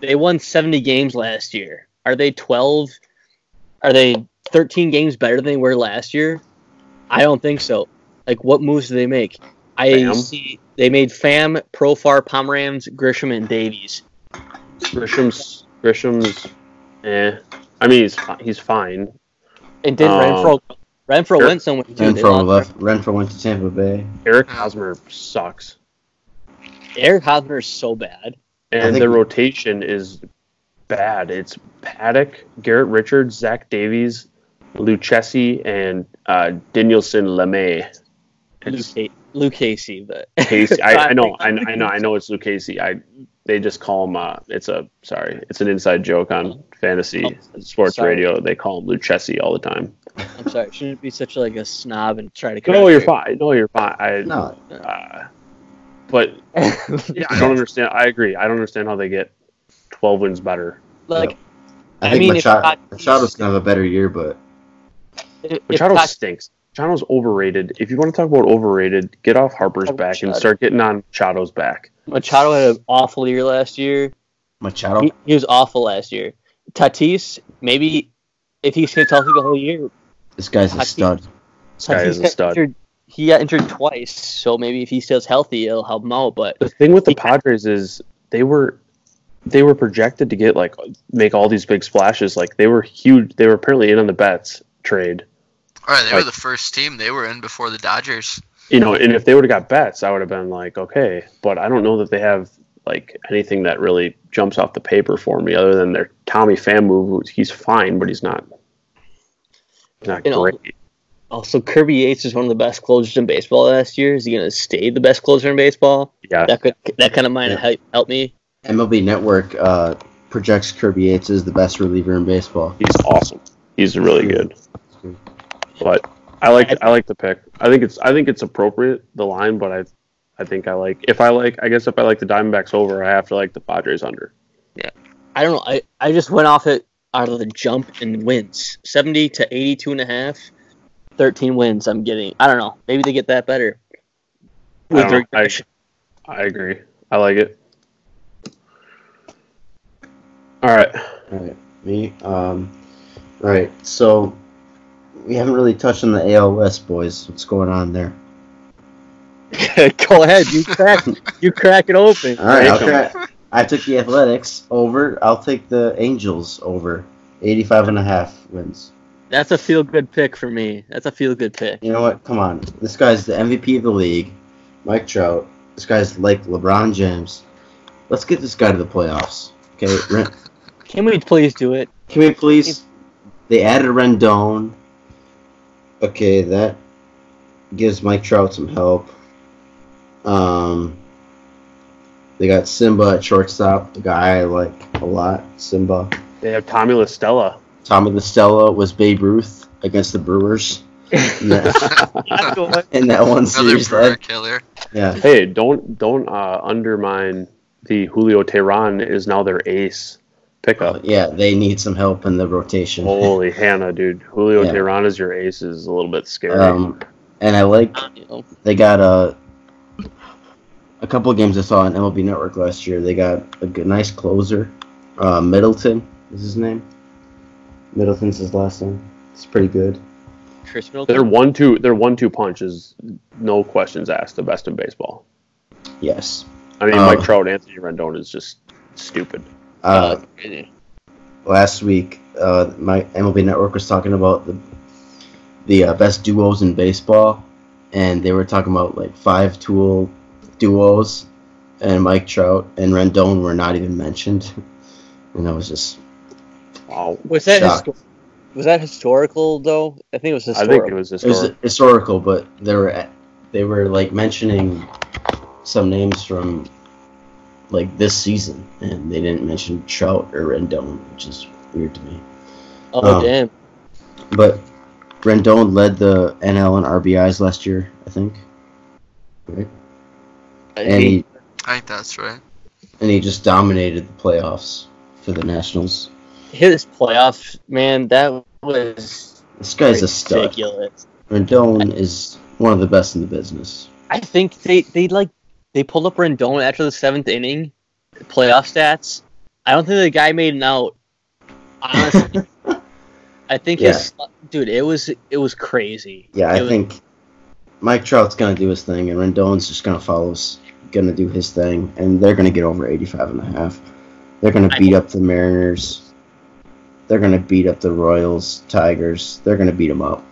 Speaker 2: they won seventy games last year. Are they twelve are they thirteen games better than they were last year? I don't think so. Like what moves do they make? I
Speaker 4: Fam.
Speaker 2: see they made Fam, Profar, Pomeranz, Grisham, and Davies.
Speaker 4: Grisham's Grisham's, eh. I mean he's fi- he's fine.
Speaker 2: And did
Speaker 4: Um,
Speaker 2: Renfro Renfro
Speaker 4: sure.
Speaker 2: went somewhere too. They lost-
Speaker 5: Renfro left. Renfro went to Tampa Bay.
Speaker 4: Eric Hosmer sucks.
Speaker 2: Eric Hosmer is so bad.
Speaker 5: I
Speaker 4: and
Speaker 5: think-
Speaker 4: the rotation is bad. It's Paddock, Garrett Richards, Zach Davies, Lucchesi, and uh, Danielson Lemay.
Speaker 2: Luke,
Speaker 4: It's
Speaker 2: Ca- Luke Casey, but
Speaker 4: Casey. I, I know, I, I know, I know. It's Lucchesi. I they just call him. Uh, it's a sorry. It's an inside joke on fantasy
Speaker 2: Oh,
Speaker 4: sports
Speaker 2: sorry.
Speaker 4: radio. They call him Lucchesi all the time.
Speaker 2: I'm sorry, shouldn't be such like a snob and try to
Speaker 4: No, you're fine. No, you're fine. I,
Speaker 5: No,
Speaker 4: uh, but yeah, I don't understand. I agree. I don't understand how they get twelve wins better.
Speaker 2: like
Speaker 5: I
Speaker 2: I
Speaker 5: think
Speaker 2: mean, if
Speaker 5: Machado,
Speaker 2: Tatis-
Speaker 5: Machado's gonna have a better year, but
Speaker 2: if, if
Speaker 4: Machado
Speaker 2: Tatis-
Speaker 4: stinks. Chano's overrated. If you want to talk about overrated, get off Harper's
Speaker 2: Oh,
Speaker 4: back and
Speaker 2: Machado.
Speaker 4: start getting on Machado's back.
Speaker 2: Machado had an awful year last year.
Speaker 5: Machado.
Speaker 2: He, he was awful last year. Tatis, maybe if he's going to healthy the whole year,
Speaker 5: This guy's a
Speaker 2: Taki-
Speaker 5: stud.
Speaker 4: guy
Speaker 2: Tatis
Speaker 4: is a
Speaker 2: got
Speaker 4: stud.
Speaker 2: Injured, he got injured twice, so maybe if he stays healthy, it'll help him out. But
Speaker 4: The thing with the Padres is they were they were projected to get like make all these big splashes. Like they were huge. They were apparently in on the bets trade.
Speaker 3: All right, they
Speaker 4: Like-
Speaker 3: were the first team they were in before the Dodgers.
Speaker 4: You know, and if they would have got bets, I would have been like, okay. But I don't know that they have like anything that really jumps off the paper for me, other than their Tommy Pham move. who- He's fine, but he's not not
Speaker 2: You know,
Speaker 4: great.
Speaker 2: also, Kirby Yates is one of the best closers in baseball last year. Is he going to stay the best closer in baseball?
Speaker 4: yeah,
Speaker 2: That could that kind of might
Speaker 5: Yeah.
Speaker 2: help, help me.
Speaker 5: MLB Network uh, projects Kirby Yates as the best reliever in baseball.
Speaker 4: he's awesome. He's really good. But I like I like the pick. I think it's I think it's appropriate the line, but I I think I like if I like I guess if I like the Diamondbacks over, I have to like the Padres under.
Speaker 2: I don't know. I, I just went off it out of the jump and wins 70 to 82 and a half. 13 wins I'm getting. I don't know. Maybe they get that better.
Speaker 4: I
Speaker 2: With
Speaker 4: don't
Speaker 2: their
Speaker 4: know. I- I agree. I like it. All right.
Speaker 5: All right, me. Um, all right, so we haven't really touched on the AL West, boys. What's going on there?
Speaker 2: Go ahead, you crack, you crack it open.
Speaker 5: All right,
Speaker 4: Take
Speaker 5: I'll
Speaker 4: 'em.
Speaker 5: try. I took the Athletics over. I'll take the Angels over. 85 and a half wins.
Speaker 2: That's a feel good pick for me. That's a feel good pick.
Speaker 5: You know what? Come on. This guy's the MVP of the league. Mike Trout. This guy's like LeBron James. Let's get this guy to the playoffs. Okay. Ren-
Speaker 2: Can we please do it?
Speaker 5: Can we please? They added Rendon. Okay, that gives Mike Trout some help. Um, they got Simba at shortstop, the guy I like a lot. Simba.
Speaker 4: They have Tommy LaStella.
Speaker 5: Tommy LaStella was Babe Ruth against the Brewers in that, in that one
Speaker 3: Another
Speaker 5: series.
Speaker 3: Brewer
Speaker 5: That,
Speaker 3: killer.
Speaker 5: yeah,
Speaker 4: Hey, don't don't uh, undermine the Julio Tehran is now their ace pickup.
Speaker 5: yeah, they need some help in the rotation.
Speaker 3: Oh,
Speaker 4: Holy Hannah, dude. Julio
Speaker 5: Yeah.
Speaker 4: Tehran is your ace is a little bit scary.
Speaker 5: Um, and I like
Speaker 2: You know,
Speaker 5: they got a a couple of games I saw on MLB Network last year. They got a good, nice closer, uh, Middleton is his name. Middleton's his last name. It's pretty good.
Speaker 2: Chris
Speaker 4: their
Speaker 2: Middleton.
Speaker 4: one two their one two punch is no questions asked, the best in baseball.
Speaker 5: Yes.
Speaker 4: I mean
Speaker 5: Oh.
Speaker 4: Mike Trout, Anthony Rendon is just stupid.
Speaker 5: Uh, last week, uh, my MLB Network was talking about the the uh, best duos in baseball, and they were talking about like five tool duos, and Mike Trout and Rendon were not even mentioned, and I was just
Speaker 4: Wow.
Speaker 2: was that
Speaker 5: Shocked.
Speaker 2: histo- was that historical though? I think it was
Speaker 4: I
Speaker 2: historical.
Speaker 4: think it was
Speaker 5: It was
Speaker 4: historic.
Speaker 5: historical, but they were they were like mentioning some names from like this season, and they didn't mention Trout or Rendon, which is weird to me.
Speaker 2: oh
Speaker 5: um,
Speaker 2: damn!
Speaker 5: But Rendon led the NL and RBIs last year, I think, right? And he
Speaker 3: I think that's right.
Speaker 5: and he just dominated the playoffs for the Nationals.
Speaker 2: His playoff man, that was
Speaker 5: This guy's a stud.
Speaker 2: ridiculous.
Speaker 5: Rendon is one of the best in the business.
Speaker 2: I think they they like they pulled up Rendon after the seventh inning playoff stats. I don't think the guy made an out. Honestly, I think his dude. It was it was crazy.
Speaker 5: Yeah,
Speaker 2: It
Speaker 5: I
Speaker 2: was-
Speaker 5: think Mike Trout's gonna do his thing, and Rendon's just gonna follow, s- gonna do his thing, and they're gonna get over 85 and a half. They're gonna
Speaker 2: I-
Speaker 5: beat up the Mariners. They're gonna beat up the Royals, Tigers. They're gonna beat them up.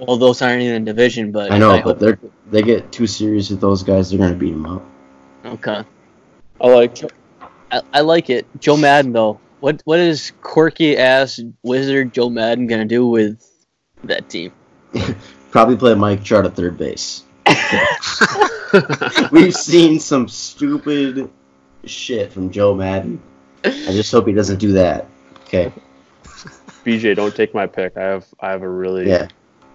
Speaker 2: Well, those aren't in the division, but
Speaker 5: I know,
Speaker 2: hope-
Speaker 5: but they're they get two series with those guys. They're gonna beat them up.
Speaker 2: okay.
Speaker 4: I like
Speaker 2: I, I like it. Joe Madden though. What what is quirky ass wizard Joe Madden gonna do with that team?
Speaker 5: Probably play Mike Trout at third base. We've seen some stupid shit from Joe Madden. I just hope he doesn't do that. Okay.
Speaker 4: BJ, don't take my pick. I have I have a really
Speaker 5: Yeah.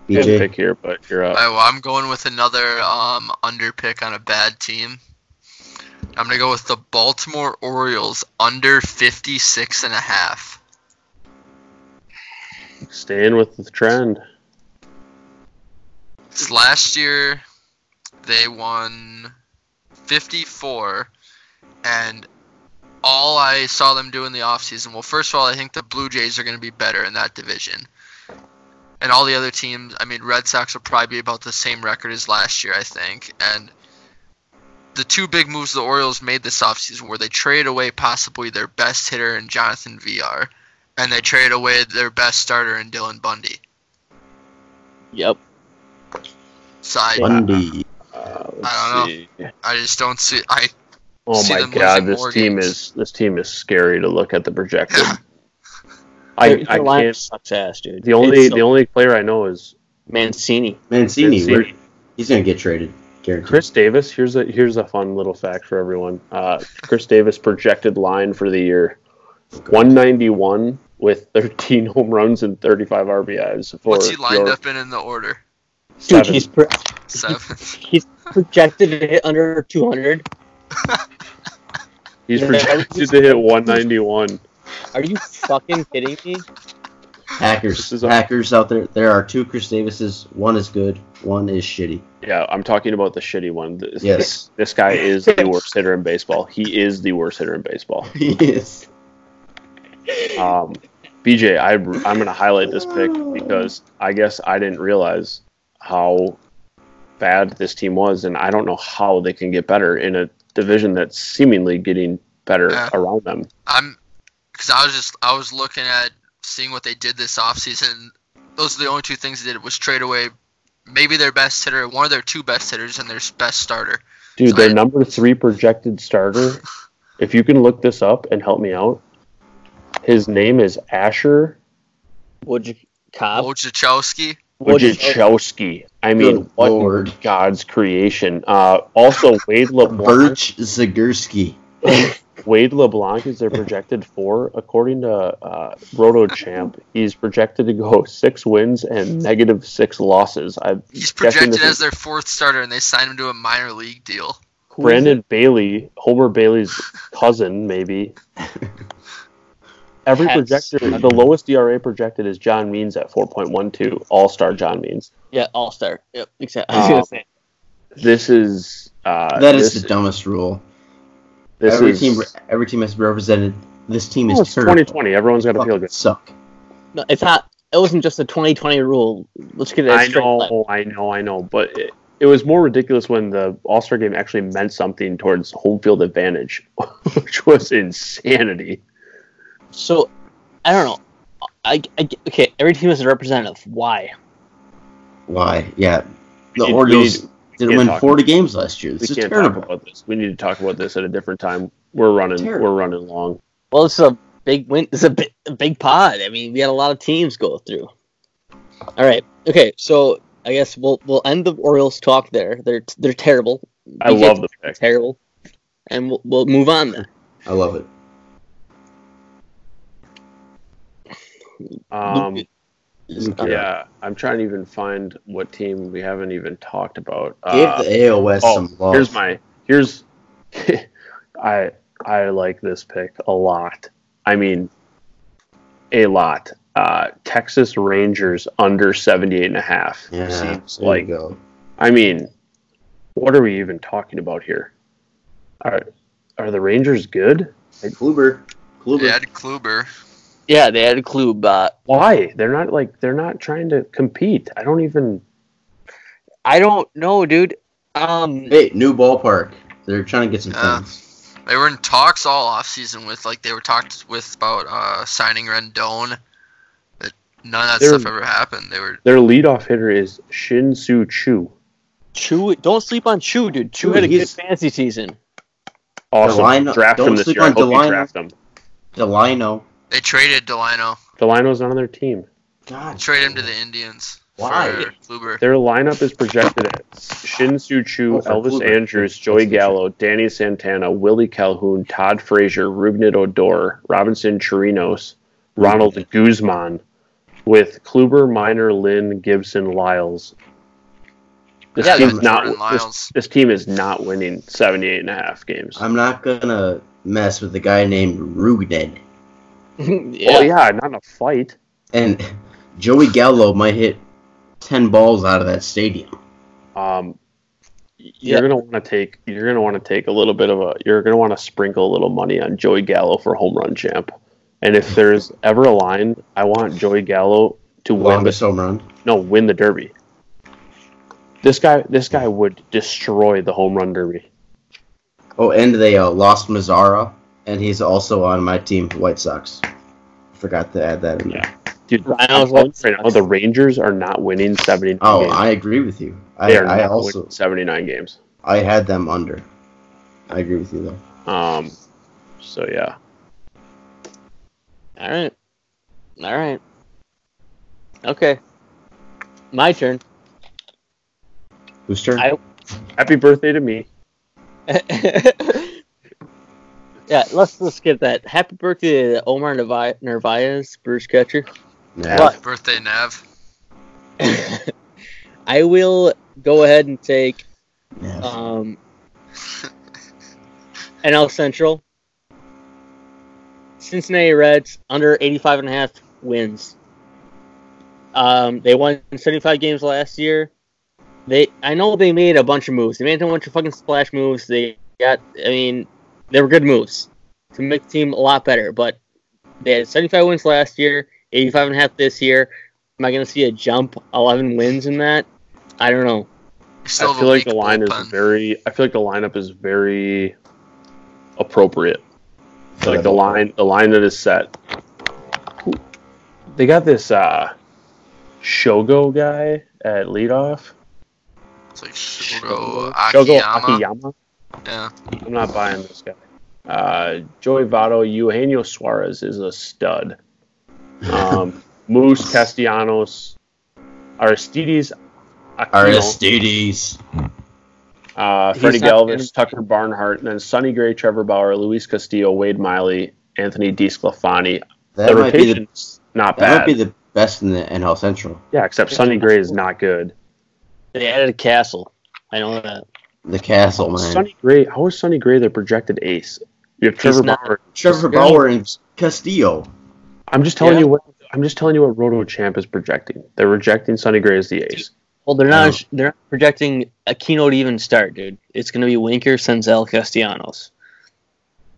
Speaker 4: good
Speaker 5: BJ.
Speaker 4: pick here, but you're
Speaker 3: All
Speaker 4: up.
Speaker 3: right, well, I'm going with another um, under pick on a bad team. I'm gonna go with the Baltimore Orioles under 56 and a half.
Speaker 4: Staying with the trend.
Speaker 3: So last year, they won 54, and all I saw them do in the offseason, well, first of all, I think the Blue Jays are going to be better in that division. And all the other teams, I mean, Red Sox will probably be about the same record as last year, I think. And the two big moves the Orioles made this offseason were they traded away possibly their best hitter in Jonathan VR, and they traded away their best starter in Dylan Bundy.
Speaker 2: Yep.
Speaker 3: So I,
Speaker 5: Bundy.
Speaker 4: Uh,
Speaker 3: I don't
Speaker 4: let's see.
Speaker 3: I just don't see. I
Speaker 4: Oh
Speaker 3: See
Speaker 4: my
Speaker 3: them
Speaker 4: god,
Speaker 3: losing
Speaker 4: this
Speaker 3: more
Speaker 4: team
Speaker 3: games.
Speaker 4: is this team is scary to look at the projection.
Speaker 3: Yeah.
Speaker 4: I,
Speaker 2: Their-
Speaker 4: I
Speaker 2: their lineup
Speaker 4: can't.
Speaker 2: sucks ass, dude.
Speaker 4: The only
Speaker 2: It's so-
Speaker 4: the only player I know is
Speaker 2: Mancini.
Speaker 5: Mancini,
Speaker 4: Mancini.
Speaker 5: we're- he's gonna get traded. Guaranteed.
Speaker 4: Chris Davis. Here's a here's a fun little fact for everyone. Uh, Chris Davis projected line for the year, one ninety one with thirteen home runs and thirty five RBIs. For
Speaker 3: what's he lined
Speaker 4: your
Speaker 3: up in in the order?
Speaker 2: Dude,
Speaker 4: seven.
Speaker 2: he's pro-
Speaker 3: Seven.
Speaker 2: he's projected to hit under 200.
Speaker 4: He's projected to hit one ninety one.
Speaker 2: Are you fucking kidding me?
Speaker 5: Hackers,
Speaker 4: This is a-
Speaker 5: hackers out there. There are two Chris Davises. One is good. One is shitty.
Speaker 4: Yeah, I'm talking about the shitty one. This,
Speaker 5: Yes.
Speaker 4: this, this guy is the worst hitter in baseball. He is the worst hitter in baseball.
Speaker 5: He is.
Speaker 4: Um, BJ, I, I'm going to highlight this pick because I guess I didn't realize how bad this team was, and I don't know how they can get better in a division that's seemingly getting better
Speaker 3: Yeah.
Speaker 4: around them.
Speaker 3: I'm because I was just I was looking at seeing what they did this offseason. Those are the only two things they did was trade away maybe their best hitter, one of their two best hitters, and their best starter.
Speaker 4: Dude, their number three projected starter, if you can look this up and help me out, his name is Asher
Speaker 2: Would you Cobb?
Speaker 3: Wojciechowski.
Speaker 4: Wojciechowski. I mean,
Speaker 5: Good
Speaker 4: what
Speaker 5: Lord.
Speaker 4: God's creation. Uh, also, Wade LeBlanc.
Speaker 5: Birch Zagurski.
Speaker 4: Wade LeBlanc is their projected four. According to uh, Roto Champ, he's projected to go six wins and negative six losses. I'm
Speaker 3: He's
Speaker 4: guessing
Speaker 3: projected
Speaker 4: this
Speaker 3: as
Speaker 4: is
Speaker 3: their fourth starter, and they signed him to a minor league deal.
Speaker 2: Who is
Speaker 4: Brandon Bailey, Homer Bailey's cousin, maybe. Every
Speaker 2: That's-
Speaker 4: projected, the lowest ERA projected is John Means at 4.12, All Star John Means.
Speaker 2: it? Yeah, All Star. Yep, exactly. I was gonna
Speaker 4: Um,
Speaker 2: say.
Speaker 4: This is uh,
Speaker 5: That is
Speaker 4: this,
Speaker 5: the dumbest rule.
Speaker 4: this
Speaker 5: every
Speaker 4: is,
Speaker 5: team, every team has represented. This team is
Speaker 4: Oh, it's
Speaker 5: terrible.
Speaker 4: 2020. Everyone's got to feel
Speaker 5: Fucking
Speaker 4: good.
Speaker 5: Suck.
Speaker 2: No, it's not. It wasn't just the 2020 rule. Let's get it
Speaker 4: I
Speaker 2: straight.
Speaker 4: know,
Speaker 2: Like,
Speaker 4: I know, I know. But it, it was more ridiculous when the All Star game actually meant something towards home field advantage, which was insanity.
Speaker 2: So, I don't know. I, I- okay, every team has a representative. Why?
Speaker 5: Why? Yeah. The
Speaker 4: We- we
Speaker 5: Orioles didn't
Speaker 4: can't
Speaker 5: win
Speaker 4: talk
Speaker 5: 40 games last year.
Speaker 4: we
Speaker 5: This is
Speaker 4: can't talk
Speaker 5: terrible.
Speaker 4: about this. We need to talk about this at a different time. We're running,
Speaker 5: Terrible.
Speaker 4: we're running long.
Speaker 2: Well, it's a big win. It's a, bi- a big pod. I mean, we had a lot of teams go through. All right. Okay. So I guess we'll we'll end the Orioles talk there. They're they're terrible.
Speaker 4: I
Speaker 2: BJ
Speaker 4: love the pick.
Speaker 2: terrible, and we'll, we'll move on then.
Speaker 5: I love it.
Speaker 4: Um,
Speaker 5: Okay.
Speaker 4: yeah, I'm trying to even find what team we haven't even talked about.
Speaker 5: Give
Speaker 4: Uh,
Speaker 5: the AOS
Speaker 4: oh,
Speaker 5: some love.
Speaker 4: here's my here's I I like this pick a lot. I mean a lot. Uh, Texas Rangers under 78 and a half.
Speaker 5: yeah,
Speaker 4: seems
Speaker 5: there
Speaker 4: like
Speaker 5: you go.
Speaker 4: I mean what are we even talking about here? Are are the Rangers good?
Speaker 5: Hey, Kluber. Kluber.
Speaker 3: They had Kluber.
Speaker 2: Yeah, they had a clue, but
Speaker 4: Why? They're not like they're not trying to compete. I don't even
Speaker 2: I don't know, dude. Um,
Speaker 5: Hey, new ballpark. They're trying to get some
Speaker 3: Yeah.
Speaker 5: fans.
Speaker 3: They were in talks all offseason with like they were talked with about uh, signing Rendon. But none of that
Speaker 4: They're-
Speaker 3: stuff ever happened. They were
Speaker 4: their leadoff hitter is Shin Soo Chu.
Speaker 2: Chew. Don't sleep on Chew, dude. Chew
Speaker 5: Dude,
Speaker 2: had a good
Speaker 5: he's-
Speaker 2: fantasy season.
Speaker 4: Awesome.
Speaker 5: Delino-
Speaker 4: draft
Speaker 5: don't
Speaker 4: him this
Speaker 5: sleep
Speaker 4: year. I
Speaker 5: on
Speaker 4: hope you
Speaker 5: Delino.
Speaker 4: draft him.
Speaker 5: Delino.
Speaker 3: they traded Delino.
Speaker 4: Delino's not on their team.
Speaker 5: God.
Speaker 3: Trade him to the Indians.
Speaker 5: Why?
Speaker 3: For Kluber.
Speaker 4: Their lineup is projected at Shin Soo Chu,
Speaker 5: Oh, for
Speaker 4: Elvis
Speaker 5: Kluber.
Speaker 4: Andrews, Joey Gallo, Danny Santana, Willie Calhoun, Todd Frazier, Rugnett Odor, Robinson Chirinos, Ronald Guzman, with Kluber, Minor, Lynn, Gibson, Lyles. This
Speaker 2: Yeah,
Speaker 4: team's
Speaker 5: that's
Speaker 4: not
Speaker 3: Jordan
Speaker 4: this,
Speaker 3: Lyles.
Speaker 4: this team is not winning 78 and a half games.
Speaker 5: I'm not gonna mess with a guy named Rugned.
Speaker 4: Oh yeah, not in a fight.
Speaker 5: And Joey Gallo might hit ten balls out of that stadium.
Speaker 4: um,
Speaker 2: Yeah.
Speaker 4: you're gonna want to take you're gonna want to take a little bit of a you're gonna want to sprinkle a little money on Joey Gallo for home run champ. And if there's ever a line, I want Joey Gallo to win the
Speaker 5: Longest home run.
Speaker 4: no win the Derby. This guy this guy would destroy the home run Derby.
Speaker 5: Oh, and they uh, lost Mazzara, and he's also on my team, the White Sox. Forgot to add that in there.
Speaker 4: Dude,
Speaker 2: Ryan, I
Speaker 4: I'm
Speaker 2: was
Speaker 4: telling
Speaker 2: like-
Speaker 4: you right now, the Rangers are not winning seventy nine.
Speaker 5: Oh,
Speaker 4: games.
Speaker 5: I agree with you. I,
Speaker 4: they are
Speaker 5: I
Speaker 4: not
Speaker 5: also
Speaker 4: winning seventy nine games.
Speaker 5: I had them under. I agree with you there.
Speaker 4: Um, so yeah,
Speaker 2: All right. All right. Okay. My turn.
Speaker 5: Whose turn?
Speaker 2: I-
Speaker 4: happy birthday to me.
Speaker 2: yeah, let's let's skip that. Happy birthday to Omar Narvi- Narvaez, Bruce catcher.
Speaker 5: Nah.
Speaker 2: What?
Speaker 3: Birthday Nav.
Speaker 2: I will go ahead and take
Speaker 5: Nah.
Speaker 4: uh,
Speaker 2: um, NL Central. Cincinnati Reds under 85 and a half wins. Um, they won 75 games last year. They I know they made a bunch of moves. They made a bunch of fucking splash moves. They got I mean, they were good moves to make the team a lot better, but they had 75 wins last year, 85 and a half this year. Am I going to see a jump 11 wins in that? I don't know.
Speaker 3: We still
Speaker 4: I
Speaker 3: have
Speaker 4: feel
Speaker 3: a
Speaker 4: like
Speaker 3: weak
Speaker 4: the line
Speaker 3: bullpen.
Speaker 4: is very. I feel like the lineup is very appropriate. I feel like the line, the line that is set. Who- They got this uh, Shogo guy at leadoff.
Speaker 3: It's like Shogo
Speaker 4: Shogo
Speaker 3: Akiyama.
Speaker 4: Akiyama.
Speaker 3: Yeah.
Speaker 4: I'm not buying this guy. Uh, Joey Votto, Eugenio Suarez is a stud. Um, Moose Castellanos, Aristides, Aquino,
Speaker 5: Aristides.
Speaker 4: uh, Freddie
Speaker 2: He's not-
Speaker 4: Galvis, Tucker Barnhart, and then Sonny Gray, Trevor Bauer, Luis Castillo, Wade Miley, Anthony DeSclafani.
Speaker 5: That
Speaker 4: The
Speaker 5: might be the
Speaker 4: rotation's not
Speaker 5: that might
Speaker 4: bad.
Speaker 5: be the best in the NL Central.
Speaker 4: yeah, except Sonny Gray is not good.
Speaker 2: They added a castle. I know that.
Speaker 5: The Castle man.
Speaker 4: Sonny Gray, how is Sonny Gray the projected ace? You have Trevor
Speaker 2: not-
Speaker 4: Bauer.
Speaker 5: Trevor Bauer and Castillo.
Speaker 4: I'm just telling
Speaker 2: Yeah.
Speaker 4: you what I'm just telling you what Roto Champ is projecting. They're rejecting Sonny Gray as the ace.
Speaker 2: Well, they're
Speaker 5: Oh.
Speaker 2: not. They're not projecting a keynote to even start, dude. It's gonna be Winker, Senzel, Castellanos.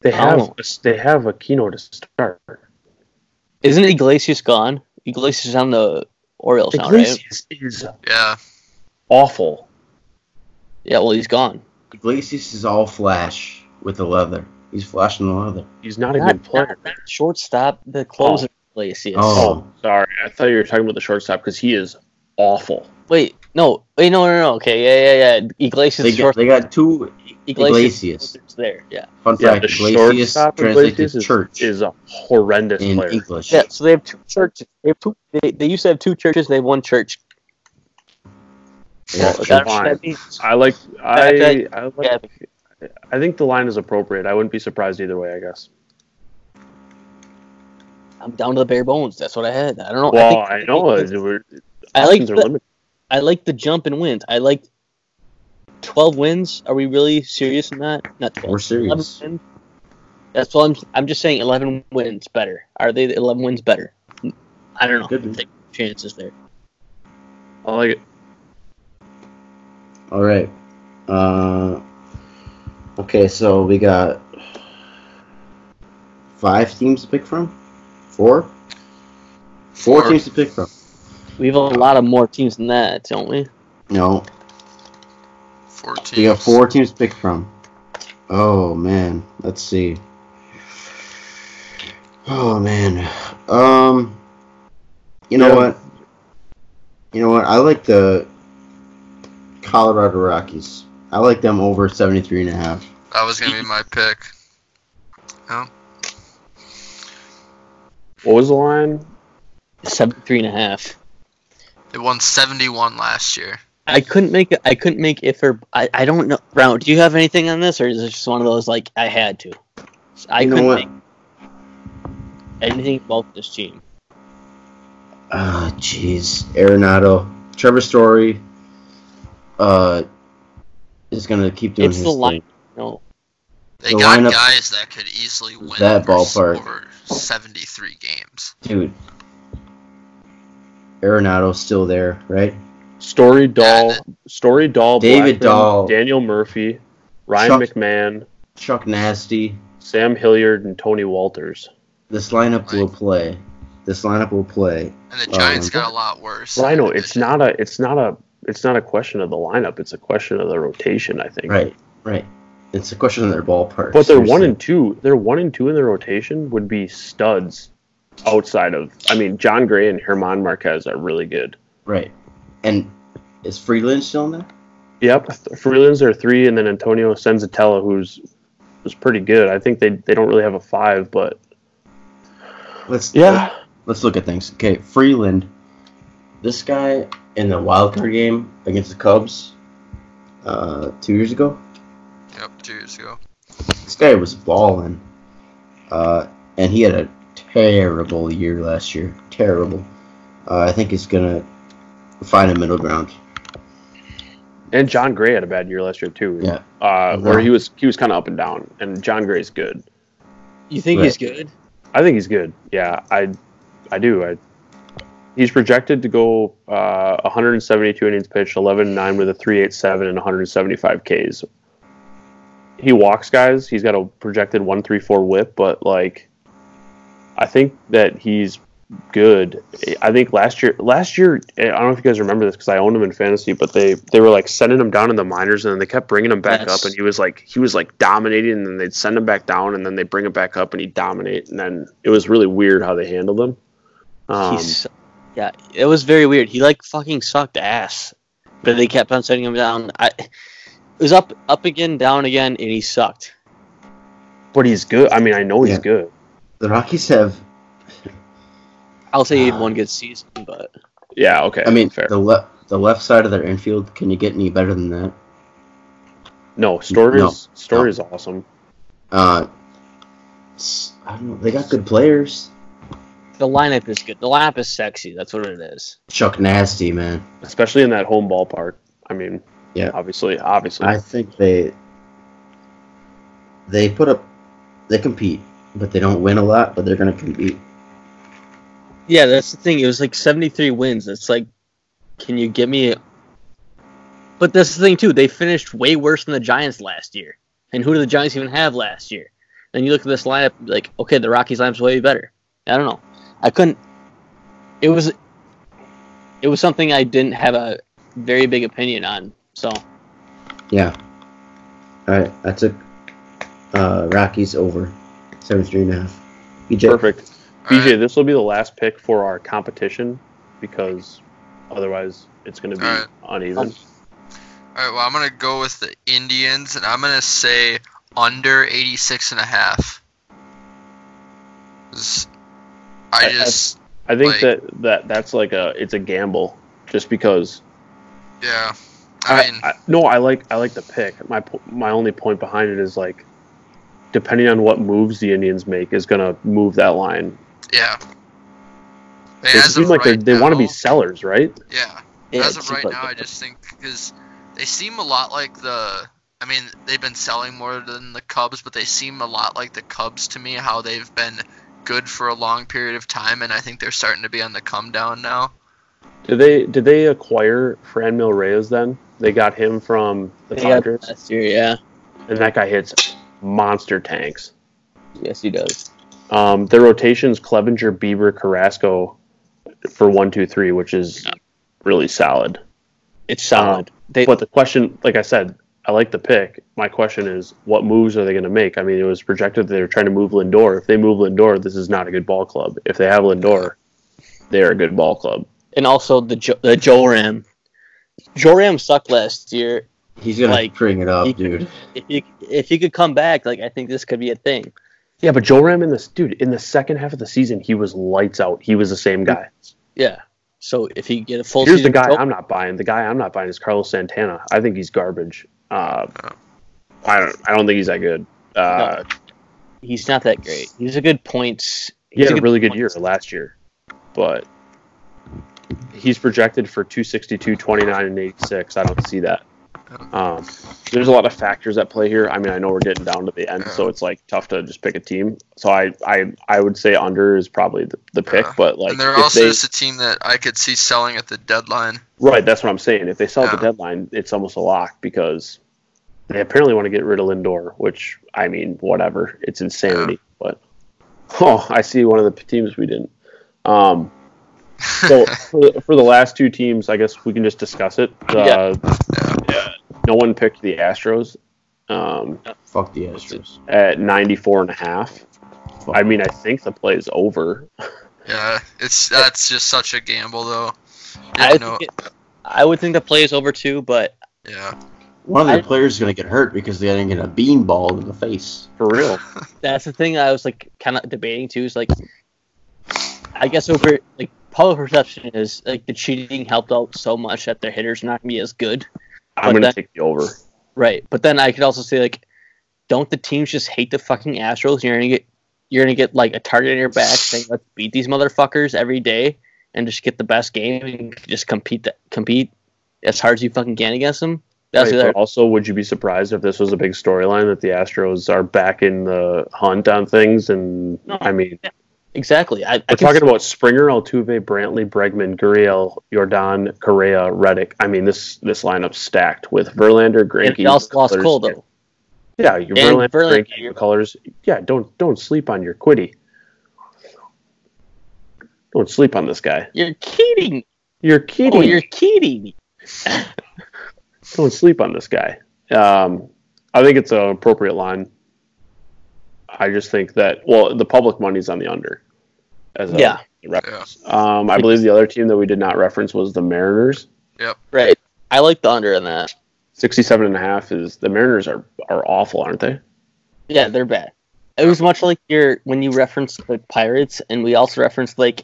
Speaker 4: They have
Speaker 2: Oh.
Speaker 4: they have a keynote to start.
Speaker 2: Isn't Iglesias gone? Iglesias is on the Orioles now, right?
Speaker 4: Iglesias is
Speaker 3: Yeah.
Speaker 4: awful.
Speaker 2: Yeah. Well, he's gone.
Speaker 5: Iglesias is all flash with the leather. He's flashing the leather.
Speaker 4: He's not a
Speaker 2: Not-
Speaker 4: good player.
Speaker 2: not- not shortstop. The closer, Iglesias.
Speaker 5: Oh.
Speaker 4: Oh, sorry. I thought you were talking about the shortstop because he is awful.
Speaker 2: Wait. No. Wait. No. No. No. Okay. Yeah. Yeah. Yeah. Iglesias.
Speaker 5: They
Speaker 2: is
Speaker 5: got,
Speaker 2: short.
Speaker 5: they got two. Iglesias.
Speaker 2: is there. Yeah.
Speaker 5: Fun
Speaker 4: Yeah,
Speaker 5: fact:
Speaker 4: the
Speaker 5: Iglesias
Speaker 4: shortstop
Speaker 5: translates
Speaker 4: Iglesias
Speaker 5: to
Speaker 4: is,
Speaker 5: church
Speaker 4: is a horrendous
Speaker 5: in
Speaker 4: player.
Speaker 5: English.
Speaker 2: Yeah. So they have two churches. They have two. They, they used to have two churches. They have one church.
Speaker 5: Yeah,
Speaker 4: Well,
Speaker 5: sure.
Speaker 2: That's what that means.
Speaker 4: I like I
Speaker 2: Okay.
Speaker 4: I, like, I think the line is appropriate. I wouldn't be surprised either way. I guess.
Speaker 2: I'm down to the bare bones. That's what I had. I don't know.
Speaker 4: Well,
Speaker 2: think-
Speaker 4: I, know it. We're,
Speaker 2: I like
Speaker 4: options are
Speaker 2: the-
Speaker 4: limited.
Speaker 2: I like the jump and wins. I like twelve wins. Are we really serious in that? Not 12,
Speaker 5: We're
Speaker 2: 11
Speaker 5: serious.
Speaker 2: wins. That's what I'm. I'm just saying. Eleven wins better. Are they eleven wins better? I don't know.
Speaker 5: Could be.
Speaker 2: Take chances there.
Speaker 4: I like it.
Speaker 5: All right. Uh, okay, so we got five teams to pick from. Four. Four,
Speaker 3: Four.
Speaker 5: teams to pick from.
Speaker 2: We have a lot of more teams than that, don't we?
Speaker 5: No,
Speaker 3: Fourteen.
Speaker 5: we got four teams to pick from. Oh man, let's see. Oh man, um, you know
Speaker 4: Yeah.
Speaker 5: what? You know what? I like the Colorado Rockies. I like them over 73 and a half.
Speaker 3: That was gonna be my pick.
Speaker 4: What was the line?
Speaker 2: Seventy-three and a half.
Speaker 3: They won seventy-one last year.
Speaker 2: I couldn't make. I couldn't make if or I. I don't know. Brown, do you have anything on this, or is it just one of those like I had to? I
Speaker 5: You know
Speaker 2: couldn't
Speaker 5: what?
Speaker 2: make anything about this team.
Speaker 5: Ah, jeez. Arenado. Trevor Story uh, is going to keep doing
Speaker 2: It's
Speaker 5: his
Speaker 2: the line.
Speaker 5: thing.
Speaker 2: No,
Speaker 3: They
Speaker 5: The
Speaker 3: got
Speaker 5: lineup-
Speaker 3: guys that could easily win
Speaker 5: That
Speaker 3: over s-
Speaker 5: ballpark.
Speaker 3: over seventy-three games.
Speaker 5: Dude. Arenado's still there, right?
Speaker 4: Story Doll,
Speaker 3: Yeah,
Speaker 4: Story Doll,
Speaker 5: David Dahl.
Speaker 4: Daniel Murphy, Ryan
Speaker 5: Chuck-
Speaker 4: McMahon,
Speaker 5: Chuck Nasty.
Speaker 4: Sam Hilliard, and Tony Walters.
Speaker 5: This lineup will play. This lineup will play.
Speaker 3: And the
Speaker 5: Um,
Speaker 3: Giants got a lot worse.
Speaker 4: Rhino, it's not a, it's not a, it's not a question of the lineup. It's a question of the rotation. I think.
Speaker 5: Right, right. It's a question of their ballpark.
Speaker 4: But they're one
Speaker 5: seriously.
Speaker 4: and two. They're one and two in their rotation would be studs. Outside of, I mean, John Gray and Herman Marquez are really good.
Speaker 5: right. And is Freeland still in there?
Speaker 4: Yep, Freeland's are three, and then Antonio Sensatella, who's was pretty good. I think they they don't really have a five, but
Speaker 5: Let's Let's look at things. Okay, Freeland. This guy in the wild card game against the Cubs uh, two years ago.
Speaker 3: Yep, two years ago.
Speaker 5: This guy was balling, uh, and he had a terrible year last year. Terrible. Uh, I think he's gonna find a middle ground.
Speaker 4: and John Gray had a bad year last year too.
Speaker 5: Yeah.
Speaker 4: uh, where he was he was kind of up and down, and John Gray's good.
Speaker 2: You think
Speaker 5: Right.
Speaker 2: he's good?
Speaker 4: I think he's good. Yeah, I I do. I he's projected to go uh, 172 innings pitched, 11 9 with a 387 and 175 Ks. He walks guys. He's got a projected 134 WHIP, but like I think that he's good. I think last year last year I don't know if you guys remember this because I owned him in fantasy, but they they were like sending him down in the minors and then they kept bringing him back
Speaker 2: Yes.
Speaker 4: up and he was like he was like dominating and then they'd send him back down and then they bring him back up and he'd dominate and then it was really weird how they handled him. Um,
Speaker 2: He's, yeah, it was very weird. He like fucking sucked ass, but they kept on sending him down. I it was up, up again, down again, and he sucked.
Speaker 4: but he's good. I mean, I know he's
Speaker 5: Yeah.
Speaker 4: good.
Speaker 5: The Rockies have.
Speaker 2: I'll say he had
Speaker 5: Ah.
Speaker 2: one good season, but
Speaker 4: Yeah. Okay.
Speaker 5: I mean,
Speaker 4: fair.
Speaker 5: the left the left side of their infield. Can you get any better than that?
Speaker 4: no, story
Speaker 5: No,
Speaker 4: is story is awesome.
Speaker 5: Uh, s- I don't know. They got good players.
Speaker 2: the lineup is good. The lineup is sexy. That's what it is.
Speaker 5: Chuck Nasty, man.
Speaker 4: especially in that home ballpark. I mean,
Speaker 5: Yeah.
Speaker 4: obviously, obviously,
Speaker 5: I think they they put up they compete, but they don't win a lot, but they're gonna compete.
Speaker 2: Yeah, that's the thing. It was like 73 wins. It's like, can you give me? A... But that's the thing too. They finished way worse than the Giants last year. And who did the Giants even have last year? Then you look at this lineup, like, okay, the Rockies lineup's way better. I don't know. I couldn't. It was. It was something I didn't have a very big opinion on. So
Speaker 5: Yeah. Alright, I took uh Rockies over. Seven three and a half. E EJ
Speaker 4: perfect.
Speaker 3: All
Speaker 4: BJ,
Speaker 3: right,
Speaker 4: this will be the last pick for our competition because otherwise it's going to be
Speaker 3: All right. um,
Speaker 4: uneven.
Speaker 3: all right, well, I'm going to go with the Indians, and I'm going to say under 86 and a half. 'Cause I
Speaker 4: I- I-
Speaker 3: just,
Speaker 4: I
Speaker 3: Like-
Speaker 4: think that that that's like a it's a gamble just because.
Speaker 3: yeah. I mean,
Speaker 4: I, no, I like I like the pick. My po- my only point behind it is like, depending on what moves the Indians make, is going to move that line.
Speaker 3: yeah. They,
Speaker 4: They seem like they they want to be sellers, right?
Speaker 3: Yeah.
Speaker 2: yeah,
Speaker 3: As
Speaker 2: it
Speaker 3: of
Speaker 2: seems
Speaker 3: right
Speaker 2: like-
Speaker 3: now, I just think because they seem a lot like the. I mean, they've been selling more than the Cubs, but they seem a lot like the Cubs to me. How they've been good for a long period of time, and I think they're starting to be on the come down now.
Speaker 4: Did they did they acquire Franmil Reyes then? They got him from the
Speaker 2: They got
Speaker 4: Padres,
Speaker 2: last year, yeah.
Speaker 4: and that guy hits monster tanks.
Speaker 2: Yes, he does.
Speaker 4: Um, their rotations: Clevenger, Bieber, Carrasco for one, two, three, which is really solid.
Speaker 2: It's solid. They
Speaker 4: But the question, like I said, I like the pick. My question is, what moves are they going to make? I mean, it was projected that they were trying to move Lindor. If they move Lindor, this is not a good ball club. If they have Lindor, they're a good ball club.
Speaker 2: and also the jo- the Joram. Joram sucked last year,
Speaker 5: he's gonna
Speaker 2: like,
Speaker 5: bring it
Speaker 2: he-
Speaker 5: up, dude.
Speaker 2: if you if you could come back, like I think this could be a thing.
Speaker 4: Yeah, but Joe Ram in this dude in the second half of the season, he was lights out. He was the same guy.
Speaker 2: Yeah. So if you get a full
Speaker 4: Here's the
Speaker 2: season,
Speaker 4: guy
Speaker 2: Joe-
Speaker 4: I'm not buying. The guy I'm not buying is Carlos Santana. I think he's garbage. Uh, I don't. I don't think he's that good. Uh,
Speaker 2: he's not that great. He's a good points.
Speaker 4: he
Speaker 2: he's
Speaker 4: had a really good year
Speaker 2: points.
Speaker 4: last year, but he's projected for 262, 29, and 86. I don't see that. Um, there's a lot of factors at play here. I mean, I know we're getting down to the end, so it's like tough to just pick a team. So I, I, I would say under is probably the, the pick,
Speaker 3: Yeah.
Speaker 4: but like
Speaker 3: and they're
Speaker 4: if
Speaker 3: also
Speaker 4: they-
Speaker 3: just a team that I could see selling at the deadline.
Speaker 4: Right, that's what I'm saying. If they sell at the
Speaker 3: Yeah.
Speaker 4: deadline, it's almost a lock because they apparently want to get rid of Lindor, which I mean, whatever. It's insanity. But oh, I see one of the teams we didn't. Um, so for the, for the last two teams, I guess we can just discuss it. Uh, yeah, No one picked the Astros um,
Speaker 5: Fuck the Astros.
Speaker 4: at 94 and a half.
Speaker 5: Fuck.
Speaker 4: I mean, I think the play is over.
Speaker 3: Yeah, it's that's just such a gamble though. Yeah,
Speaker 2: I,
Speaker 3: I
Speaker 2: would
Speaker 3: know.
Speaker 2: think it- I would think the play is over too, but
Speaker 3: Yeah,
Speaker 5: One of their
Speaker 2: I-
Speaker 5: players is gonna get hurt because they didn't get a beanball in the face.
Speaker 4: For real.
Speaker 2: that's the thing I was like kind of debating too. Is like, I guess over like public perception is like the cheating helped out so much that their hitters are not gonna be as good, But
Speaker 4: I'm going to
Speaker 2: that-
Speaker 4: take the over.
Speaker 2: right? But then I could also say like, don't the teams just hate the fucking Astros? You're gonna get you're gonna get like a target in your back saying let's beat these motherfuckers every day and just get the best game and just compete that compete as hard as you fucking can against them. That's
Speaker 4: Right,
Speaker 2: the
Speaker 4: but
Speaker 2: other
Speaker 4: also, would you be surprised if this was a big storyline that the Astros are back in the hunt on things? And
Speaker 2: No.
Speaker 4: I mean,
Speaker 2: Exactly. I, I
Speaker 4: we're
Speaker 2: can
Speaker 4: talking about Springer, Altuve, Brantley, Bregman, Gurriel, Jordan, Correa, Reddick. I mean, this this lineup stacked with Verlander,
Speaker 2: and
Speaker 4: Greinke.
Speaker 2: they also lost
Speaker 4: McCullers.
Speaker 2: Cole though.
Speaker 4: Yeah, you Verlander,
Speaker 2: And Verlander.
Speaker 4: Greinke, McCullers. Yeah, don't don't sleep on your quitty. Don't sleep on this guy.
Speaker 2: You're kidding.
Speaker 4: You're kidding.
Speaker 2: Oh, you're kidding.
Speaker 4: don't sleep on this guy. Um, I think it's an appropriate line. I just think that well, the public money's on the under. As a
Speaker 2: Yeah.
Speaker 4: reference. Um, I believe the other team that we did not reference was the Mariners.
Speaker 2: Right. I like the under on that.
Speaker 4: Sixty-seven and a half is the Mariners are are awful, aren't they?
Speaker 2: Yeah, they're bad. It was much like your when you referenced the Pirates, and we also referenced like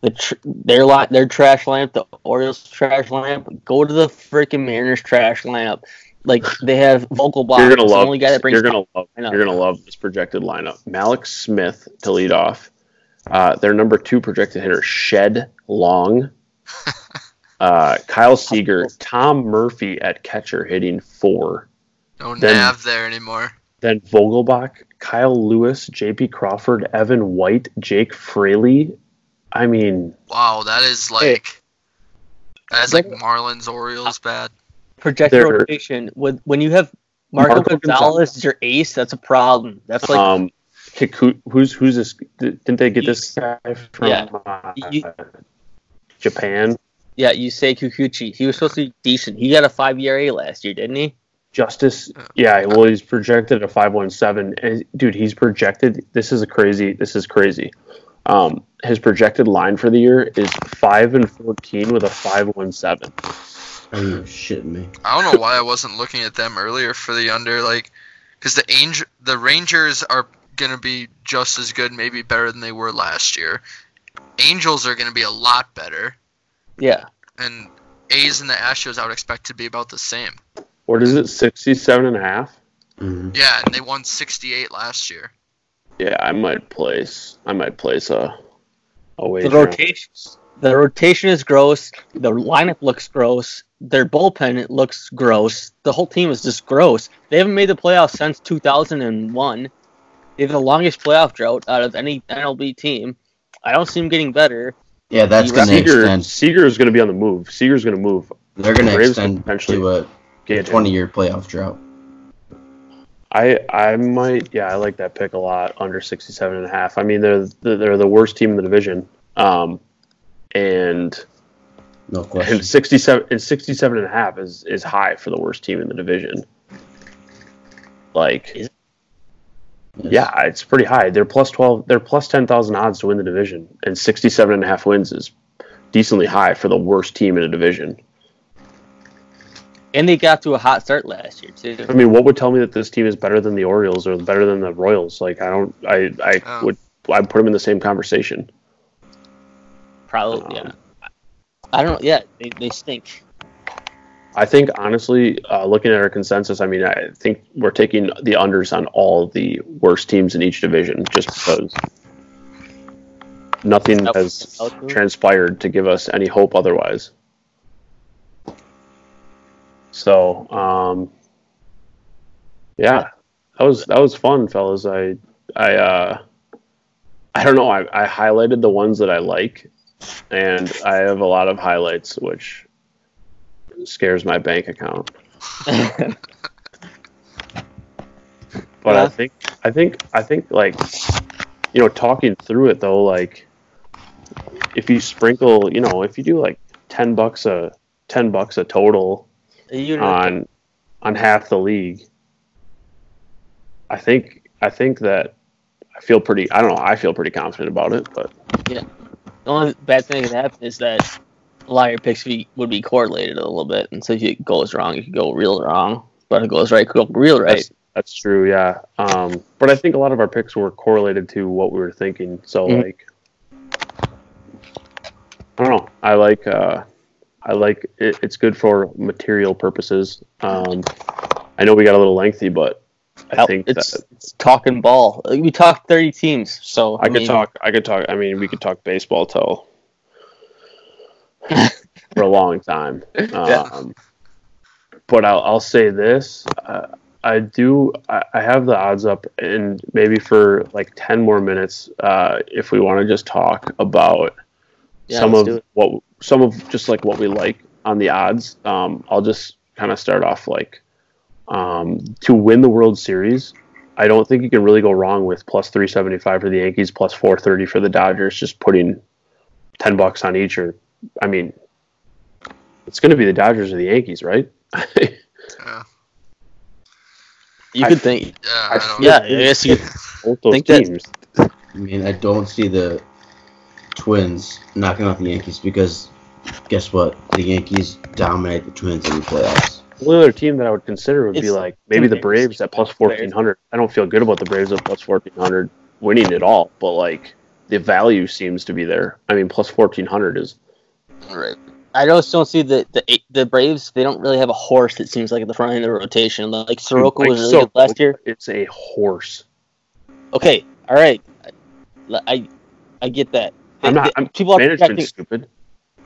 Speaker 2: the tr- their lot their trash lineup, the Orioles trash lineup. Go to the freaking Mariners trash lineup. Like they have vocal box.
Speaker 4: you're gonna love.
Speaker 2: the only guy that brings
Speaker 4: you're gonna love.
Speaker 2: I know.
Speaker 4: You're gonna love this projected lineup. Malik Smith to lead off. Uh, their number two projected hitter, Shed Long. Uh, Kyle Seager, Tom Murphy at catcher hitting four.
Speaker 3: no
Speaker 4: Then-
Speaker 3: nav there anymore.
Speaker 4: Then Vogelbach, Kyle Lewis, J.P. Crawford, Evan White, Jake Fraley. I mean,
Speaker 3: Wow, that is like that's like Marlins Orioles bad.
Speaker 2: projected
Speaker 4: they're-
Speaker 2: rotation with when you have Marco,
Speaker 4: Marco
Speaker 2: Gonzalez,
Speaker 4: Gonzalez.
Speaker 2: as your ace. That's a problem. That's like
Speaker 4: um, kick, who, who's who's this? Didn't they get this guy from
Speaker 2: Yeah.
Speaker 4: uh,
Speaker 2: You-
Speaker 4: Japan?
Speaker 2: yeah, you say Kikuchi. He was supposed to be decent. He got a five ERA last year, didn't he?
Speaker 4: Justice, yeah. Well, he's projected at five one seven. Dude, he's projected. This is a crazy. This is crazy. Um, his projected line for the year is five and fourteen with a five one seven.
Speaker 5: Are you shitting me?
Speaker 3: I don't know why I wasn't looking at them earlier for the under, like, because the Angel, the Rangers are gonna be just as good, maybe better than they were last year. Angels are gonna be a lot better,
Speaker 2: Yeah.
Speaker 3: and A's and the Astros I would expect to be about the same.
Speaker 4: What is it? Sixty seven and a half.
Speaker 5: Mhm.
Speaker 3: Yeah, and they won 68 last year.
Speaker 4: Yeah, I might place. I might place a a
Speaker 2: The
Speaker 4: wager.
Speaker 2: rotation, the rotation is gross. The lineup looks gross. Their bullpen it looks gross. The whole team is just gross. They haven't made the playoffs since 2001. They have the longest playoff drought out of any MLB team. I don't see them getting better.
Speaker 5: Yeah, that's
Speaker 2: You
Speaker 5: gonna
Speaker 4: Seager,
Speaker 5: extend.
Speaker 4: Seager is going to be on the move. Seager's going to move.
Speaker 5: They're gonna
Speaker 4: Braves
Speaker 5: extend
Speaker 4: potentially
Speaker 5: to a
Speaker 4: Get him.
Speaker 5: twenty-year playoff drought.
Speaker 4: I I might. Yeah, I like that pick a lot. Under sixty seven and a half. I mean, they're they're the worst team in the division. Um, and
Speaker 5: No
Speaker 4: and
Speaker 5: question.
Speaker 4: sixty seven and sixty seven and a half is is high for the worst team in the division. Like, yeah, it's pretty high. They're plus twelve. They're plus ten thousand odds to win the division, and sixty seven and a half wins is decently high for the worst team in a division.
Speaker 2: And they got to a hot start last year too.
Speaker 4: I mean, what would tell me that this team is better than the Orioles or better than the Royals? Like, I don't, I, I
Speaker 3: Oh.
Speaker 4: would, I would put them in the same conversation.
Speaker 2: Probably. Yeah. I don't. Yeah, they, they stink.
Speaker 4: I think honestly, uh, looking at our consensus, I mean, I think we're taking the unders on all the worst teams in each division, just because nothing
Speaker 2: Nope.
Speaker 4: has
Speaker 2: Outfield?
Speaker 4: transpired to give us any hope otherwise. So, um, yeah, that was that was fun, fellas. I I uh, I don't know. I, I highlighted the ones that I like, and I have a lot of highlights, which scares my bank account. But I
Speaker 2: Yeah.
Speaker 4: think I think I think like you know, talking through it though, like if you sprinkle, you know, if you do like ten bucks a ten bucks a total
Speaker 2: You know,
Speaker 4: on on half the league, I think I think that I feel pretty. I don't know. I feel pretty confident about it, but
Speaker 2: the only bad thing that can happen is that a lot of your picks be, would be correlated a little bit, and so if it goes wrong, it could go real wrong. But if it goes right, it could go real right.
Speaker 4: That's, that's true, yeah. Um, but I think a lot of our picks were correlated to what we were thinking. So
Speaker 2: Mhm.
Speaker 4: like, I don't know. I like uh, I like it, it's good for material purposes. Um, I know we got a little lengthy, but I
Speaker 2: Out-
Speaker 4: think
Speaker 2: it's,
Speaker 4: that
Speaker 2: it's talking ball. Like, We talked 30 teams, so
Speaker 4: I could
Speaker 2: mean,
Speaker 4: talk. I could talk. I mean, we could talk baseball till for a long time. Um, But I'll, I'll say this: uh, I do. I, I have the odds up, and maybe for like ten more minutes, uh, if we want to just talk about
Speaker 2: yeah,
Speaker 4: some
Speaker 2: let's
Speaker 4: of
Speaker 2: do it.
Speaker 4: what some of just like what we like on the odds. Um, I'll just kind of start off like um, to win the World Series. I don't think you can really go wrong with plus three seventy five for the Yankees, plus four thirty for the Dodgers. Just putting ten bucks on each, or I mean, it's going to be the Dodgers or the Yankees, right?
Speaker 3: Yeah,
Speaker 2: You
Speaker 4: I-
Speaker 2: could think.
Speaker 3: Uh, yeah,
Speaker 4: I
Speaker 3: I don't.
Speaker 2: Yeah, I guess you could
Speaker 4: Both those
Speaker 2: Think that-
Speaker 4: teams.
Speaker 5: I mean, I don't see the Twins knocking out the Yankees because guess what? The Yankees dominate the Twins in the playoffs.
Speaker 4: The only other team that I would consider would be
Speaker 2: It's-
Speaker 4: like maybe the
Speaker 2: Bears.
Speaker 4: Braves at plus
Speaker 2: Bears.
Speaker 4: fourteen hundred. I don't feel good about the Braves at plus fourteen hundred winning it all, but like the value seems to be there. I mean, plus fourteen hundred is
Speaker 2: Right. I just don't see the the the Braves. They don't really have a horse. It seems like at the front end of the rotation. Like Soroka
Speaker 4: Like,
Speaker 2: was really
Speaker 4: Soroka,
Speaker 2: good last year.
Speaker 4: It's a horse.
Speaker 2: Okay, all right. I I, I get that.
Speaker 4: I'm not.
Speaker 2: They-
Speaker 4: I'm
Speaker 2: people are
Speaker 4: management's
Speaker 2: projecting.
Speaker 4: stupid.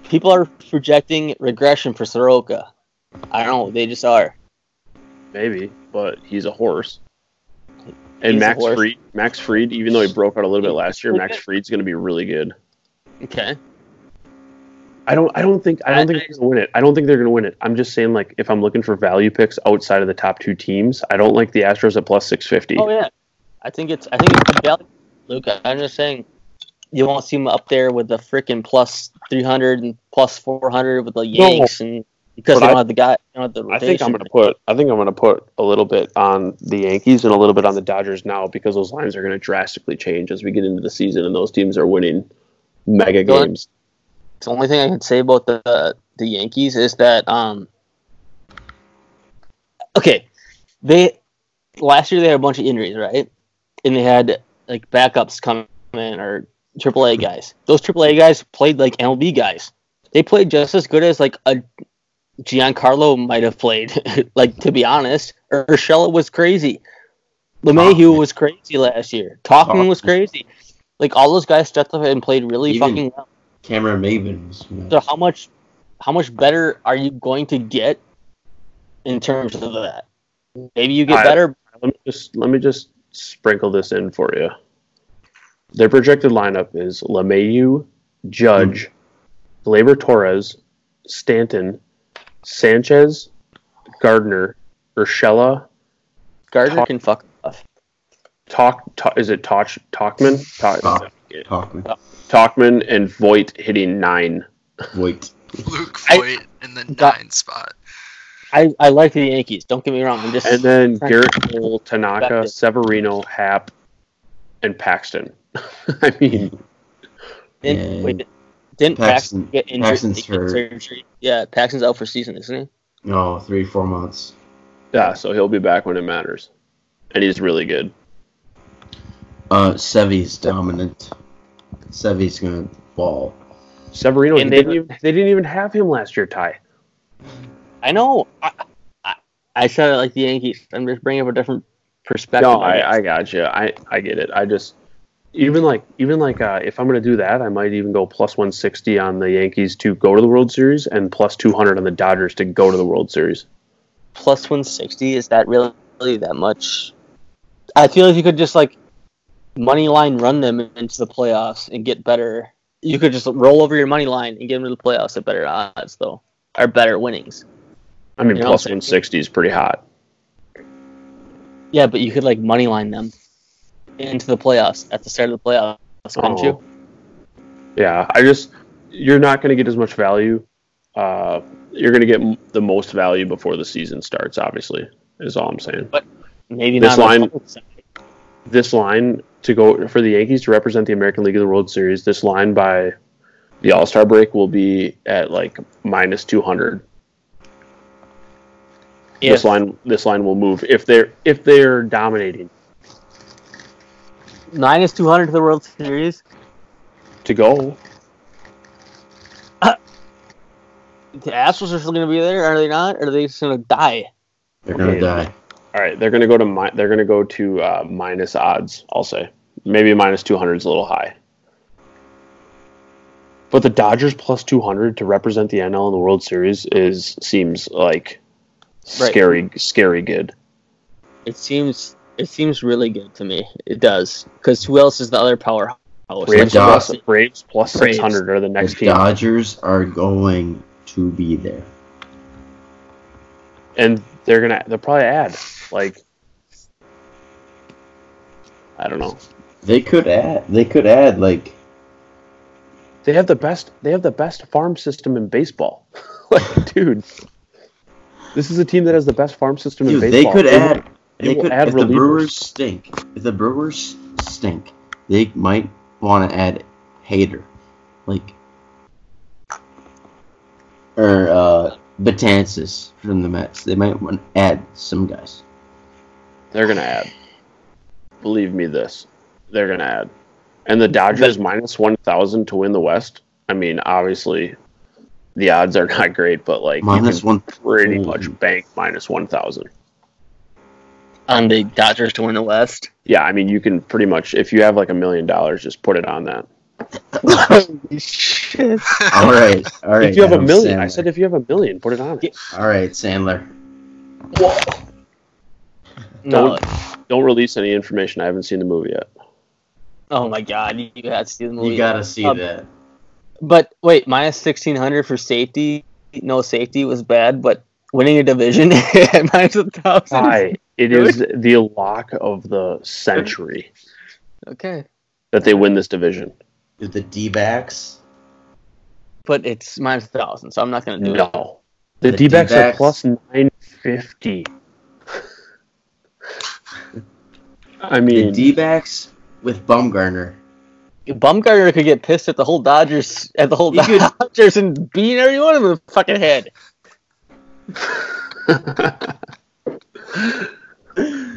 Speaker 2: People are projecting regression for Soroka. I don't. know. They just are.
Speaker 4: Maybe, but he's a horse. And
Speaker 2: He's a
Speaker 4: Max
Speaker 2: horse.
Speaker 4: Freed, Max Freed, even though he broke out a little bit last year, Max
Speaker 2: Okay.
Speaker 4: Freed's going to be really good.
Speaker 2: Okay.
Speaker 4: I don't. I don't think. I don't
Speaker 2: I-
Speaker 4: think they're gonna win it. I don't think they're gonna win it. I'm just saying, like, if I'm looking for value picks outside of the top two teams, I don't like the Astros at plus six fifty.
Speaker 2: Oh yeah. I think it's. I think it's valid, Luca. I'm just saying. You won't see him up there with the freaking plus 300 and plus 400 with the Yanks and because
Speaker 4: But
Speaker 2: they don't
Speaker 4: I-
Speaker 2: have the guy. They don't have the
Speaker 4: I
Speaker 2: rotation.
Speaker 4: think I'm gonna put. I think I'm gonna put a little bit on the Yankees and a little bit on the Dodgers now because those lines are gonna drastically change as we get into the season and those teams are winning mega
Speaker 2: Go ahead.
Speaker 4: games.
Speaker 2: the only thing I can say about the the Yankees is that um okay, they last year they had a bunch of injuries, right? And they had like backups come in or AAA guys. Those AAA guys played like MLB guys. They played just as good as like a Giancarlo might have played. like to be honest, Urshela was crazy. LeMahieu
Speaker 5: Talkman.
Speaker 2: was crazy last year. Talkman was
Speaker 5: Talkman.
Speaker 2: crazy. Like all those guys stepped up and played really
Speaker 5: Even-
Speaker 2: fucking well.
Speaker 5: Cameron Maven was, you know,
Speaker 2: So how much how much better are you going to get in terms of that? Maybe you get
Speaker 4: I-
Speaker 2: better.
Speaker 4: Let me just let me just sprinkle this in for you. Their projected lineup is LeMayu, Judge, Glaber Torres, Stanton, Sanchez, Gardner, Urshela,
Speaker 2: Gardner
Speaker 4: Talk-
Speaker 2: can fuck off.
Speaker 4: Talk, Ta- is it Toch, Talkman?
Speaker 5: Talk.
Speaker 4: Talk,
Speaker 5: Talkman,
Speaker 4: Talkman and Voigt hitting nine.
Speaker 5: Wait.
Speaker 3: Luke
Speaker 2: I-
Speaker 3: Voigt in the
Speaker 2: Got-
Speaker 3: nine spot.
Speaker 2: I, I like the Yankees. Don't get me wrong. I'm just
Speaker 4: And then Garrett Cole, Tanaka,
Speaker 2: Effective.
Speaker 4: Severino, Hap, and Paxton. I mean,
Speaker 2: didn't,
Speaker 5: yeah.
Speaker 2: wait, didn't Paxton,
Speaker 5: Paxton-
Speaker 2: get injured?
Speaker 5: Paxton's
Speaker 2: get
Speaker 5: hurt.
Speaker 2: surgery? Yeah, Paxton's out for season, isn't he?
Speaker 5: No, three, four months.
Speaker 4: yeah, so he'll be back when it matters. And he's really good.
Speaker 5: Uh, Sevi's dominant. Sevi's gonna ball.
Speaker 4: Severino.
Speaker 2: And
Speaker 4: they,
Speaker 2: they-
Speaker 4: didn't even, they didn't even have him last year, Ty.
Speaker 2: I know. I, I, I said I like the Yankees. I'm just bringing up a different perspective.
Speaker 4: No,
Speaker 2: guess.
Speaker 4: I, I got you. I, I get it. I just even like even like uh, if I'm gonna do that, I might even go plus 160 on the Yankees to go to the World Series and plus 200 on the Dodgers to go to the World Series.
Speaker 2: plus 160 is that really, really that much? I feel like you could just like money line run them into the playoffs and get better. You could just roll over your money line and get them to the playoffs at better odds, though, or better winnings.
Speaker 4: I mean,
Speaker 2: You know,
Speaker 4: plus
Speaker 2: it's-
Speaker 4: 160 is pretty hot.
Speaker 2: Yeah, but you could like money line them into the playoffs at the start of the playoffs, couldn't
Speaker 4: Oh.
Speaker 2: you?
Speaker 4: Yeah, I just you're not going to get as much value. Uh, you're going to get m- the most value before the season starts. Obviously, is all I'm saying.
Speaker 2: Maybe
Speaker 4: This
Speaker 2: not. on the
Speaker 4: line-
Speaker 2: public side.
Speaker 4: This line to go for the Yankees to represent the American League of the World Series. This line by the All Star break will be at like minus 200.
Speaker 2: If-
Speaker 4: This line this line will move if they're if they're dominating
Speaker 2: minus 200 to the World Series.
Speaker 4: to go.
Speaker 2: The Astros are still going to be there, are they not? Or are they just going to die?
Speaker 5: They're gonna
Speaker 4: Okay.
Speaker 5: die.
Speaker 4: All right, they're going to go to mi- they're going to go to uh, minus odds. I'll say maybe minus two hundred is a little high. But the Dodgers plus two hundred to represent the NL in the World Series is seems like
Speaker 2: Right.
Speaker 4: scary, scary good.
Speaker 2: It seems it seems really good to me. It does because who else is the other powerhouse?
Speaker 4: Braves
Speaker 5: Dod-
Speaker 4: plus Braves plus
Speaker 2: Braves.
Speaker 4: six hundred are the next
Speaker 5: the
Speaker 4: team,
Speaker 5: Dodgers are going to be there.
Speaker 4: and they're gonna they'll probably add like I don't know.
Speaker 5: They could add. They could add like
Speaker 4: They have the best. They have the best farm system in baseball. like, dude, this is a team that has the best farm system
Speaker 5: dude,
Speaker 4: in
Speaker 5: they
Speaker 4: baseball.
Speaker 5: could add.
Speaker 4: they
Speaker 5: They
Speaker 4: will
Speaker 5: could
Speaker 4: add
Speaker 5: if the
Speaker 4: relievers.
Speaker 5: Brewers stink. If the Brewers stink, they might want to add Hater, like or uh, Batansis from the Mets. They might want to add some guys.
Speaker 4: They're gonna add. Believe me, this. They're gonna add. And the Dodgers minus one thousand to win the West. I mean, obviously, the odds are not great, but like
Speaker 5: Minus
Speaker 4: you
Speaker 5: one.
Speaker 4: can pretty
Speaker 5: Mm.
Speaker 4: much bank minus one thousand.
Speaker 2: on the Dodgers to win the West.
Speaker 4: Yeah, I mean, you can pretty much if you have like a million dollars, just put it on that.
Speaker 2: Shit.
Speaker 5: All right, all right.
Speaker 4: if you have a
Speaker 5: Adam
Speaker 4: million, I
Speaker 5: Sandler.
Speaker 4: said if you have a million, put it on. It.
Speaker 5: All right, Sandler.
Speaker 2: No.
Speaker 4: Don't release any information. I haven't seen the movie yet.
Speaker 2: Oh my God, you you had to see the movie.
Speaker 5: You gotta see
Speaker 2: Um,
Speaker 5: that.
Speaker 2: But wait, minus 1600 for safety. No safety was bad, but winning a division at minus 1000.
Speaker 4: Why? It is the lock of the century
Speaker 2: Okay.
Speaker 4: that they win this division.
Speaker 5: Dude, the D backs.
Speaker 2: But it's minus 1000, so I'm not going to do it.
Speaker 4: No. The,
Speaker 5: The
Speaker 4: D backs are
Speaker 5: D-backs-
Speaker 4: plus 950. I mean,
Speaker 5: The D backs with Bumgarner.
Speaker 2: Bumgarner could get pissed at the whole Dodgers, at the whole
Speaker 5: He could-
Speaker 2: Dodgers, and beat every one of them in the fucking head.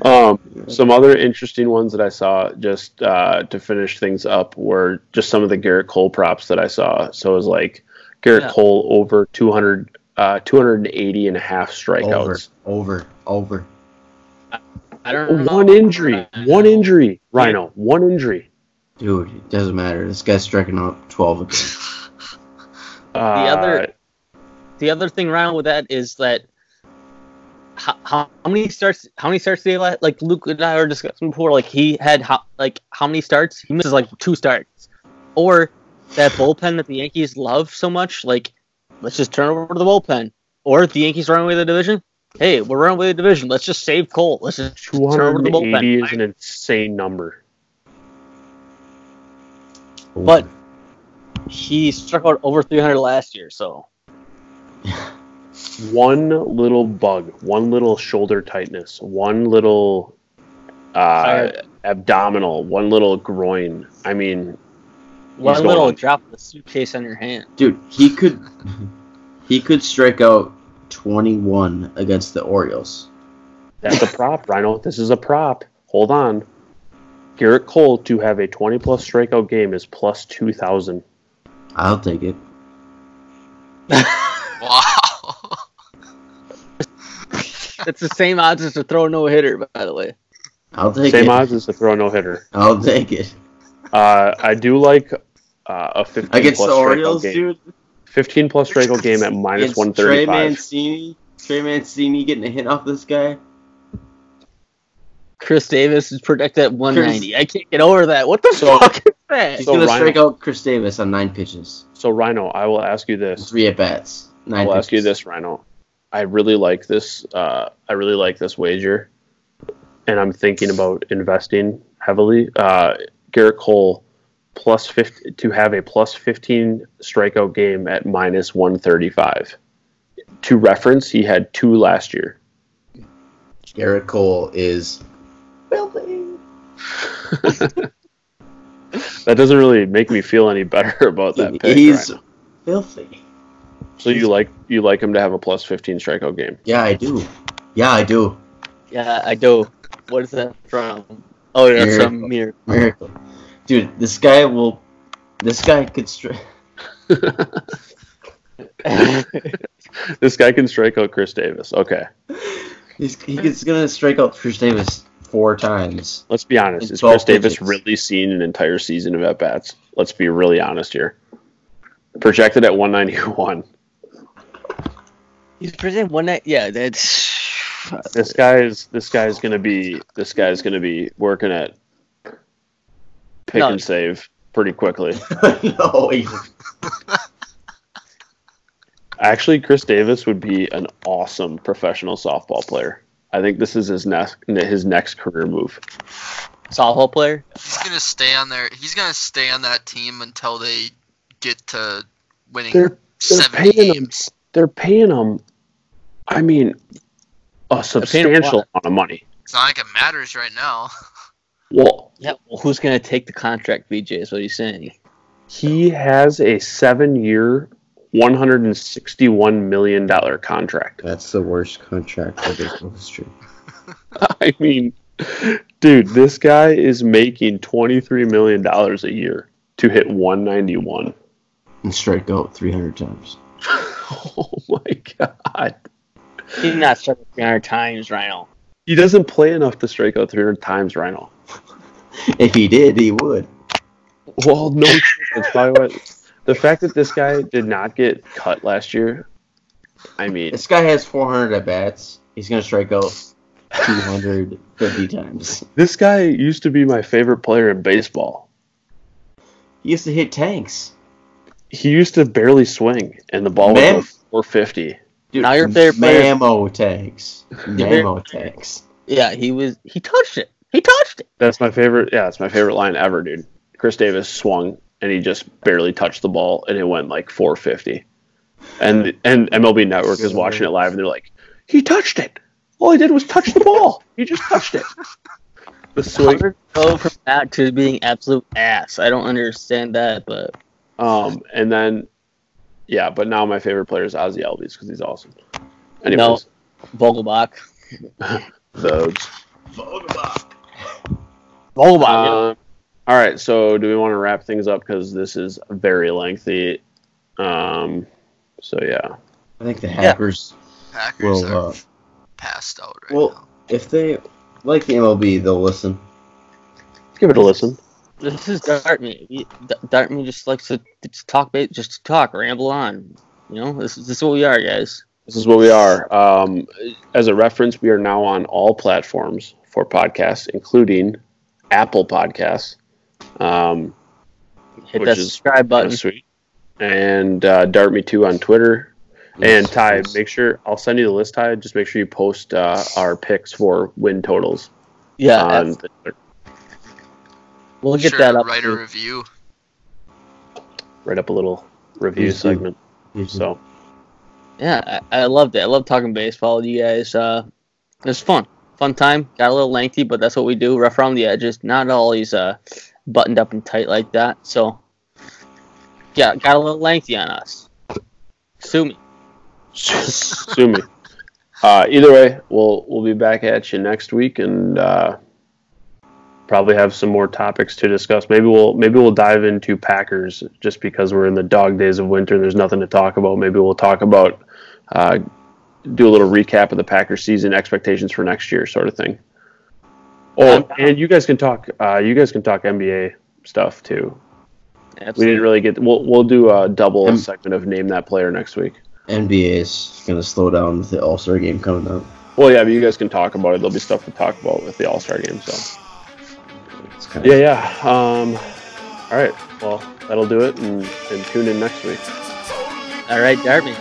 Speaker 4: um, some other interesting ones that I saw just uh, to finish things up were just some of the Garrett Cole props that I saw. So it was like Garrett
Speaker 2: Yeah.
Speaker 4: Cole over 200, uh, 280 and a half strikeouts.
Speaker 5: Over, over, over.
Speaker 2: I don't know.
Speaker 4: One injury. One injury. Rhino. One injury.
Speaker 5: Dude, it doesn't matter. This guy's striking out 12 again.
Speaker 4: The Uh,
Speaker 2: other- The other thing around with that is that how, how many starts? How many starts did he let? Like Luke and I were discussing before. Like he had how like how many starts? He misses like two starts, or that bullpen that the Yankees love so much. Like let's just turn over to the bullpen. Or if the Yankees run away with the division, hey, we're running away with the division. Let's just save Cole. Let's just turn over to the bullpen.
Speaker 4: 280 is an insane number.
Speaker 2: But- he struck out over 300 last year, so
Speaker 4: One little bug, one little shoulder tightness, one little uh,
Speaker 2: Sorry.
Speaker 4: abdominal, one little groin. I mean,
Speaker 2: one
Speaker 4: going
Speaker 2: little
Speaker 4: on.
Speaker 2: drop of the suitcase on your hand.
Speaker 5: dude, he could he could strike out 21 against the Orioles.
Speaker 4: that's a prop, Rhino. This is a prop. Hold on. Garrett Cole to have a 20 plus strikeout game is plus 2,000.
Speaker 5: I'll take it.
Speaker 3: Wow.
Speaker 2: It's the same odds as to throw no hitter, by the way.
Speaker 5: I'll take
Speaker 4: Same
Speaker 5: it.
Speaker 4: odds as to throw a no hitter.
Speaker 5: I'll take it.
Speaker 4: Uh, I do like uh, a 15
Speaker 5: Against
Speaker 4: plus
Speaker 5: the
Speaker 4: strikeout
Speaker 5: Orioles,
Speaker 4: game.
Speaker 5: dude.
Speaker 4: 15 plus strikeout game at minus
Speaker 5: against Trey
Speaker 4: 135.
Speaker 5: Mancini. Trey Mancini getting a hit off this guy.
Speaker 2: Chris Davis is projected at 190. I can't get over that. What the
Speaker 4: So-
Speaker 2: fuck is that?
Speaker 5: He's
Speaker 4: So
Speaker 5: gonna
Speaker 4: Ryan-
Speaker 5: strike out Chris Davis on nine pitches,
Speaker 4: So Rhino, I will ask you this.
Speaker 5: three at bats. Nine.
Speaker 4: I'll
Speaker 5: pitches.
Speaker 4: ask you this, Rhino. I really like this. Uh, I really like this wager, and I'm thinking about investing heavily. Uh, Garrett Cole plus 50, to have a plus 15 strikeout game at minus 135. To reference, he had two last year.
Speaker 5: Garrett Cole is building.
Speaker 4: That doesn't really make me feel any better about that pick.
Speaker 5: He's
Speaker 4: Rhino.
Speaker 5: filthy.
Speaker 4: so you like you like him to have a plus 15 strikeout game.
Speaker 5: Yeah, I do. Yeah, I do.
Speaker 2: Yeah, I do. What is that from? Oh, yeah, that's
Speaker 5: Miracle.
Speaker 2: from Mir.
Speaker 5: Miracle, dude. This guy will. This guy could strike.
Speaker 4: This guy can strike out Chris Davis. Okay.
Speaker 5: He's he's gonna strike out Chris Davis four times.
Speaker 4: Let's be honest.
Speaker 5: In
Speaker 4: Is
Speaker 5: 12
Speaker 4: Chris Davis
Speaker 5: digits.
Speaker 4: really seen an entire season of at bats? Let's be really honest here. Projected at 191.
Speaker 2: He's presented one night. Yeah, that's.
Speaker 4: This guy is this guy is gonna be this guy is gonna be working at pick
Speaker 2: No.
Speaker 4: and save pretty quickly.
Speaker 5: no, he-
Speaker 4: Actually, Chris Davis would be an awesome professional softball player. I think this is his next his next career move.
Speaker 2: softball player.
Speaker 3: He's gonna stay on there. He's gonna stay on that team until they get to winning
Speaker 4: They're they're
Speaker 3: seven
Speaker 4: paying him.
Speaker 3: games.
Speaker 4: They're paying him. I mean, a
Speaker 2: paying him a lot.
Speaker 4: substantial amount of money.
Speaker 3: It's not like it matters right now.
Speaker 4: Well,
Speaker 2: Yeah. Well, who's gonna take the contract, BJ? Is what he's saying.
Speaker 4: He has a seven-year, one hundred and sixty-one million dollar contract.
Speaker 5: That's the worst contract in baseball history.
Speaker 4: I mean, dude, this guy is making twenty-three million dollars a year to hit one ninety-one.
Speaker 5: And strike out 300 times.
Speaker 4: Oh my god!
Speaker 2: He did not strike 300 times, Rhino.
Speaker 4: He doesn't play enough to strike out three hundred times, Rhino.
Speaker 5: If he did, he would.
Speaker 4: Well, no, shit, that's probably what. The fact that this guy did not get cut last year, I mean,
Speaker 5: This guy has 400 at bats. He's gonna strike out 250 times.
Speaker 4: this guy used to be my favorite player in baseball.
Speaker 5: He used to hit tanks.
Speaker 4: he used to barely swing, and the ball
Speaker 5: Man.
Speaker 4: was over 450.
Speaker 5: Dude,
Speaker 2: Now your favorite player-
Speaker 5: Mammo tanks. Mammo tanks.
Speaker 2: Yeah, he was. He touched it. He touched it.
Speaker 4: That's my favorite. Yeah, that's my favorite line ever, dude. Chris Davis swung, and he just barely touched the ball, and it went like 450. And and MLB Network is watching it live, and they're like, "He touched it. All he did was touch the ball. He just touched it." The swing.
Speaker 2: Hunter go from that to being absolute ass. I don't understand that, but
Speaker 4: Um, and then, yeah, but now my favorite player is Ozzy Albies because he's awesome. Anyways,
Speaker 2: Vogelbach.
Speaker 4: those.
Speaker 2: Vogelbach.
Speaker 4: Um, all right, so do we want to wrap things up because this is very lengthy? Um, so yeah,
Speaker 5: I think the hackers
Speaker 3: Packers
Speaker 5: will.
Speaker 3: are
Speaker 5: Uh,
Speaker 3: passed out right
Speaker 5: well,
Speaker 3: now.
Speaker 5: if they like the MLB, they'll listen.
Speaker 4: give it a listen.
Speaker 2: This is Dartme. He- D- Dartme just likes to just talk, ba- just talk, ramble on. You know, this is, this is what we are, guys.
Speaker 4: This is what we are. Um, as a reference, we are now on all platforms for podcasts, including Apple Podcasts. Um,
Speaker 2: Hit
Speaker 4: Which
Speaker 2: that
Speaker 4: is
Speaker 2: subscribe button.
Speaker 4: kinda sweet. And uh, dart me too on Twitter. And Ty,
Speaker 5: Yes.
Speaker 4: make sure I'll send you the list. Ty, just make sure you post uh, our picks for win totals
Speaker 2: Yeah,
Speaker 4: on
Speaker 2: F-
Speaker 4: the Twitter.
Speaker 2: we'll get
Speaker 3: sure,
Speaker 2: that up.
Speaker 3: Write a
Speaker 2: soon.
Speaker 3: review.
Speaker 4: write up a little review
Speaker 5: Please do.
Speaker 4: segment. So.
Speaker 2: Yeah, I, I loved it. I love talking baseball with you guys. Uh, it was fun, fun time. Got a little lengthy, but that's what we do. Rough around the edges. Not always uh, buttoned up and tight like that. So, yeah, got a little lengthy on us. Sue me.
Speaker 4: Sue me. Uh, either way, we'll we'll be back at you next week and uh, probably have some more topics to discuss. Maybe we'll maybe we'll dive into Packers just because we're in the dog days of winter and there's nothing to talk about. Maybe we'll talk about uh, do a little recap of the Packers season, expectations for next year, sort of thing.
Speaker 2: I'm
Speaker 4: Oh,
Speaker 2: down.
Speaker 4: and you guys can talk. Uh, you guys can talk NBA stuff too. We
Speaker 2: Absolutely.
Speaker 4: didn't really get. We'll we'll do a double segment of name that player next week.
Speaker 5: NBA is going to slow down with the All Star game coming up.
Speaker 4: Well, yeah, but you guys can talk about it. There'll be stuff to talk about with the All Star game. So
Speaker 5: It's kind
Speaker 4: yeah, yeah. Um, all right. Well, that'll do it, and, and tune in next week.
Speaker 2: All right, Darby.